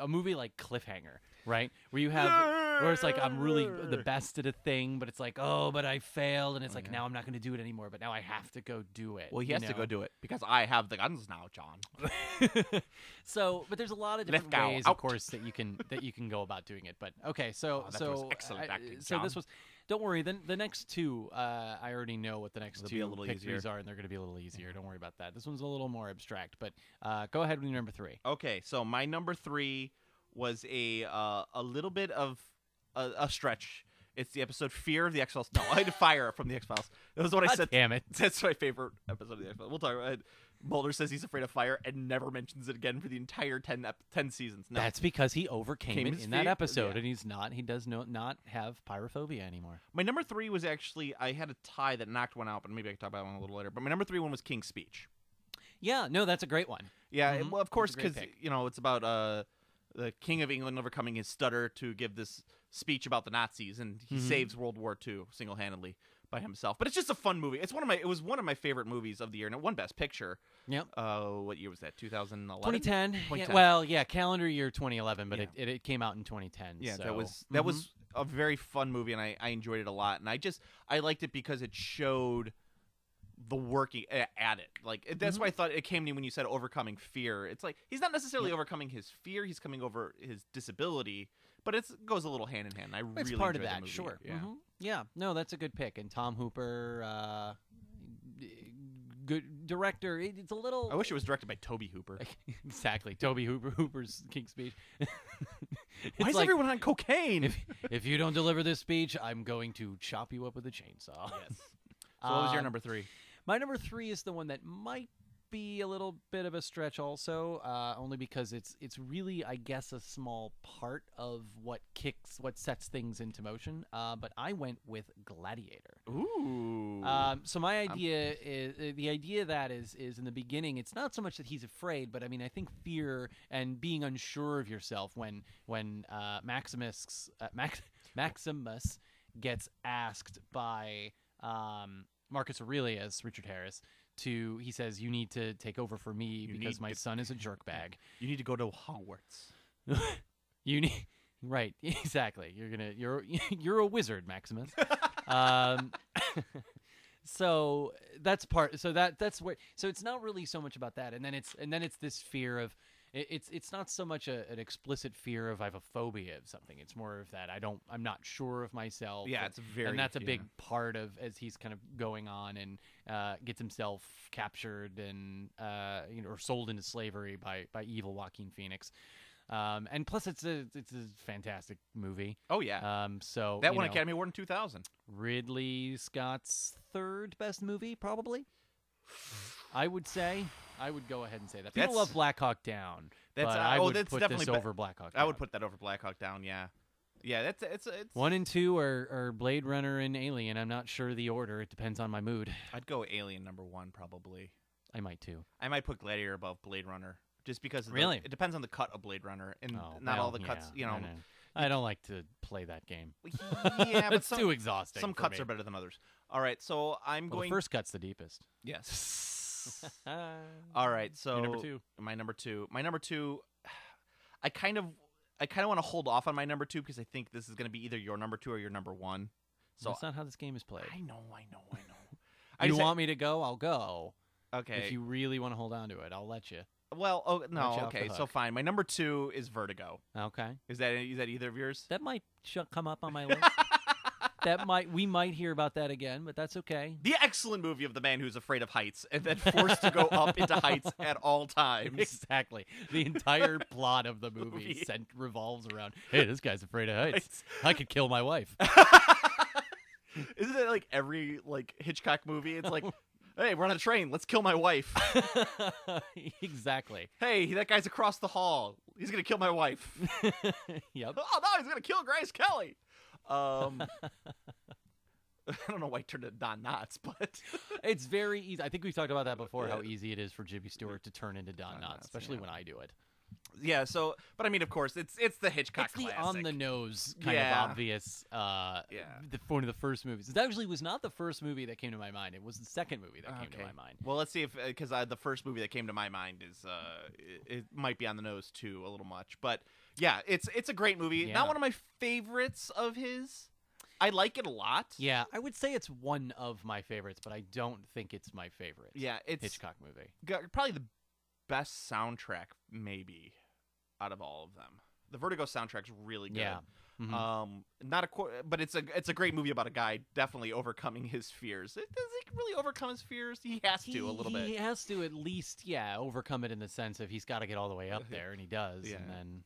Speaker 6: a movie like Cliffhanger, right? Where you have where it's like I'm really the Oh, best at a thing, but it's like oh, but I failed, and it's like now I'm not going to do it anymore, but now I have to go do it.
Speaker 7: well, he has to go do it because I have the guns now, John.
Speaker 6: it. so, but there's a lot of different
Speaker 7: Lithgow,
Speaker 6: ways,
Speaker 7: out.
Speaker 6: of course, that you can that you can go about doing it. But okay, so
Speaker 7: Oh, that was
Speaker 6: so
Speaker 7: excellent
Speaker 6: I-
Speaker 7: acting,
Speaker 6: so this
Speaker 7: John.
Speaker 6: was. Don't worry. Then the next two, uh, I already know what the next
Speaker 7: They'll
Speaker 6: two
Speaker 7: be a little
Speaker 6: pick
Speaker 7: easier. Mm-hmm.
Speaker 6: threes are, and they're going to be a little easier. Don't worry about that. This one's a little more abstract, but uh, go ahead with your number three.
Speaker 7: Okay, so my number three was a uh, a little bit of a, a stretch. It's the episode Fear of the X Files. No, I had to fire from the X Files. That was what I
Speaker 6: God
Speaker 7: said.
Speaker 6: damn it.
Speaker 7: That's my favorite episode of the X Files. We'll talk about it. Mulder says he's afraid of fire and never mentions it again for the entire 10, ep- 10 seasons. No.
Speaker 6: That's because he overcame
Speaker 7: Came
Speaker 6: it
Speaker 7: his
Speaker 6: in
Speaker 7: fear-
Speaker 6: that episode,
Speaker 7: yeah.
Speaker 6: and he's not. He does no, not have pyrophobia anymore.
Speaker 7: My number three was actually I had a tie that knocked one out, but maybe I can talk about one a little later. But my number three one was King's Speech.
Speaker 6: Yeah, no, that's a great one.
Speaker 7: Yeah,
Speaker 6: Mhm.
Speaker 7: well, of
Speaker 6: a
Speaker 7: course,
Speaker 6: great
Speaker 7: because
Speaker 6: pick.
Speaker 7: you know it's about uh, the King of England overcoming his stutter to give this speech about the Nazis, and he
Speaker 6: Mm-hmm.
Speaker 7: saves World War II single handedly by himself. But it's just a fun movie. It's one of my it was one of my favorite movies of the year, and it won Best Picture.
Speaker 6: Yep.
Speaker 7: Uh, what year was that? 2011.
Speaker 6: 2010. Yeah,
Speaker 7: 2010.
Speaker 6: well, yeah, calendar year 2011, but
Speaker 7: Yeah.
Speaker 6: it, it, it came out in 2010.
Speaker 7: Yeah,
Speaker 6: so-
Speaker 7: that was that
Speaker 6: Mhm.
Speaker 7: was a very fun movie, and I, I enjoyed it a lot. And I just I liked it because it showed the working a- at it. Like it-
Speaker 6: Mm-hmm.
Speaker 7: that's why I thought it came to me when you said overcoming fear. It's like he's not necessarily overcoming his fear; he's coming over his disability. But it goes a little hand in hand. I
Speaker 6: It's
Speaker 7: really
Speaker 6: part of
Speaker 7: enjoyed the
Speaker 6: that,
Speaker 7: movie.
Speaker 6: sure. Mm-hmm.
Speaker 7: Yeah.
Speaker 6: Mhm. Yeah, no, that's a good pick. And Tom Hooper, uh, good, director. It, it's a little.
Speaker 7: I wish it was directed by Toby Hooper.
Speaker 6: exactly. Toby Hooper, Hooper's King's Speech.
Speaker 7: Why is
Speaker 6: like-
Speaker 7: everyone on cocaine?
Speaker 6: if, if you don't deliver this speech, I'm going to chop you up with a chainsaw. Yes.
Speaker 7: so what was your
Speaker 6: Um,
Speaker 7: number three?
Speaker 6: My number three is the one that might be a little bit of a stretch, also, uh, only because it's it's really, I guess, a small part of what kicks, what sets things into motion. Uh, but I went with Gladiator.
Speaker 7: Ooh.
Speaker 6: Um, so my idea is uh, the idea of that is is in the beginning. It's not so much that he's afraid, but I mean I think fear and being unsure of yourself when when uh, Maximus uh, Max, Maximus gets asked by um, Marcus Aurelius Richard Harris to he says you need to take over for me because
Speaker 7: need
Speaker 6: my
Speaker 7: to-
Speaker 6: son is a jerkbag.
Speaker 7: you need to go to Hogwarts.
Speaker 6: You need right exactly. You're gonna you're you're a wizard, Maximus. um, so that's part. So that that's where. So it's not really so much about that, and then it's and then it's this fear of. it- It's it's not so much a, an explicit fear of I have a phobia of something. It's more of that I don't I'm not sure of myself.
Speaker 7: Yeah,
Speaker 6: and-
Speaker 7: it's very-
Speaker 6: and that's a
Speaker 7: yeah.
Speaker 6: big part of as he's kind of going on and uh, gets himself captured and uh, you know or sold into slavery by by evil Joaquin Phoenix. Um, and plus, it's a it's a fantastic movie.
Speaker 7: Oh yeah,
Speaker 6: Um, so
Speaker 7: that
Speaker 6: you
Speaker 7: won
Speaker 6: know,
Speaker 7: Academy Award in 2000.
Speaker 6: Ridley Scott's third best movie, probably. I would say. I would go ahead and say that. People
Speaker 7: That's-
Speaker 6: love Black Hawk Down.
Speaker 7: That's-
Speaker 6: but
Speaker 7: uh,
Speaker 6: I
Speaker 7: oh,
Speaker 6: would
Speaker 7: that's
Speaker 6: put
Speaker 7: definitely
Speaker 6: this
Speaker 7: be-
Speaker 6: over Black Hawk.
Speaker 7: I would
Speaker 6: Down.
Speaker 7: put that over Black Hawk Down. Yeah, yeah. That's it's it's.
Speaker 6: one and two are, are Blade Runner and Alien. I'm not sure the order. It depends on my mood.
Speaker 7: I'd go Alien number one probably.
Speaker 6: I might too.
Speaker 7: I might put Gladiator above Blade Runner just because of the-
Speaker 6: Really?
Speaker 7: it depends on the cut of Blade Runner and
Speaker 6: Oh,
Speaker 7: not all
Speaker 6: well,
Speaker 7: the cuts.
Speaker 6: yeah,
Speaker 7: you
Speaker 6: I
Speaker 7: know,
Speaker 6: I don't like to play that game.
Speaker 7: yeah, but
Speaker 6: it's
Speaker 7: some,
Speaker 6: too exhausting.
Speaker 7: some
Speaker 6: for
Speaker 7: cuts
Speaker 6: me.
Speaker 7: are better than others. All right, so I'm
Speaker 6: Well,
Speaker 7: going
Speaker 6: the first cut's the deepest.
Speaker 7: Yes. All right, so
Speaker 6: number two.
Speaker 7: My number two. My number two. I kind of, I kind of want to hold off on my number two because I think this is going to be either your number two or your number one. So
Speaker 6: That's not how this game is played.
Speaker 7: I know, I know, I know. I
Speaker 6: you
Speaker 7: just-
Speaker 6: want me to go? I'll go.
Speaker 7: Okay.
Speaker 6: If you really want to hold on to it, I'll let you.
Speaker 7: well, oh
Speaker 6: let
Speaker 7: no.
Speaker 6: you off the
Speaker 7: Okay, so
Speaker 6: hook.
Speaker 7: fine. My number two is Vertigo.
Speaker 6: Okay.
Speaker 7: Is that is that either of yours?
Speaker 6: That might sh- come up on my list. that might we might hear about that again, but that's okay.
Speaker 7: The excellent movie of the man who's afraid of heights and then forced to go up into heights at all times.
Speaker 6: Exactly. The entire plot of the movie
Speaker 7: Movie.
Speaker 6: cent- revolves around, "Hey, this guy's afraid of heights. I could kill my wife."
Speaker 7: Isn't it like every like Hitchcock movie? It's like, hey, we're on a train. Let's kill my wife.
Speaker 6: exactly.
Speaker 7: hey, that guy's across the hall. He's gonna kill my wife.
Speaker 6: Yep.
Speaker 7: oh no, he's gonna kill Grace Kelly. Um, I don't know why he turned to Don Knotts, but
Speaker 6: It's very easy. I think we've talked about that before how
Speaker 7: Yeah.
Speaker 6: easy it is for Jimmy Stewart to turn into Don
Speaker 7: Knotts,
Speaker 6: Knotts, especially
Speaker 7: yeah.
Speaker 6: when I do it.
Speaker 7: yeah. So, but I mean, of course, it's it's the Hitchcock
Speaker 6: it's the
Speaker 7: classic.
Speaker 6: on the nose kind
Speaker 7: Yeah.
Speaker 6: of obvious uh
Speaker 7: Yeah.
Speaker 6: the, one of the first movies it actually was not the first movie that came to my mind it was the second movie that came to
Speaker 7: Okay.
Speaker 6: my mind
Speaker 7: Well, let's see if because uh, the first movie that came to my mind is uh, it, it might be on the nose too a little much, but yeah, it's it's a great movie.
Speaker 6: Yeah.
Speaker 7: Not one of my favorites of his. I like it a lot.
Speaker 6: yeah i would say it's one of my favorites but i don't think it's my favorite
Speaker 7: yeah, it's
Speaker 6: hitchcock movie
Speaker 7: got probably the best soundtrack maybe out of all of them. The Vertigo soundtrack's really good.
Speaker 6: Yeah. Mhm.
Speaker 7: Um, not a qu- but it's a it's a great movie about a guy definitely overcoming his fears. It, does he really overcome his fears? He has to a little
Speaker 6: he,
Speaker 7: bit.
Speaker 6: he has to at least yeah overcome it in the sense of he's got to get all the way up there and he does
Speaker 7: Yeah.
Speaker 6: and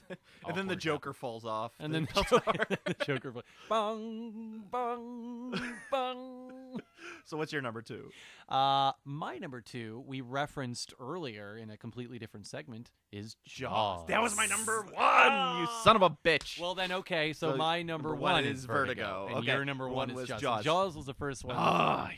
Speaker 6: then
Speaker 7: and then the
Speaker 6: Awkward
Speaker 7: Joker falls off.
Speaker 6: and then
Speaker 7: the Joker.
Speaker 6: the joker play- bong bong bong
Speaker 7: so what's your number two?
Speaker 6: Uh, my number two, we referenced earlier in a completely different segment, is Jaws.
Speaker 7: That was my number one. You son of a bitch.
Speaker 6: Well, then, okay. So,
Speaker 7: So
Speaker 6: my number,
Speaker 7: number one
Speaker 6: one,
Speaker 7: is
Speaker 6: is Vertigo,
Speaker 7: Vertigo.
Speaker 6: and
Speaker 7: Okay,
Speaker 6: your number
Speaker 7: one
Speaker 6: one, is
Speaker 7: was
Speaker 6: Jaws.
Speaker 7: Jaws. Ah,
Speaker 6: Jaws. was the first one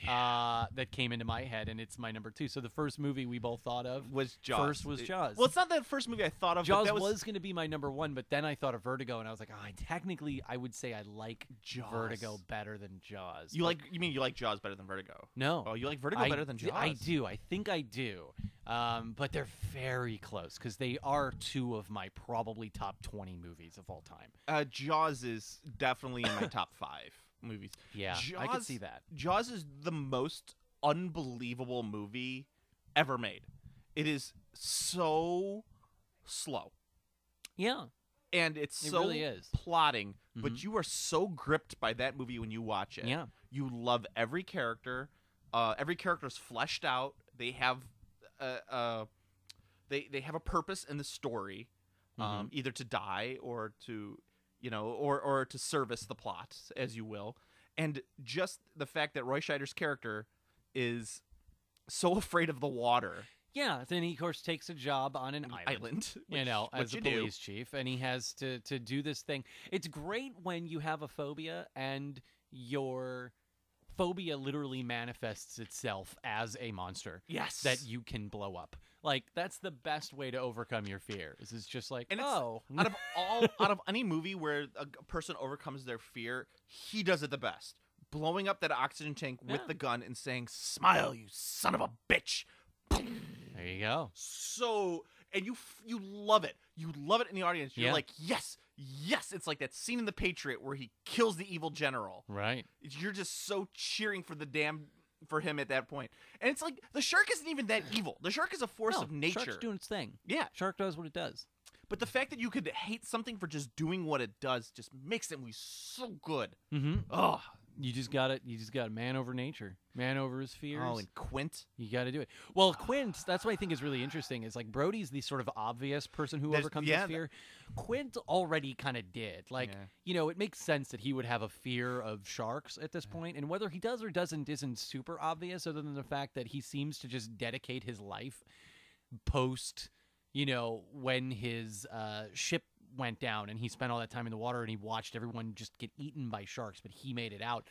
Speaker 6: uh, that came into my head, and it's my number two. So the first movie we both thought of
Speaker 7: was Jaws.
Speaker 6: First was
Speaker 7: It-
Speaker 6: Jaws.
Speaker 7: Well, it's not that first movie I thought of. but
Speaker 6: Jaws
Speaker 7: that
Speaker 6: was, going to be my number one, but then I thought of Vertigo, and I was like, oh, technically, I would say I like
Speaker 7: Jaws.
Speaker 6: Vertigo better than Jaws.
Speaker 7: You
Speaker 6: But-
Speaker 7: like? You mean you like Jaws better than Vertigo?
Speaker 6: No.
Speaker 7: Oh, you like Vertigo
Speaker 6: I
Speaker 7: better than
Speaker 6: d-
Speaker 7: Jaws?
Speaker 6: I do. I think I do. Um, but they're very close because they are two of my probably top 20 movies of all time.
Speaker 7: Uh, Jaws is definitely in my top five movies.
Speaker 6: Yeah, I could see that.
Speaker 7: Jaws is the most unbelievable movie ever made. It is so slow
Speaker 6: Yeah.
Speaker 7: and it's
Speaker 6: It
Speaker 7: so
Speaker 6: really is. Mm-hmm.
Speaker 7: plotting, but you are so gripped by that movie when you watch it.
Speaker 6: Yeah.
Speaker 7: you love every character. Uh, every character is fleshed out. They have uh, uh, they they have a purpose in the story,
Speaker 6: Mm-hmm.
Speaker 7: um, either to die or to you know or or to service the plot, as you will. And just the fact that Roy Scheider's character is so afraid of the water
Speaker 6: Yeah, then he of course takes a job on an
Speaker 7: island,
Speaker 6: island. you
Speaker 7: which-
Speaker 6: know,
Speaker 7: what
Speaker 6: as
Speaker 7: you
Speaker 6: a
Speaker 7: do.
Speaker 6: police chief, and he has to to do this thing. It's great when you have a phobia and your phobia literally manifests itself as a monster
Speaker 7: Yes,
Speaker 6: that you can blow up. Like that's the best way to overcome your fears. Is just like
Speaker 7: And it's-
Speaker 6: oh,
Speaker 7: out of all out of any movie where a g- person overcomes their fear, he does it the best. Blowing up that oxygen tank with
Speaker 6: Yeah.
Speaker 7: the gun and saying, "Smile, you son of a bitch."
Speaker 6: there you go.
Speaker 7: So, and you f- you love it. You love it in the audience. You're
Speaker 6: Yeah.
Speaker 7: like, "Yes, yes." It's like that scene in The Patriot where he kills the evil general.
Speaker 6: Right.
Speaker 7: You're just so cheering for the damn for him at that point. And it's like the shark isn't even that evil. The shark is a force
Speaker 6: No,
Speaker 7: of nature.
Speaker 6: Shark's doing its thing.
Speaker 7: yeah,
Speaker 6: Shark does what it does.
Speaker 7: but the fact that you could hate something for just doing what it does just makes that movie so good.
Speaker 6: Mm-hmm.
Speaker 7: Oh,
Speaker 6: You just got to You just got to man over nature, man over his fears.
Speaker 7: oh, and Quint.
Speaker 6: You got to do it. Well, Quint, that's what I think is really interesting. Is like Brody's the sort of obvious person who
Speaker 7: There's-
Speaker 6: overcomes
Speaker 7: yeah,
Speaker 6: his
Speaker 7: that-
Speaker 6: fear. Quint already kind of did. Like,
Speaker 7: Yeah.
Speaker 6: you know, it makes sense that he would have a fear of sharks at this point, and whether he does or doesn't isn't super obvious, other than the fact that he seems to just dedicate his life post, you know, when his uh, ship went down and he spent all that time in the water and he watched everyone just get eaten by sharks, but he made it out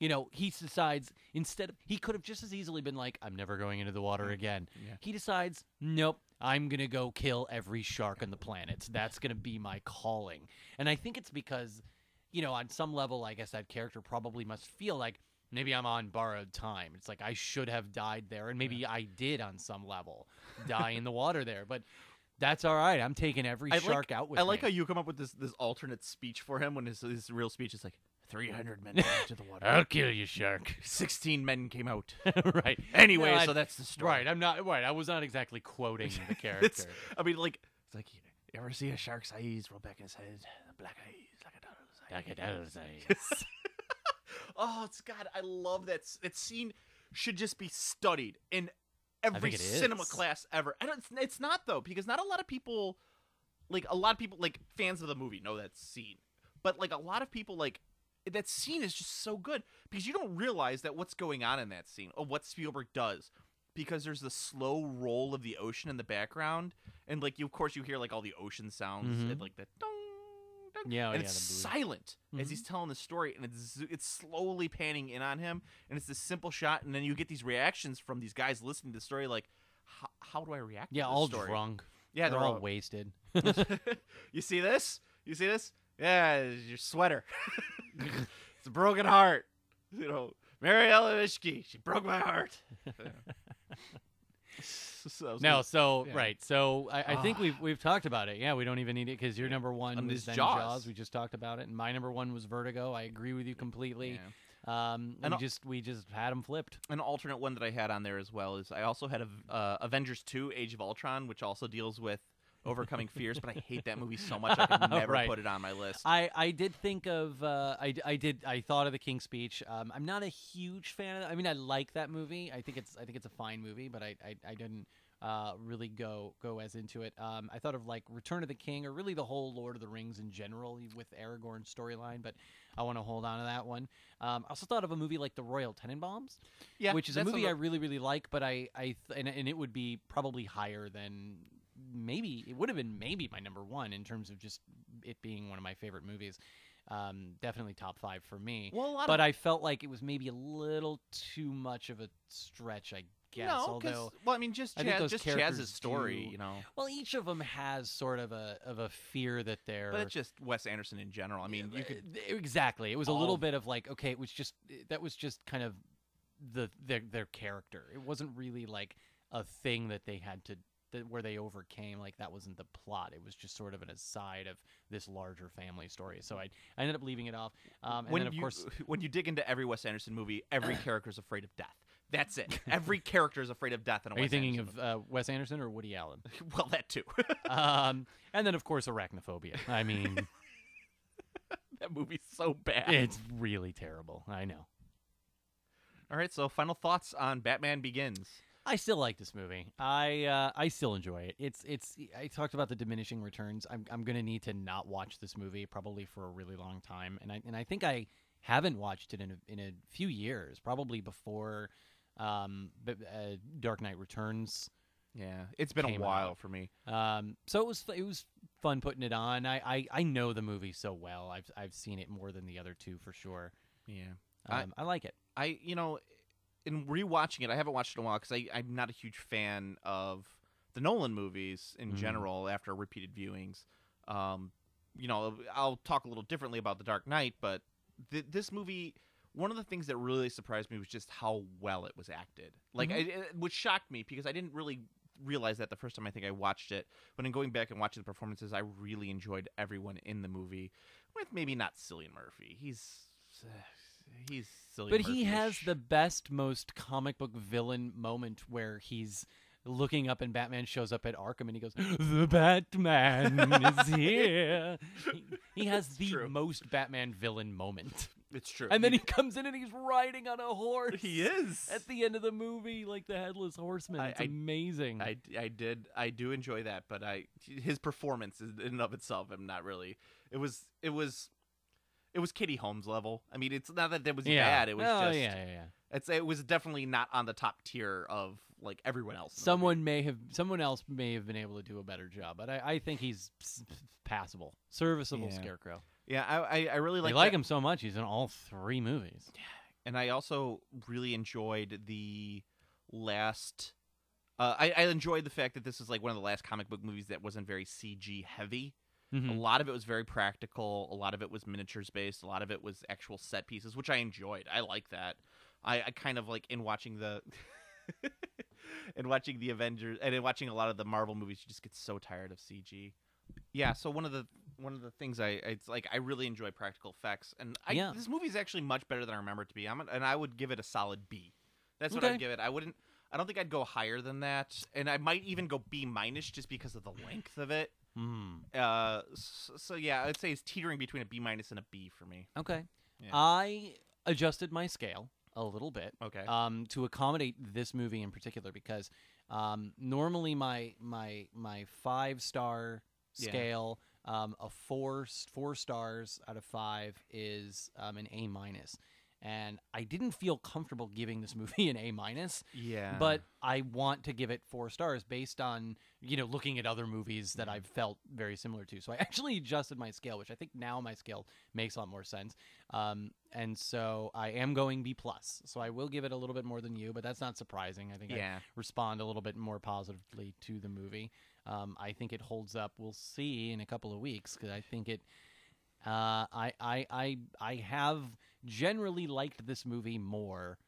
Speaker 6: you know, he decides instead of he could have just as easily been like, I'm never going into the water again. He decides, nope, I'm gonna go kill every shark on the planet. That's gonna be my calling. And I think it's because, you know, on some level, I guess that character probably must feel like maybe I'm on borrowed time. It's like I should have died there, and maybe I did on some level die in the water there, but. That's all right. I'm taking every
Speaker 7: I
Speaker 6: shark
Speaker 7: like,
Speaker 6: out with
Speaker 7: I like
Speaker 6: me.
Speaker 7: how you come up with this this alternate speech for him when his his real speech is like 300 men went into the water.
Speaker 3: I'll kill you, shark.
Speaker 7: 16 men came out.
Speaker 6: right.
Speaker 7: Anyway,
Speaker 6: No, I-
Speaker 7: so that's the story.
Speaker 6: Right. I'm not right. I was not exactly quoting the character.
Speaker 7: It's, I mean, like, it's like you, you ever see a shark's eyes roll back in his head, the black eyes like a doll's eye. Oh, it's God, I love that. s- That scene should just be studied in every
Speaker 6: think it
Speaker 7: cinema
Speaker 6: is.
Speaker 7: class ever. And it's, it's not though, because not a lot of people, like a lot of people, like fans of the movie, know that scene. But like a lot of people, like that scene is just so good because you don't realize that what's going on in that scene or what Spielberg does. Because there's the slow roll of the ocean in the background, and like you, of course, you hear like all the ocean sounds,
Speaker 6: Mhm.
Speaker 7: and like the dong, dong,
Speaker 6: Yeah, oh,
Speaker 7: and
Speaker 6: yeah,
Speaker 7: it's
Speaker 6: the blue.
Speaker 7: silent as
Speaker 6: Mm-hmm.
Speaker 7: he's telling the story, and it's zo- it's slowly panning in on him, and it's this simple shot, and then you get these reactions from these guys listening to the story, like, "How- how do I react?
Speaker 6: Yeah,
Speaker 7: to this
Speaker 6: all
Speaker 7: story?
Speaker 6: drunk.
Speaker 7: Yeah,
Speaker 6: they're all
Speaker 7: all-
Speaker 6: wasted.
Speaker 7: you see this? You see this? Yeah, it's your sweater. it's a broken heart. You know, Mary Ellen Mishke, she broke my heart. so,
Speaker 6: No, so
Speaker 7: yeah.
Speaker 6: right, so I, I think we've we've talked about it. Ah. Yeah, we don't even need it because your number one
Speaker 7: And
Speaker 6: was
Speaker 7: it's
Speaker 6: then
Speaker 7: Jaws.
Speaker 6: Jaws. We just talked about it, and my number one was Vertigo. I agree with you completely.
Speaker 7: Yeah.
Speaker 6: Um,
Speaker 7: And
Speaker 6: we
Speaker 7: al-
Speaker 6: just we just had them flipped.
Speaker 7: an alternate one that I had on there as well is I also had a, uh, Avengers 2 Age of Ultron, which also deals with overcoming fears, but I hate that movie so much I could never
Speaker 6: Right.
Speaker 7: put it on my list.
Speaker 6: I, I did think of uh, I, d- I did I thought of the King's Speech. Um, I'm not a huge fan of that. I mean, I like that movie. I think it's I think it's a fine movie, but I I, I didn't uh, really go go as into it. Um, I thought of like Return of the King or really the whole Lord of the Rings in general with Aragorn's storyline, but I want to hold on to that one. Um, I also thought of a movie like The Royal Tenenbaums,
Speaker 7: yeah,
Speaker 6: which is a
Speaker 7: that's
Speaker 6: movie I
Speaker 7: another-
Speaker 6: really really like, but I I th- and, and it would be probably higher than maybe it would have been maybe my number one in terms of just it being one of my favorite movies. Um, definitely top five for me.
Speaker 7: well, a lot
Speaker 6: But
Speaker 7: of,
Speaker 6: I felt like it was maybe a little too much of a stretch, I guess.
Speaker 7: no, 'cause-
Speaker 6: although,
Speaker 7: well, I mean, just
Speaker 6: I think
Speaker 7: Chaz,
Speaker 6: those
Speaker 7: just
Speaker 6: characters
Speaker 7: Chaz's story,
Speaker 6: do-
Speaker 7: you know.
Speaker 6: well, each of them has sort of a of a fear that they're.
Speaker 7: But it's just Wes Anderson in general. I mean, you could
Speaker 6: Uh, exactly. It was a
Speaker 7: all-
Speaker 6: little bit of like, okay, it was just that was just kind of the their their character. It wasn't really like a thing that they had to that where they overcame. Like that wasn't the plot. It was just sort of an aside of this larger family story. So I I ended up leaving it off. Um, and
Speaker 7: when
Speaker 6: then of
Speaker 7: you
Speaker 6: course
Speaker 7: when you dig into every Wes Anderson movie, every character is afraid of death. That's it. Every character is afraid of death. In a
Speaker 6: Are you
Speaker 7: Wes
Speaker 6: thinking
Speaker 7: Anderson
Speaker 6: of uh, Wes Anderson or Woody Allen?
Speaker 7: movie. well, that too.
Speaker 6: um, and then, of course, arachnophobia. I mean,
Speaker 7: that movie's so bad.
Speaker 6: it's really terrible. I know.
Speaker 7: All right, so final thoughts on Batman Begins.
Speaker 6: I still like this movie. I uh, I still enjoy it. It's it's. I talked about the diminishing returns. I'm I'm gonna need to not watch this movie probably for a really long time, and I and I think I haven't watched it in a, in a few years, probably before um, b- uh, Dark Knight Returns.
Speaker 7: Yeah, it's been a
Speaker 6: Came out.
Speaker 7: while for me.
Speaker 6: Um, so it was it was fun putting it on. I, I, I know the movie so well. I've I've seen it more than the other two for sure.
Speaker 7: Yeah, I-
Speaker 6: Um, I, like it.
Speaker 7: I you know, in rewatching it, I haven't watched it in a while because I'm not a huge fan of the Nolan movies in
Speaker 6: Mm.
Speaker 7: general. After repeated viewings, um, you know, I'll talk a little differently about The Dark Knight, but th- this movie. One of the things that really surprised me was just how well it was acted. Like,
Speaker 6: Mm-hmm.
Speaker 7: I, it, which shocked me because I didn't really realize that the first time I think I watched it. But in going back and watching the performances, I really enjoyed everyone in the movie, with maybe not Cillian Murphy. He's uh, he's Cillian,
Speaker 6: But he has
Speaker 7: Murphy-ish.
Speaker 6: the best, most comic book villain moment where he's looking up and Batman shows up at Arkham and he goes, "The Batman is here." he, he has the
Speaker 7: true.
Speaker 6: most Batman villain moment,
Speaker 7: It's true.
Speaker 6: and then he comes in and he's riding on a horse.
Speaker 7: he is.
Speaker 6: at the end of the movie, like the headless horseman.
Speaker 7: I-
Speaker 6: It's
Speaker 7: I-
Speaker 6: amazing.
Speaker 7: I, I did I do enjoy that, but I his performance is in and of itself. I'm not really. It was it was it was Kitty Holmes level. I mean, it's not that that was bad. It was
Speaker 6: oh,
Speaker 7: just
Speaker 6: yeah, yeah, yeah.
Speaker 7: it's it was definitely not on the top tier of like everyone else. in the movie.
Speaker 6: Someone may have, someone else may have been able to do a better job, but I, I think he's s- s- passable, serviceable
Speaker 7: Yeah.
Speaker 6: scarecrow.
Speaker 7: Yeah, I I, I really
Speaker 6: Like you
Speaker 7: like
Speaker 6: like
Speaker 7: that-
Speaker 6: him so much, he's in all three movies.
Speaker 7: and I also really enjoyed the last. Uh, I, I enjoyed the fact that this is like one of the last comic book movies that wasn't very CG heavy. A
Speaker 6: Mhm.
Speaker 7: lot of it was very practical. A lot of it was miniatures based. A lot of it was actual set pieces, which I enjoyed. I like that. I, I kind of like in watching the. in watching the Avengers and in watching a lot of the Marvel movies, you just get so tired of CG. Yeah, so one of the one of the things I it's like I really enjoy practical effects, and I,
Speaker 6: Yeah.
Speaker 7: this movie is actually much better than I remember it to be. I'm an- and I would give it a solid B. That's what
Speaker 6: Okay.
Speaker 7: I'd give it. I wouldn't. I don't think I'd go higher than that, and I might even go B minus just because of the length of it.
Speaker 6: Mm.
Speaker 7: Uh, so, so yeah, I'd say it's teetering between a B minus and a B for me.
Speaker 6: Okay,
Speaker 7: Yeah.
Speaker 6: I adjusted my scale a little bit.
Speaker 7: Okay.
Speaker 6: um, to accommodate this movie in particular because um, normally my my my five star
Speaker 7: Yeah.
Speaker 6: scale um, a four four stars out of five is um, an A minus, and I didn't feel comfortable giving this movie an A minus.
Speaker 7: yeah,
Speaker 6: But I want to give it four stars based on you know looking at other movies that I've felt very similar to. So I actually adjusted my scale, which I think now my scale makes a lot more sense. Um, and so I am going B plus. So I will give it a little bit more than you, but that's not surprising. I think I
Speaker 7: yeah,
Speaker 6: respond a little bit more positively to the movie. Um, I think it holds up. We'll see in a couple of weeks because I think it. Uh, I I I I have generally liked this movie more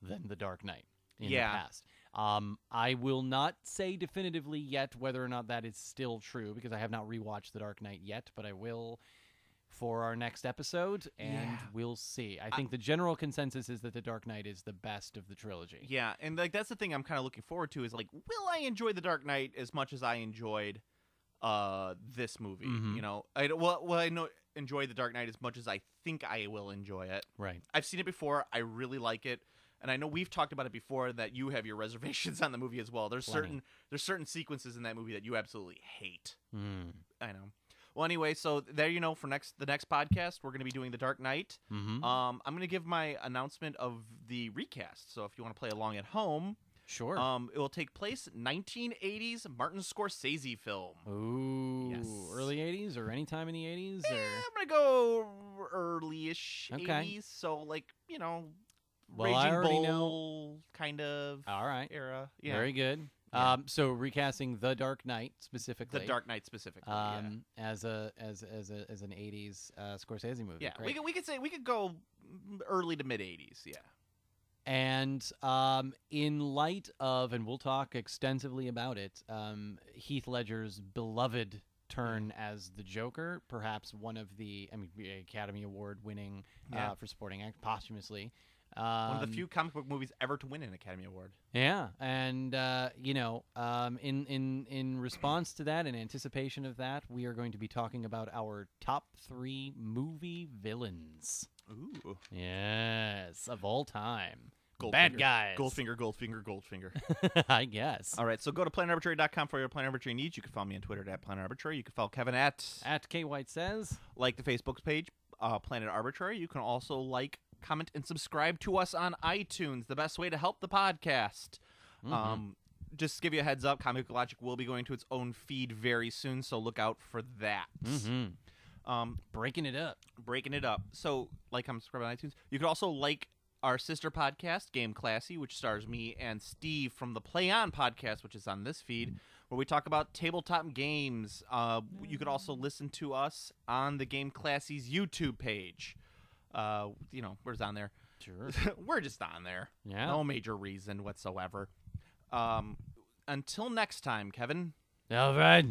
Speaker 6: than The Dark Knight in
Speaker 7: Yeah.
Speaker 6: the past. Um, I will not say definitively yet whether or not that is still true because I have not rewatched The Dark Knight yet, but I will for our next episode and
Speaker 7: Yeah.
Speaker 6: we'll see. I think the general consensus is that The Dark Knight is the best of the trilogy.
Speaker 7: yeah, and like that's the thing I'm kind of looking forward to is like, will I enjoy The Dark Knight as much as I enjoyed uh this movie?
Speaker 6: Mhm.
Speaker 7: You know, I well, well, I know enjoy The Dark Knight as much as I think I will enjoy it.
Speaker 6: Right.
Speaker 7: I've seen it before. I really like it, and I know we've talked about it before that you have your reservations on the movie as well. There's
Speaker 6: Plenty.
Speaker 7: certain there's certain sequences in that movie that you absolutely hate.
Speaker 6: Mm.
Speaker 7: I know. Well, anyway, so there you know for next the next podcast we're going to be doing The Dark Knight.
Speaker 6: Mm-hmm.
Speaker 7: Um, I'm going to give my announcement of the recast. So if you want to play along at home,
Speaker 6: Sure.
Speaker 7: um, it will take place 1980s Martin Scorsese film.
Speaker 6: Ooh,
Speaker 7: yes.
Speaker 6: early '80s or any time in the '80s,
Speaker 7: Eh,
Speaker 6: or
Speaker 7: I'm gonna go early-ish
Speaker 6: Okay.
Speaker 7: 80s, so like you know,
Speaker 6: Well, I
Speaker 7: Raging
Speaker 6: already know-
Speaker 7: Bull kind of
Speaker 6: all right,
Speaker 7: era. Yeah,
Speaker 6: very good.
Speaker 7: Yeah.
Speaker 6: Um, so recasting the Dark Knight
Speaker 7: the
Speaker 6: specifically,
Speaker 7: Dark Knight specifically.
Speaker 6: um, as a as as a, as an '80s uh, Scorsese movie.
Speaker 7: yeah, yeah.
Speaker 6: Great.
Speaker 7: We could we could say we could go early to mid 80s. Yeah.
Speaker 6: And um, in light of, and we'll talk extensively about it, um, Heath Ledger's beloved turn
Speaker 7: Mm-hmm.
Speaker 6: as the Joker, perhaps one of the, I mean, Academy Award winning
Speaker 7: Yeah.
Speaker 6: uh, for supporting act posthumously. Um,
Speaker 7: One of the few comic book movies ever to win an Academy Award.
Speaker 6: Yeah, and uh, you know, um, in in in response to that, in anticipation of that, we are going to be talking about our top three movie villains.
Speaker 7: Ooh.
Speaker 6: Yes, of all time.
Speaker 7: Goldfinger.
Speaker 6: Bad guys.
Speaker 7: Goldfinger, Goldfinger, Goldfinger.
Speaker 6: I guess.
Speaker 7: All right, so go to planetarbitrary.com for your planet arbitrary needs. You can follow me on Twitter at planetarbitrary. You can follow Kevin at
Speaker 6: At K White says,
Speaker 7: like the Facebook page, uh, Planet Arbitrary. You can also like, comment, and subscribe to us on iTunes. The best way to help the podcast. Um, just to give you a heads up, Comic Logic will be going to its own feed very soon, so look out for that. Um,
Speaker 6: breaking it up.
Speaker 7: breaking it up. So, like, comment, subscribe on iTunes. You could also like our sister podcast, Game Classy, which stars me and Steve from the Play On podcast, which is on this feed, where we talk about tabletop games. Uh, you could
Speaker 6: Mm.
Speaker 7: also listen to us on the Game Classy's YouTube page. Uh, you know, we're just on there.
Speaker 6: Sure.
Speaker 7: we're just on there.
Speaker 6: Yeah.
Speaker 7: No major reason whatsoever. Um, until next time, Kevin.
Speaker 3: All right.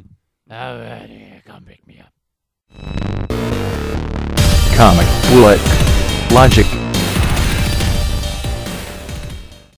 Speaker 3: All right. yeah, Come pick me up.
Speaker 1: Comic Book Logic.